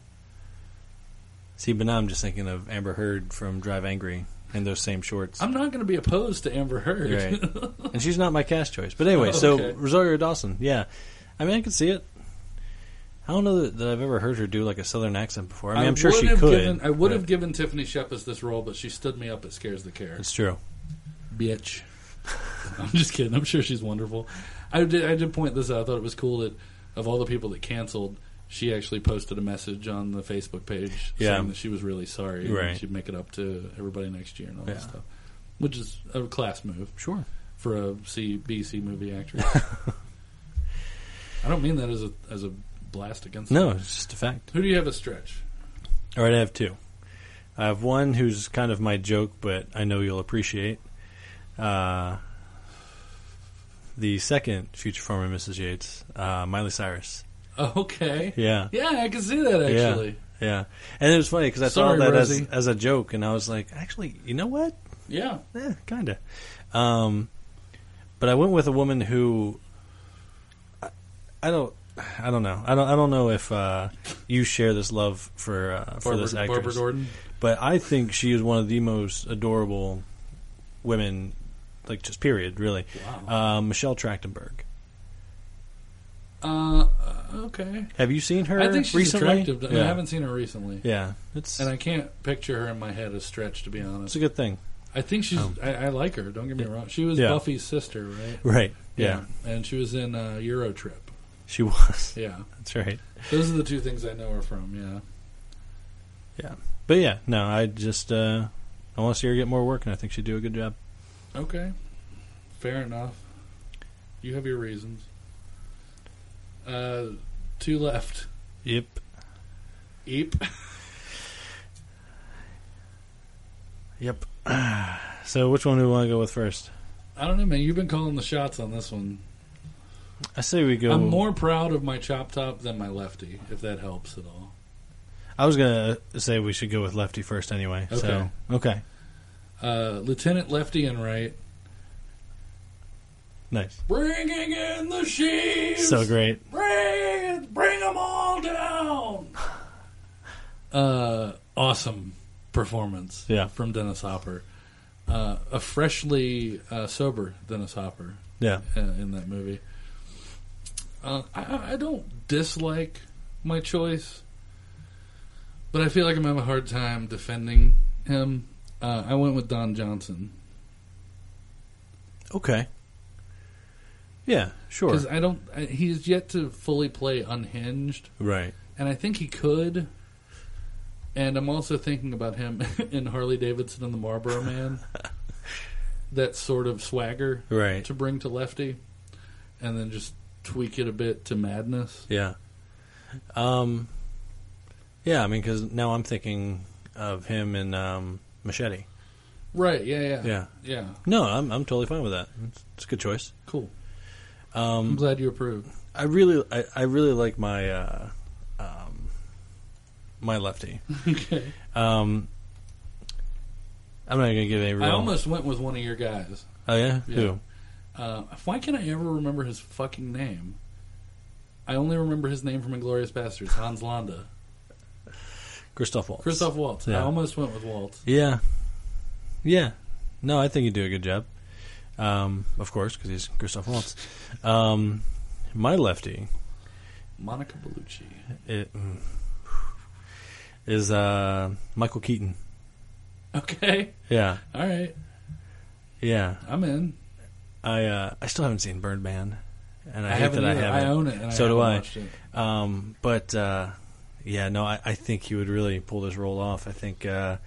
Speaker 4: See, but now I'm just thinking of Amber Heard from Drive Angry and those same shorts.
Speaker 3: I'm not going to be opposed to Amber Heard.
Speaker 4: Right. and she's not my cast choice. But anyway,
Speaker 3: Oh, okay.
Speaker 4: so Rosario Dawson, yeah. I mean, I can see it. I don't know that, that I've ever heard her do like a southern accent before. I mean, I am sure
Speaker 3: would
Speaker 4: she
Speaker 3: have
Speaker 4: could.
Speaker 3: Given, I would
Speaker 4: but
Speaker 3: have given Tiffany Shepis this role, but she stood me up at Scares the Care.
Speaker 4: It's true.
Speaker 3: Bitch. I'm just kidding. I'm sure she's wonderful. I did, I did point this out. I thought it was cool that of all the people that canceled, she actually posted a message on the Facebook page
Speaker 4: Yeah.
Speaker 3: saying that she was really sorry. and
Speaker 4: Right.
Speaker 3: she'd make it up to everybody next year and all that
Speaker 4: Yeah.
Speaker 3: stuff. Which is a class move
Speaker 4: Sure.
Speaker 3: for a C B C movie actress. I don't mean that as a as a blast against
Speaker 4: No,
Speaker 3: her.
Speaker 4: it's just a fact.
Speaker 3: Who do you have a stretch?
Speaker 4: All right, I have two. I have one who's kind of my joke, but I know you'll appreciate. Uh, the second future former Mrs. Yates, uh, Miley Cyrus.
Speaker 3: Okay.
Speaker 4: Yeah.
Speaker 3: Yeah, I can see that actually.
Speaker 4: Yeah. Yeah. And it was funny because I
Speaker 3: Sorry,
Speaker 4: saw that as,
Speaker 3: Rosie.
Speaker 4: as a joke, and I was like, actually, you know what?
Speaker 3: Yeah.
Speaker 4: Yeah, kind of. Eh, Um, but I went with a woman who I, I don't. I don't know. I don't. I don't know if uh, you share this love for uh, for
Speaker 3: Barbara,
Speaker 4: this actress,
Speaker 3: Barbara Gordon.
Speaker 4: but I think she is one of the most adorable women, like just period, really. Uh, Michelle Trachtenberg.
Speaker 3: Uh, okay.
Speaker 4: Have you seen her?
Speaker 3: I think she's
Speaker 4: recently?
Speaker 3: attractive. I
Speaker 4: Yeah.
Speaker 3: haven't seen her recently,
Speaker 4: Yeah, it's
Speaker 3: and I can't picture her in my head as stretch. To be
Speaker 4: it's
Speaker 3: honest,
Speaker 4: a good thing,
Speaker 3: I think she's. I, I like her. Don't get me wrong. She was
Speaker 4: Oh. Yeah.
Speaker 3: Buffy's sister, right?
Speaker 4: right? Yeah,
Speaker 3: And she was in uh, Euro Trip.
Speaker 4: she was.
Speaker 3: Yeah.
Speaker 4: That's right.
Speaker 3: Those are the two things I know her from. Yeah.
Speaker 4: Yeah, but yeah, no, I just uh, I want to see her get more work, and I think she'd do a good job.
Speaker 3: Okay. Fair enough. You have your reasons. Uh, two left.
Speaker 4: Yep.
Speaker 3: Eep.
Speaker 4: Yep. So which one do we want to go with first?
Speaker 3: I don't know, man. You've been calling the shots on this one.
Speaker 4: I say we go.
Speaker 3: I'm more proud of my chop top than my lefty, if that helps at all.
Speaker 4: I was gonna say we should go with lefty first anyway. So okay,
Speaker 3: Uh, Lieutenant Lefty and Right,
Speaker 4: nice,
Speaker 3: bringing in the sheaves.
Speaker 4: so great.
Speaker 3: Bring, bring them all down. Uh, awesome performance.
Speaker 4: Yeah.
Speaker 3: from Dennis Hopper, uh, a freshly uh, sober Dennis Hopper
Speaker 4: Yeah,
Speaker 3: uh, in that movie. Uh, I, I don't dislike my choice, but I feel like I'm having a hard time defending him. Uh, I went with Don Johnson
Speaker 4: okay. Yeah, sure.
Speaker 3: because I don't. I, he's yet to fully play unhinged,
Speaker 4: Right.
Speaker 3: and I think he could. And I'm also thinking about him in Harley Davidson and the Marlboro Man. that sort of swagger
Speaker 4: Right.
Speaker 3: to bring to Lefty, and then just tweak it a bit to madness.
Speaker 4: Yeah. Um. Yeah, I mean, because now I'm thinking of him in um, Machete.
Speaker 3: Right? Yeah, yeah,
Speaker 4: Yeah.
Speaker 3: yeah.
Speaker 4: No, I'm I'm totally fine with that. It's, it's a good choice.
Speaker 3: Cool.
Speaker 4: Um,
Speaker 3: I'm glad you approved.
Speaker 4: I really I, I really like my uh, um, my lefty.
Speaker 3: okay.
Speaker 4: Um, I'm not gonna give any real.
Speaker 3: I almost went with one of your guys.
Speaker 4: oh yeah,
Speaker 3: Yeah.
Speaker 4: who?
Speaker 3: Uh, why can't I ever remember his fucking name? I only remember his name from Inglorious Bastards, Hans Landa.
Speaker 4: Christoph Waltz.
Speaker 3: Christoph Waltz. I
Speaker 4: Yeah.
Speaker 3: almost went with Waltz.
Speaker 4: Yeah, yeah. No, I think you do a good job. Um, of course, because he's Christoph Waltz. Um, my lefty
Speaker 3: Monica Bellucci.
Speaker 4: it, mm, is uh, Michael Keaton.
Speaker 3: Okay.
Speaker 4: Yeah,
Speaker 3: All right.
Speaker 4: yeah.
Speaker 3: I'm in.
Speaker 4: I uh, I still haven't seen Birdman, and I,
Speaker 3: I,
Speaker 4: hate
Speaker 3: haven't.
Speaker 4: that I
Speaker 3: either.
Speaker 4: haven't.
Speaker 3: own it. And
Speaker 4: so
Speaker 3: I
Speaker 4: do
Speaker 3: haven't
Speaker 4: I.
Speaker 3: watched it.
Speaker 4: Um, but uh, yeah, no, I, I think he would really pull this role off. I think uh,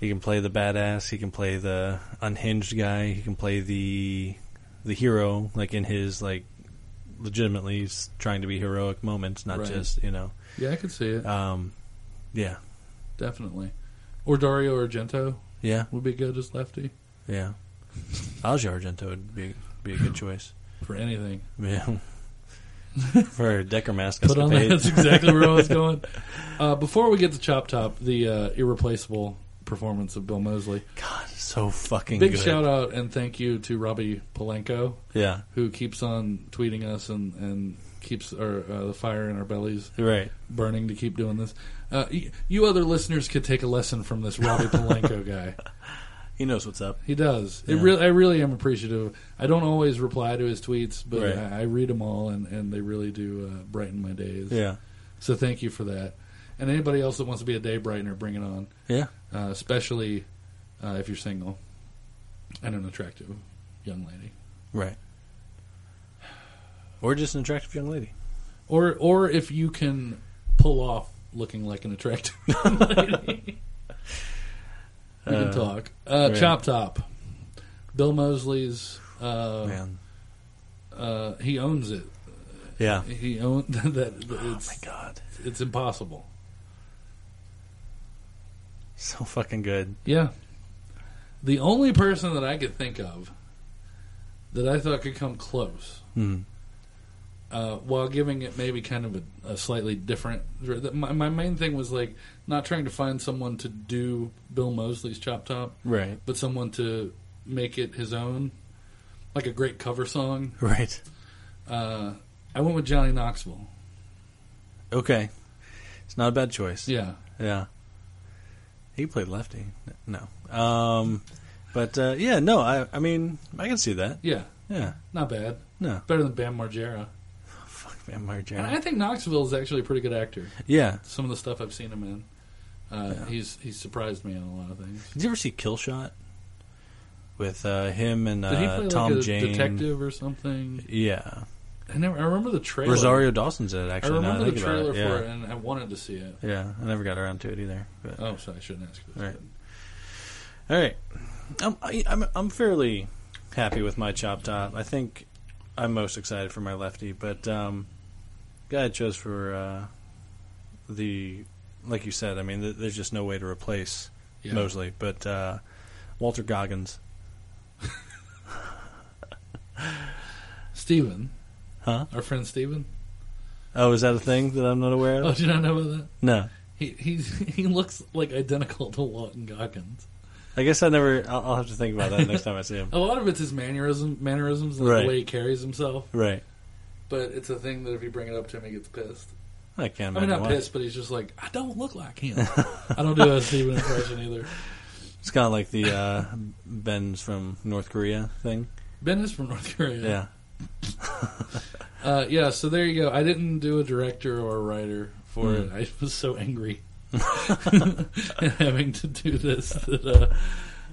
Speaker 4: he can play the badass. He can play the unhinged guy. He can play the the hero, like in his like legitimately s- trying to be heroic moments, not
Speaker 3: Right.
Speaker 4: just you know.
Speaker 3: Yeah, I could see it
Speaker 4: Um, yeah,
Speaker 3: definitely. Or Dario Argento
Speaker 4: yeah,
Speaker 3: would be good as Lefty
Speaker 4: yeah. Algie Argento would be be a good choice.
Speaker 3: for anything.
Speaker 4: Yeah. For a Decker mask
Speaker 3: Put on that.
Speaker 4: escapade.
Speaker 3: That's exactly where I was going. Uh, before we get to Chop Top, the uh, irreplaceable performance of Bill Mosley.
Speaker 4: God, so fucking
Speaker 3: Big
Speaker 4: good.
Speaker 3: shout out and thank you to Robbie Polenko,
Speaker 4: Yeah,
Speaker 3: who keeps on tweeting us and, and keeps our, uh, the fire in our bellies
Speaker 4: right.
Speaker 3: burning to keep doing this. Uh, y- you other listeners could take a lesson from this Robbie Polenko guy.
Speaker 4: He knows what's up.
Speaker 3: He does. It
Speaker 4: Yeah.
Speaker 3: really, I really am appreciative. I don't always reply to his tweets, but
Speaker 4: Right.
Speaker 3: I, I read them all, and, and they really do uh, brighten my days.
Speaker 4: Yeah.
Speaker 3: So thank you for that. And anybody else that wants to be a day brightener, bring it on.
Speaker 4: Yeah.
Speaker 3: Uh, especially uh, if you're single and an attractive young lady,
Speaker 4: Right. Or just an attractive young lady.
Speaker 3: or or if you can pull off looking like an attractive young lady. we can talk. Uh,
Speaker 4: right.
Speaker 3: Chop top. Bill Mosley's. Uh,
Speaker 4: Man.
Speaker 3: uh, he owns it.
Speaker 4: Yeah.
Speaker 3: He owned that. that
Speaker 4: Oh
Speaker 3: it's,
Speaker 4: my god.
Speaker 3: it's impossible.
Speaker 4: So fucking good.
Speaker 3: Yeah. The only person that I could think of that I thought could come close,
Speaker 4: Hmm.
Speaker 3: uh, while giving it maybe kind of a, a slightly different. My, my main thing was like not trying to find someone to do Bill Mosley's Chop Top,
Speaker 4: Right.
Speaker 3: but someone to make it his own, like a great cover song.
Speaker 4: Right.
Speaker 3: Uh, I went with Johnny Knoxville.
Speaker 4: Okay. It's not a bad choice.
Speaker 3: Yeah,
Speaker 4: Yeah. He played lefty. No. Um, but uh, yeah, no. I I mean, I can see that.
Speaker 3: yeah,
Speaker 4: Yeah.
Speaker 3: not bad.
Speaker 4: No.
Speaker 3: Better than Bam Margera.
Speaker 4: Fuck Vampire
Speaker 3: And
Speaker 4: Janet.
Speaker 3: I think Knoxville is actually a pretty good actor.
Speaker 4: Yeah.
Speaker 3: Some of the stuff I've seen him in, uh, he's he's surprised me on a lot of things.
Speaker 4: Did you ever see Kill Shot? With uh, him and
Speaker 3: Did he
Speaker 4: uh,
Speaker 3: play
Speaker 4: Tom
Speaker 3: like a
Speaker 4: Jane.
Speaker 3: detective or something?
Speaker 4: Yeah.
Speaker 3: I never. I remember the trailer.
Speaker 4: Rosario Dawson's in it.
Speaker 3: I
Speaker 4: Actually, now
Speaker 3: remember
Speaker 4: that I
Speaker 3: the
Speaker 4: think about
Speaker 3: trailer
Speaker 4: it. yeah.
Speaker 3: for it, and I wanted to see it.
Speaker 4: Yeah, I never got around to it either. But.
Speaker 3: Oh, so I shouldn't ask. This.
Speaker 4: Right. All right, I'm I, I'm I'm fairly happy with my chop top. I think I'm most excited for my lefty, but um, guy I chose for uh, the like you said. I mean, th- there's just no way to replace
Speaker 3: Yeah.
Speaker 4: Mosley, but uh, Walter Goggins,
Speaker 3: Steven.
Speaker 4: huh?
Speaker 3: our friend Steven.
Speaker 4: Oh, is that a thing that I'm not aware of?
Speaker 3: Oh, do you not know about that?
Speaker 4: No,
Speaker 3: He he's he looks like identical to Walton Goggins.
Speaker 4: I guess I never. I'll, I'll have to think about that next time I see him.
Speaker 3: A lot of it's his mannerism mannerisms, like
Speaker 4: Right.
Speaker 3: the way he carries himself.
Speaker 4: Right.
Speaker 3: But it's a thing that if you bring it up to him, he gets pissed.
Speaker 4: I can't.
Speaker 3: I mean,
Speaker 4: imagine
Speaker 3: not
Speaker 4: why.
Speaker 3: pissed, but he's just like, I don't look like him. I don't do a Steven impression either.
Speaker 4: It's kind of like the uh, Ben's from North Korea thing.
Speaker 3: Ben is from North Korea.
Speaker 4: Yeah.
Speaker 3: Uh, yeah, so there you go. I didn't do a director or a writer for it. I was so angry at having to do this. That,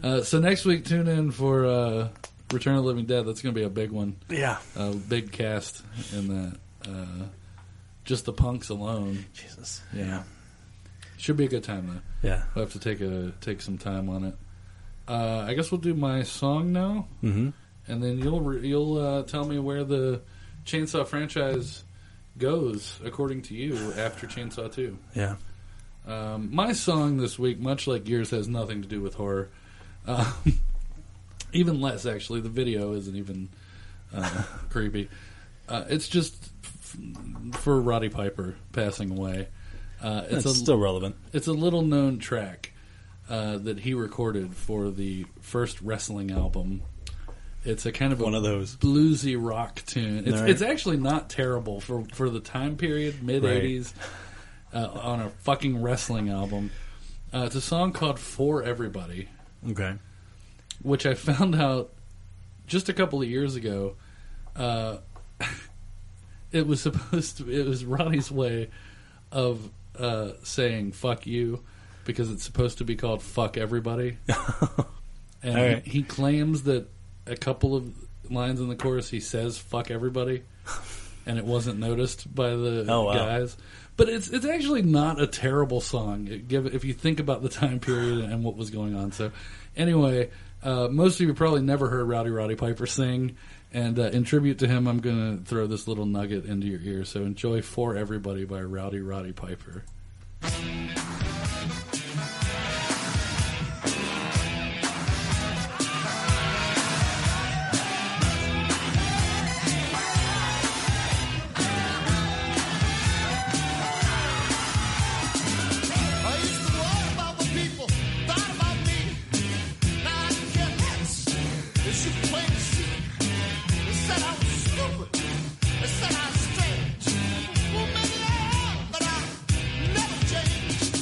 Speaker 3: uh, uh, so next week, tune in for uh, Return of the Living Dead. That's going to be a big one,
Speaker 4: Yeah.
Speaker 3: a big cast in that. Uh, just the punks alone.
Speaker 4: Jesus.
Speaker 3: Yeah. Should be a good time, though.
Speaker 4: Yeah.
Speaker 3: We'll have to take a take some time on it. Uh, I guess we'll do my song now,
Speaker 4: Mm-hmm.
Speaker 3: and then you'll re- you'll uh, tell me where the Chainsaw franchise goes according to you after Chainsaw Two.
Speaker 4: Yeah.
Speaker 3: Um, my song this week, much like yours, has nothing to do with horror. Um, even less, actually. The video isn't even uh, creepy. Uh, it's just f- for Roddy Piper passing away. Uh, it's
Speaker 4: It's
Speaker 3: a,
Speaker 4: still relevant.
Speaker 3: it's a little known track uh, that he recorded for the first wrestling album. It's a kind of
Speaker 4: One
Speaker 3: a
Speaker 4: of those.
Speaker 3: bluesy rock tune. It's,
Speaker 4: Alright.
Speaker 3: it's actually not terrible for for the time period, mid
Speaker 4: Right.
Speaker 3: '80s, uh, on a fucking wrestling album. Uh, it's a song called "For Everybody,"
Speaker 4: Okay.
Speaker 3: which I found out just a couple of years ago. Uh, it was supposed to. It was Ronnie's way of uh, saying "fuck you" because it's supposed to be called "fuck everybody." and
Speaker 4: All right.
Speaker 3: he, he claims that a couple of lines in the chorus he says "fuck everybody," and it wasn't noticed by the
Speaker 4: Oh, wow.
Speaker 3: guys. But it's it's actually not a terrible song. It, give, if you think about the time period and what was going on. So, anyway, uh, most of you probably never heard Rowdy Roddy Piper sing. And uh, in tribute to him, I'm going to throw this little nugget into your ear. So enjoy "For Everybody" by Rowdy Roddy Piper.
Speaker 1: I used to worry about the people, thought about me. Now I get hits. They shoot plain to see. They said I was stupid. They said I was strange. Well, maybe I am, but I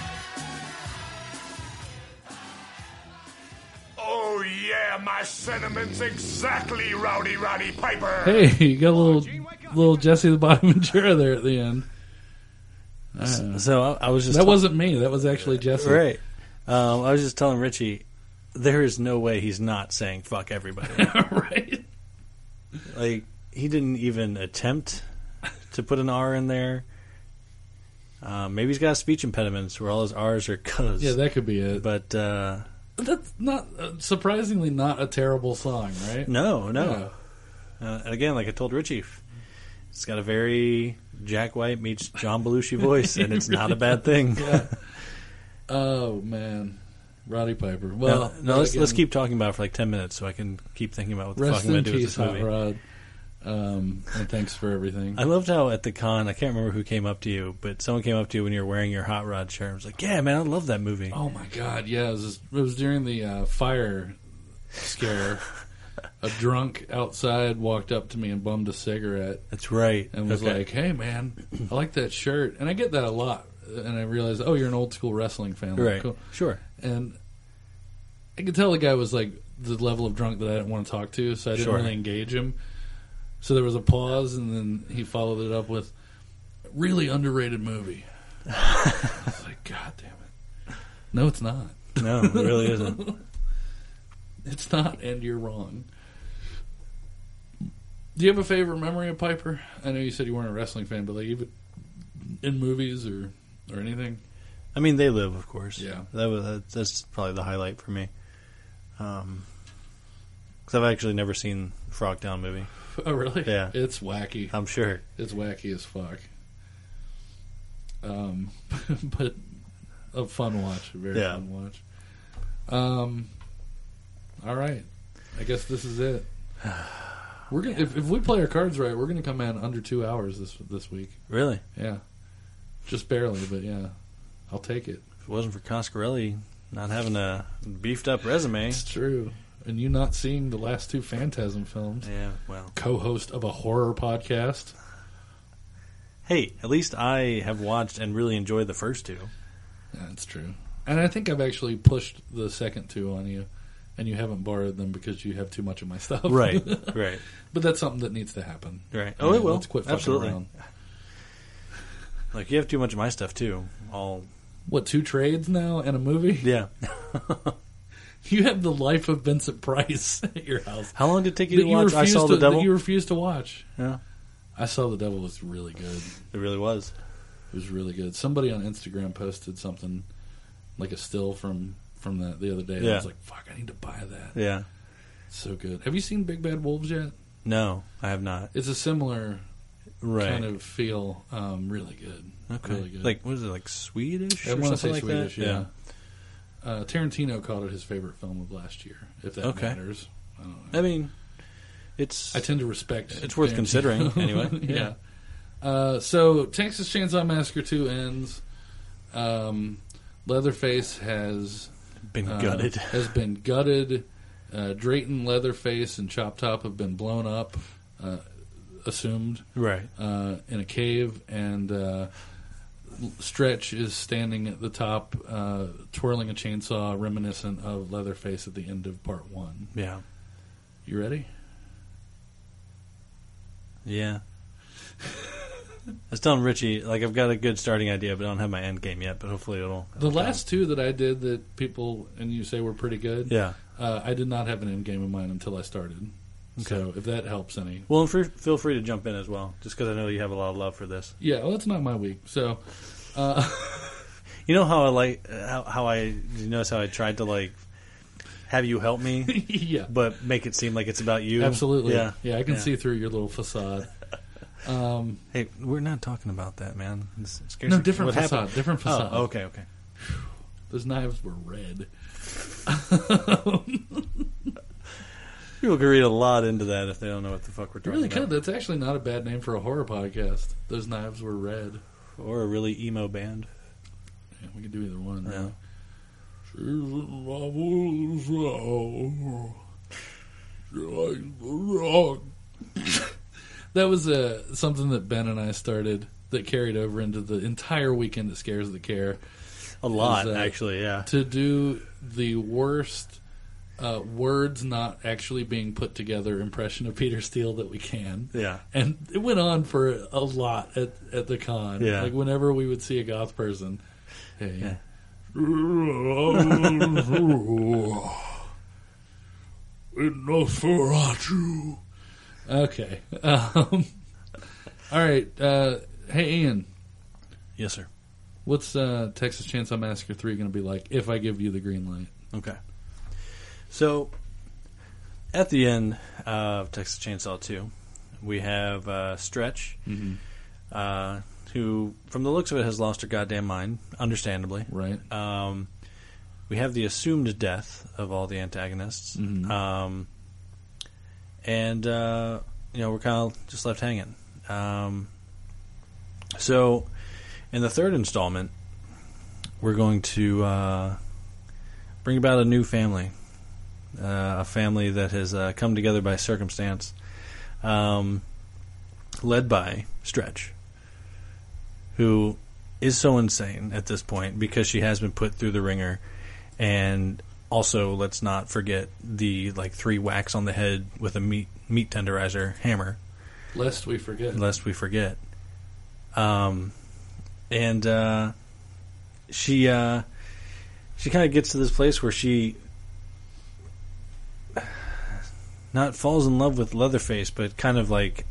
Speaker 8: share Oh, my sentiments exactly, Rowdy Roddy Piper.
Speaker 3: Hey, you got a little little Jesse the Bottom Ventura there at the end. Uh,
Speaker 4: So I, I was just
Speaker 3: that
Speaker 4: tell-
Speaker 3: wasn't me. That was actually Jesse.
Speaker 4: right. Um, I was just telling Richie, there is no way he's not saying fuck everybody.
Speaker 3: right.
Speaker 4: like he didn't even attempt to put an R in there. Uh, maybe he's got speech impediments where all his R's are cuz.
Speaker 3: Yeah, that could be it.
Speaker 4: but uh,
Speaker 3: That's not uh, surprisingly not a terrible song, right?
Speaker 4: no, no.
Speaker 3: Yeah.
Speaker 4: Uh, and again, like I told Richie, it's got a very Jack White meets John Belushi voice, and it's not a bad thing.
Speaker 3: Oh man, Roddy Piper.
Speaker 4: No,
Speaker 3: Well,
Speaker 4: no, let's,
Speaker 3: again,
Speaker 4: let's keep talking about it for like ten minutes, so I can keep thinking about what the fuck
Speaker 3: Rest
Speaker 4: I'm gonna
Speaker 3: in
Speaker 4: do with
Speaker 3: peace,
Speaker 4: this
Speaker 3: Hot
Speaker 4: movie.
Speaker 3: Rod. Um, and thanks for everything.
Speaker 4: I loved how at the con, I can't remember who came up to you, but someone came up to you when you were wearing your hot rod shirt. and was like, "Yeah, man, I love that movie."
Speaker 3: Oh my God! Yeah, it was, it was during the uh, fire scare. a drunk outside walked up to me and bummed a cigarette
Speaker 4: That's right.
Speaker 3: and was
Speaker 4: Okay.
Speaker 3: like, "Hey, man, I like that shirt." And I get that a lot. And I realized, oh, you're an old school wrestling fan. Like,
Speaker 4: "Right,
Speaker 3: cool.
Speaker 4: sure."
Speaker 3: And I could tell the guy was like the level of drunk that I didn't want to talk to, so I didn't
Speaker 4: Sure.
Speaker 3: really engage him. So there was a pause, and then he followed it up with really underrated movie. I was like, God damn it! No, it's not.
Speaker 4: No, it really isn't.
Speaker 3: It's not, and you're wrong. Do you have a favorite memory of Piper? I know you said you weren't a wrestling fan, but like even in movies or or anything.
Speaker 4: I mean, they live, of course.
Speaker 3: Yeah.
Speaker 4: that was that- that's probably the highlight for me. Um, because I've actually never seen Frog Down movie.
Speaker 3: Oh, really?
Speaker 4: Yeah.
Speaker 3: it's wacky.
Speaker 4: I'm sure.
Speaker 3: It's wacky as fuck. Um, but a fun watch, a very
Speaker 4: Yeah.
Speaker 3: fun watch. Um, all right, I guess this is it. We're gonna if, if we play our cards right, we're gonna come in under two hours this this week.
Speaker 4: Really,
Speaker 3: Yeah, just barely, but yeah, I'll take it.
Speaker 4: if it wasn't for Coscarelli not having a beefed up resume.
Speaker 3: It's true, and you not seeing the last two Phantasm films.
Speaker 4: Yeah, well,
Speaker 3: Co-host of a horror podcast.
Speaker 4: hey, at least I have watched and really enjoyed the first two.
Speaker 3: Yeah, That's true. And I think I've actually pushed the second two on you, and you haven't borrowed them because you have too much of my stuff.
Speaker 4: Right, right,
Speaker 3: but that's something that needs to happen.
Speaker 4: right. Oh,
Speaker 3: Yeah,
Speaker 4: it will.
Speaker 3: Let's quit fucking
Speaker 4: Absolutely.
Speaker 3: around.
Speaker 4: Like you have too much of my stuff too. All
Speaker 3: What, two trades now and a movie?
Speaker 4: yeah.
Speaker 3: You have the life of Vincent Price at your house.
Speaker 4: How long did it take you
Speaker 3: That
Speaker 4: to
Speaker 3: you,
Speaker 4: watch?
Speaker 3: refuse
Speaker 4: I saw
Speaker 3: to,
Speaker 4: the devil.
Speaker 3: That you refuse to watch.
Speaker 4: Yeah.
Speaker 3: I saw the devil was really good.
Speaker 4: It really was.
Speaker 3: It was really good. Somebody on Instagram posted something like a still from from that the other day. And I
Speaker 4: Yeah.
Speaker 3: was like, "Fuck, I need to buy that."
Speaker 4: Yeah.
Speaker 3: It's so good. Have you seen Big Bad Wolves yet?
Speaker 4: No, I have not.
Speaker 3: It's a similar
Speaker 4: Right.
Speaker 3: kind of feel. Um, really good.
Speaker 4: okay.
Speaker 3: Really good.
Speaker 4: Like what is it? Like Swedish?
Speaker 3: I
Speaker 4: or
Speaker 3: want to
Speaker 4: something
Speaker 3: say
Speaker 4: like
Speaker 3: Swedish.
Speaker 4: That?
Speaker 3: Yeah. Uh, Tarantino called it his favorite film of last year. If that
Speaker 4: Okay.
Speaker 3: matters. I don't know.
Speaker 4: I mean, it's
Speaker 3: I tend to respect.
Speaker 4: it's worth
Speaker 3: Tarantino.
Speaker 4: considering anyway.
Speaker 3: yeah. Uh, so Texas Chainsaw Massacre two ends. Um, Leatherface has
Speaker 4: Been
Speaker 3: uh,
Speaker 4: gutted.
Speaker 3: has been gutted. Uh, Drayton, Leatherface, and Chop Top have been blown up. Uh, assumed.
Speaker 4: Right.
Speaker 3: uh, in a cave, and uh, Stretch is standing at the top, uh, twirling a chainsaw, reminiscent of Leatherface at the end of part one.
Speaker 4: Yeah.
Speaker 3: You ready?
Speaker 4: Yeah. I was telling Richie, like I've got a good starting idea, but I don't have my end game yet. But hopefully it'll.
Speaker 3: The last two that I did that people and you say were pretty good,
Speaker 4: Yeah.
Speaker 3: uh, I did not have an end game in mind until I started. So if that helps any,
Speaker 4: Well, and fr- feel free to jump in as well, just because I know you have a lot of love for this.
Speaker 3: yeah, well, it's not my week. So
Speaker 4: You know how I like how, how I you notice how I tried to like have you help me,
Speaker 3: yeah,
Speaker 4: but make it seem like it's about you.
Speaker 3: absolutely,
Speaker 4: Yeah.
Speaker 3: I can see through your little facade.
Speaker 4: Hey, we're not talking about that, man. It's, it scares
Speaker 3: No,
Speaker 4: the-
Speaker 3: different
Speaker 4: what happened-
Speaker 3: facade, different
Speaker 4: Oh,
Speaker 3: facade.
Speaker 4: okay, okay.
Speaker 3: Those knives were red.
Speaker 4: People could read a lot into that if they don't know what the fuck we're
Speaker 3: You
Speaker 4: talking
Speaker 3: really
Speaker 4: about.
Speaker 3: could. That's actually not a bad name for a horror podcast. Those knives were red.
Speaker 4: Or a really emo band.
Speaker 3: Yeah, we could do either one.
Speaker 4: Yeah.
Speaker 3: right? She's in my woman's house. She likes the rock. that was uh, something that Ben and I started that carried over into the entire weekend at Scares the Care
Speaker 4: A lot,
Speaker 3: Is, uh,
Speaker 4: actually, yeah.
Speaker 3: to do the worst uh, words not actually being put together impression of Peter Steele that we can.
Speaker 4: Yeah.
Speaker 3: And it went on for a lot at, at the con.
Speaker 4: Yeah.
Speaker 3: Like whenever we would see a goth person, hey. Nosferatu. Okay. Um, all right. Uh, hey, Ian,
Speaker 4: Yes, sir.
Speaker 3: what's uh, Texas Chainsaw Massacre 3 going to be like if I give you the green light?
Speaker 4: Okay. So, at the end of Texas Chainsaw 2, we have uh, Stretch, uh, who, from the looks of it, has lost her goddamn mind, understandably.
Speaker 3: Right?
Speaker 4: Um, we have the assumed death of all the antagonists. Um, and, uh, you know, we're kind of just left hanging. Um, so, in the third installment, we're going to uh, bring about a new family, uh, a family that has uh, come together by circumstance, um, led by Stretch, who is so insane at this point because she has been put through the ringer, and also let's not forget the like three whacks on the head with a meat meat tenderizer hammer
Speaker 3: Lest we forget.
Speaker 4: lest we forget. Um, and uh, she uh, she kind of gets to this place where she not falls in love with Leatherface, but kind of like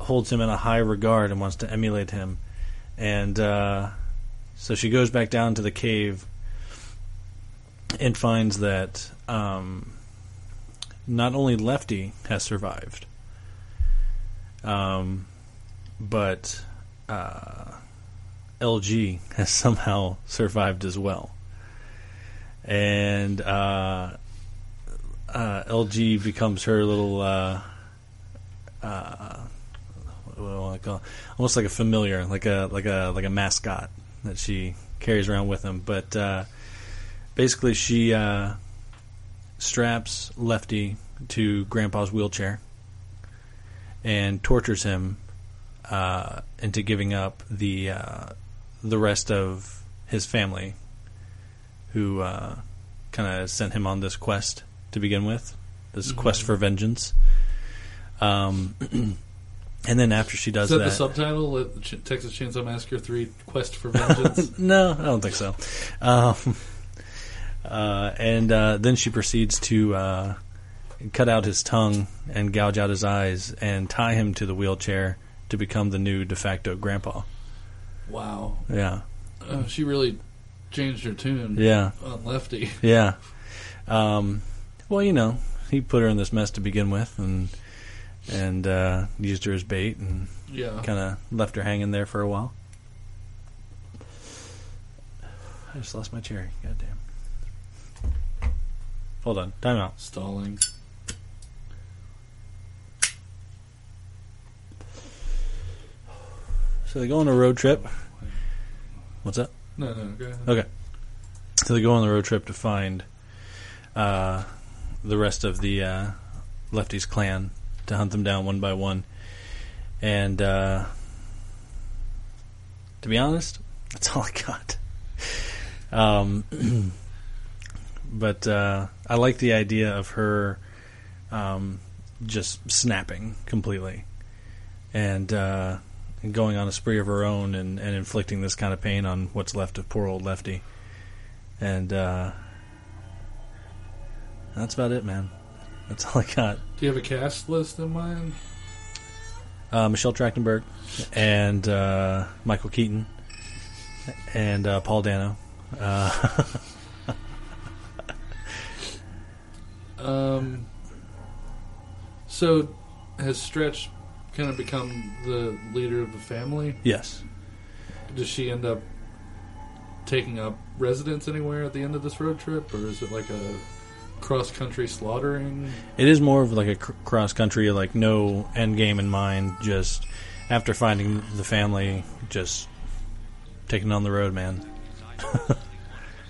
Speaker 4: holds him in a high regard and wants to emulate him. And uh, so she goes back down to the cave and finds that um, not only Lefty has survived, um, but uh, LG has somehow survived as well. And uh, uh, LG becomes her little, uh, uh, what do I want to call? it? Almost like a familiar, like a like a like a mascot that she carries around with him. But uh, basically, she uh, straps Lefty to Grandpa's wheelchair and tortures him uh, into giving up the uh, the rest of his family, who uh, kind of sent him on this quest to begin with, this quest for vengeance. Um, and then after she does
Speaker 3: Is that,
Speaker 4: that,
Speaker 3: the subtitle? Uh, Ch- Texas Chainsaw Massacre 3 Quest for Vengeance?
Speaker 4: no, I don't think so. Um, uh, and uh, then she proceeds to uh, cut out his tongue and gouge out his eyes and tie him to the wheelchair to become the new de facto grandpa.
Speaker 3: wow.
Speaker 4: Yeah,
Speaker 3: Uh, she really changed her tune
Speaker 4: yeah,
Speaker 3: on Lefty.
Speaker 4: yeah. Um, well, you know, he put her in this mess to begin with, and and uh, used her as bait and
Speaker 3: Yeah.
Speaker 4: kind of left her hanging there for a while. I just lost my cherry. Goddamn. Hold on. Time out.
Speaker 3: Stalling.
Speaker 4: So they go on a road trip. What's up?
Speaker 3: No, no, go ahead.
Speaker 4: Okay. So they go on the road trip to find uh, the rest of the uh, Lefty's clan to hunt them down one by one. And uh, to be honest, that's all I got. Um, but uh, I like the idea of her um, just snapping completely and uh, going on a spree of her own and, and inflicting this kind of pain on what's left of poor old Lefty. And uh, that's about it, man. That's all I got.
Speaker 3: Do you have a cast list in mind?
Speaker 4: Uh, Michelle Trachtenberg and uh, Michael Keaton and uh, Paul Dano.
Speaker 3: Um, so, has Stretch kind of become the leader of the family?
Speaker 4: Yes.
Speaker 3: Does she end up taking up residence anywhere at the end of this road trip, or is it like a cross country slaughtering?
Speaker 4: It is more of like a cr- cross country, like no end game in mind. Just after finding the family, just taking on the road, man.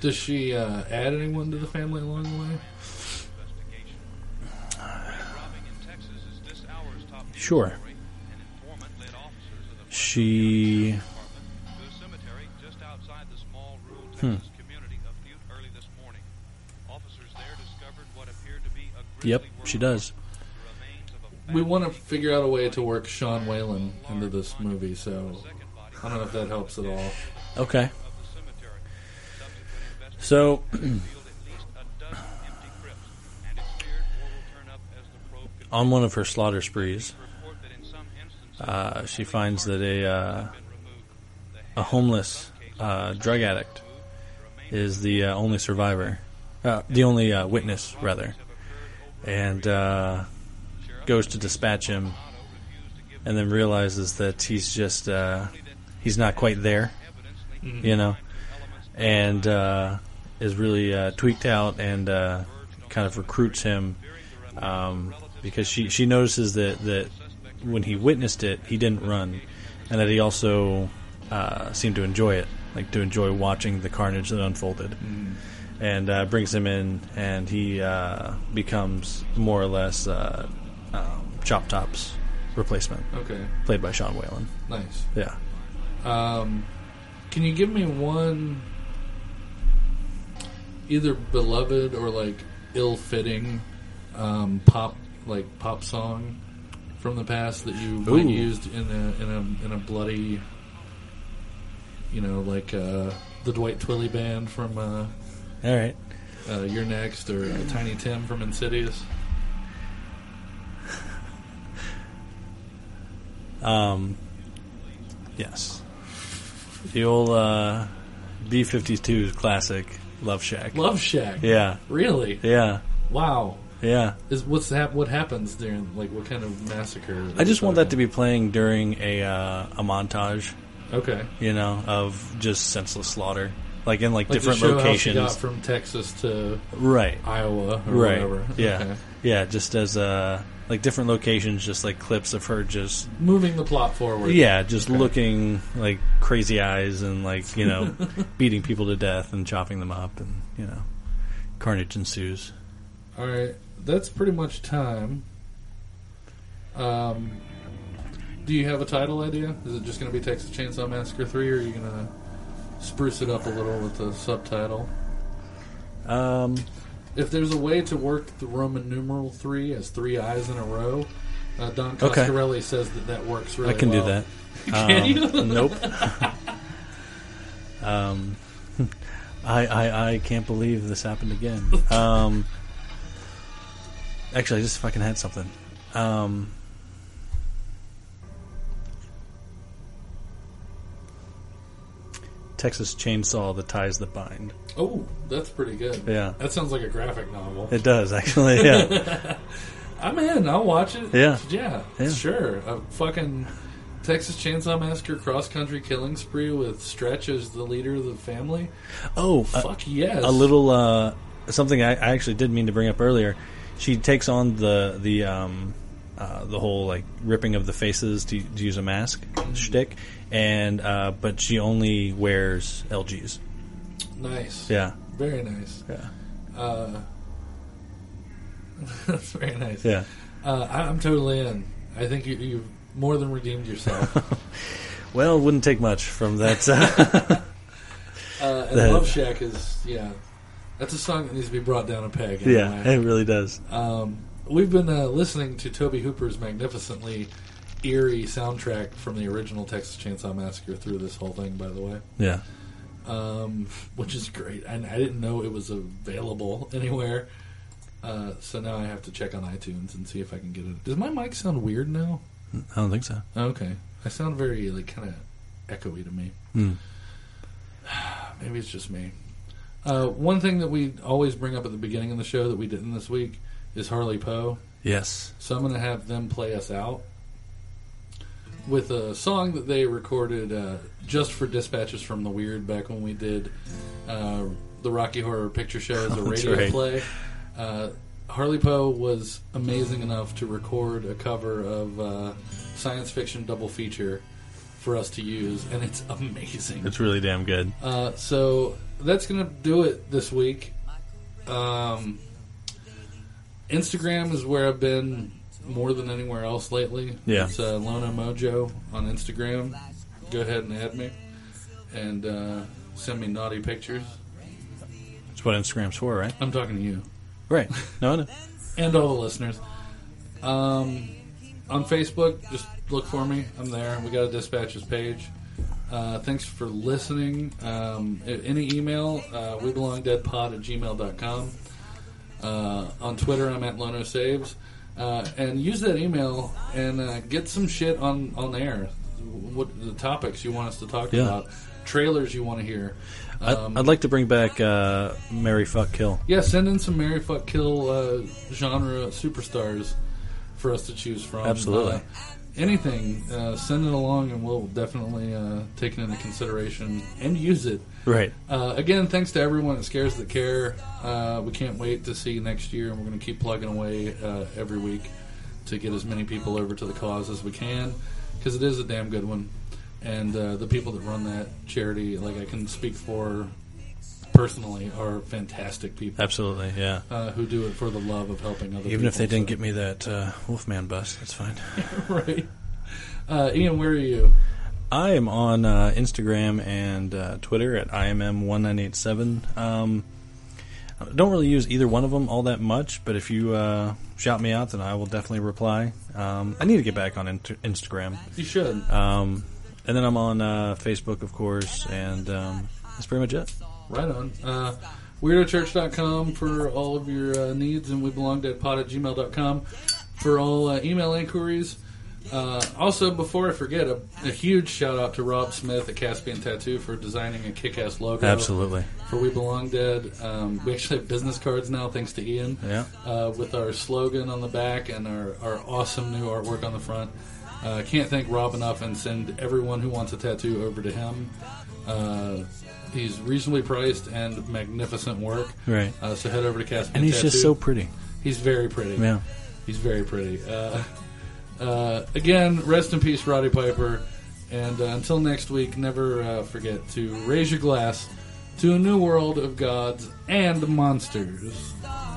Speaker 3: Does she uh, add anyone to the family along the way?
Speaker 4: Sure. She. Hmm.
Speaker 9: Officers there discovered
Speaker 4: Yep, she does.
Speaker 3: We want to figure out a way to work Sean Whalen into this movie, so I don't know if that helps at all.
Speaker 4: Okay. So, on one of her slaughter sprees, uh, she finds that a uh, a homeless uh, drug addict is the uh, only survivor, uh, the only uh, witness, rather, and uh, goes to dispatch him, and then realizes that he's just uh, he's not quite there, you know, and uh, is really uh, tweaked out and uh, kind of recruits him um, because she she notices that that when he witnessed it, he didn't run, and that he also uh, seemed to enjoy it, like to enjoy watching the carnage that unfolded, and uh, brings him in, and he uh, becomes more or less uh, um, Chop Top's replacement,
Speaker 3: Okay,
Speaker 4: played by Sean Whalen.
Speaker 3: nice.
Speaker 4: Yeah.
Speaker 3: Um, can you give me one either beloved or like ill-fitting um, pop like pop song from the past that you might
Speaker 4: Ooh.
Speaker 3: used in a in a in a bloody you know like uh, the Dwight Twilley band from uh,
Speaker 4: All right.
Speaker 3: uh, You're Next or uh, Tiny Tim from Insidious?
Speaker 4: Yes. The old uh, B 52s classic, Love Shack.
Speaker 3: Love Shack.
Speaker 4: Yeah.
Speaker 3: Really?
Speaker 4: Yeah.
Speaker 3: Wow.
Speaker 4: Yeah.
Speaker 3: Is what's hap- what happens during like what kind of massacre?
Speaker 4: I just want that to be playing during a uh, a montage,
Speaker 3: okay.
Speaker 4: you know, of just senseless slaughter, like in like,
Speaker 3: Like
Speaker 4: different
Speaker 3: to show
Speaker 4: locations.
Speaker 3: How she got from Texas to
Speaker 4: right.
Speaker 3: Iowa or
Speaker 4: Right.
Speaker 3: whatever.
Speaker 4: Yeah.
Speaker 3: Okay.
Speaker 4: Yeah. Just as uh, like different locations, just like clips of her just
Speaker 3: Moving the plot forward.
Speaker 4: yeah, just looking like crazy eyes and like you know beating people to death and chopping them up and you know carnage ensues.
Speaker 3: All right. That's pretty much time. Um, do you have a title idea? Is it just going to be Texas Chainsaw Massacre 3 or are you going to spruce it up a little with a subtitle?
Speaker 4: Um,
Speaker 3: If there's a way to work the Roman numeral 3 as three eyes in a row, uh, Don
Speaker 4: Okay.
Speaker 3: Coscarelli says that that works really
Speaker 4: I can
Speaker 3: well.
Speaker 4: do that.
Speaker 3: Can you?
Speaker 4: Nope. um, I, I I can't believe this happened again. Um, actually, I just fucking had something. Um, Texas Chainsaw: The Ties That Bind.
Speaker 3: Oh, that's pretty good.
Speaker 4: Yeah.
Speaker 3: That sounds like a graphic novel.
Speaker 4: It does actually. Yeah,
Speaker 3: I'm in. I'll watch it.
Speaker 4: Yeah.
Speaker 3: Yeah.
Speaker 4: Yeah.
Speaker 3: Sure. A fucking Texas Chainsaw Massacre cross country killing spree with Stretch as the leader of the family.
Speaker 4: oh, a-
Speaker 3: Fuck yes.
Speaker 4: a little uh, something I, I actually did mean to bring up earlier. She takes on the the um, uh, the whole like ripping of the faces to, to use a mask shtick, and uh, but she only wears LGs.
Speaker 3: Nice.
Speaker 4: Yeah,
Speaker 3: Very nice.
Speaker 4: yeah,
Speaker 3: Very nice.
Speaker 4: yeah.
Speaker 3: Uh, I, I'm totally in. I think you, you've more than redeemed yourself.
Speaker 4: Well, it wouldn't take much from that. Uh,
Speaker 3: Uh, and
Speaker 4: That-
Speaker 3: Love Shack is, yeah. That's a song that needs to be brought down a peg.
Speaker 4: yeah,
Speaker 3: anyway.
Speaker 4: it really does.
Speaker 3: We've been uh, listening to Toby Hooper's magnificently eerie soundtrack from the original Texas Chainsaw Massacre through this whole thing, by the way,
Speaker 4: Yeah,
Speaker 3: um, which is great. And I didn't know it was available anywhere, uh, so now I have to check on iTunes and see if I can get it. Does my mic sound weird now?
Speaker 4: I don't think so.
Speaker 3: Okay, I sound very like kind of echoey to me.
Speaker 4: Hmm.
Speaker 3: Maybe it's just me. Uh, one thing that we always bring up at the beginning of the show that we didn't this week is Harley Poe.
Speaker 4: Yes.
Speaker 3: So I'm going to have them play us out with a song that they recorded uh, just for Dispatches from the Weird back when we did uh, the Rocky Horror Picture Show as a
Speaker 4: That's
Speaker 3: radio
Speaker 4: right.
Speaker 3: play. Uh, Harley Poe was amazing enough to record a cover of uh, Science Fiction Double Feature for us to use, and it's amazing.
Speaker 4: It's really damn good.
Speaker 3: Uh, so that's gonna do it this week. Um, Instagram is where I've been more than anywhere else lately.
Speaker 4: Yeah.
Speaker 3: it's uh, Lona Mojo on Instagram. Go ahead and add me, and uh, send me naughty pictures.
Speaker 4: That's what Instagram's for, right?
Speaker 3: I'm talking to you.
Speaker 4: Right. No, no.
Speaker 3: and all the listeners. Um, on Facebook, just look for me. I'm there. We got a dispatches page. Uh, thanks for listening. Um, a- any email, uh, we belong pod at gmail.com. Uh, on Twitter, I'm at Lono Saves. Uh, and use that email and uh, get some shit on, on air. What the topics you want us to talk
Speaker 4: Yeah.
Speaker 3: about, trailers you want to hear.
Speaker 4: I, I'd like to bring back uh, Mary Fuck Kill.
Speaker 3: Yeah, send in some Mary Fuck Kill uh, genre superstars for us to choose from.
Speaker 4: Absolutely.
Speaker 3: Uh, anything, uh, send it along and we'll definitely uh, take it into consideration and use it.
Speaker 4: Right.
Speaker 3: Uh, again, thanks to everyone at Scares That Care. Uh, we can't wait to see you next year, and we're going to keep plugging away uh, every week to get as many people over to the cause as we can because it is a damn good one. And uh, the people that run that charity, like I can speak for personally, are fantastic people
Speaker 4: Absolutely. Yeah.
Speaker 3: uh, who do it for the love of helping other people.
Speaker 4: Even if they didn't
Speaker 3: so-
Speaker 4: get me that uh, Wolfman bus, that's fine.
Speaker 3: right. Uh, Ian, where are you?
Speaker 4: I am on uh, Instagram and uh, Twitter at IMM1987. Um, I don't really use either one of them all that much, but if you uh, shout me out, then I will definitely reply. Um, I need to get back on inter- Instagram.
Speaker 3: You should.
Speaker 4: Um, and then I'm on uh, Facebook, of course, and um, that's pretty much it.
Speaker 3: Right on. Uh, WeirdoChurch.com for all of your uh, needs, and we belong to pod at gmail.com for all uh, email inquiries. Uh, also, before I forget, a, a huge shout out to Rob Smith at Caspian Tattoo for designing a kick ass logo.
Speaker 4: Absolutely.
Speaker 3: For We Belong Dead. Um, we actually have business cards now, thanks to Ian.
Speaker 4: Yeah.
Speaker 3: Uh, with our slogan on the back and our, our awesome new artwork on the front. Uh, can't thank Rob enough and send everyone who wants a tattoo over to him. Uh, he's reasonably priced and magnificent work.
Speaker 4: Right.
Speaker 3: Uh, so head over to Caspian
Speaker 4: And he's just
Speaker 3: Tattoo.
Speaker 4: so pretty.
Speaker 3: He's very pretty.
Speaker 4: Yeah.
Speaker 3: He's very pretty. Uh, uh, again, rest in peace, Roddy Piper. And uh, until next week, never uh, forget to raise your glass to a new world of gods and monsters.
Speaker 1: Stars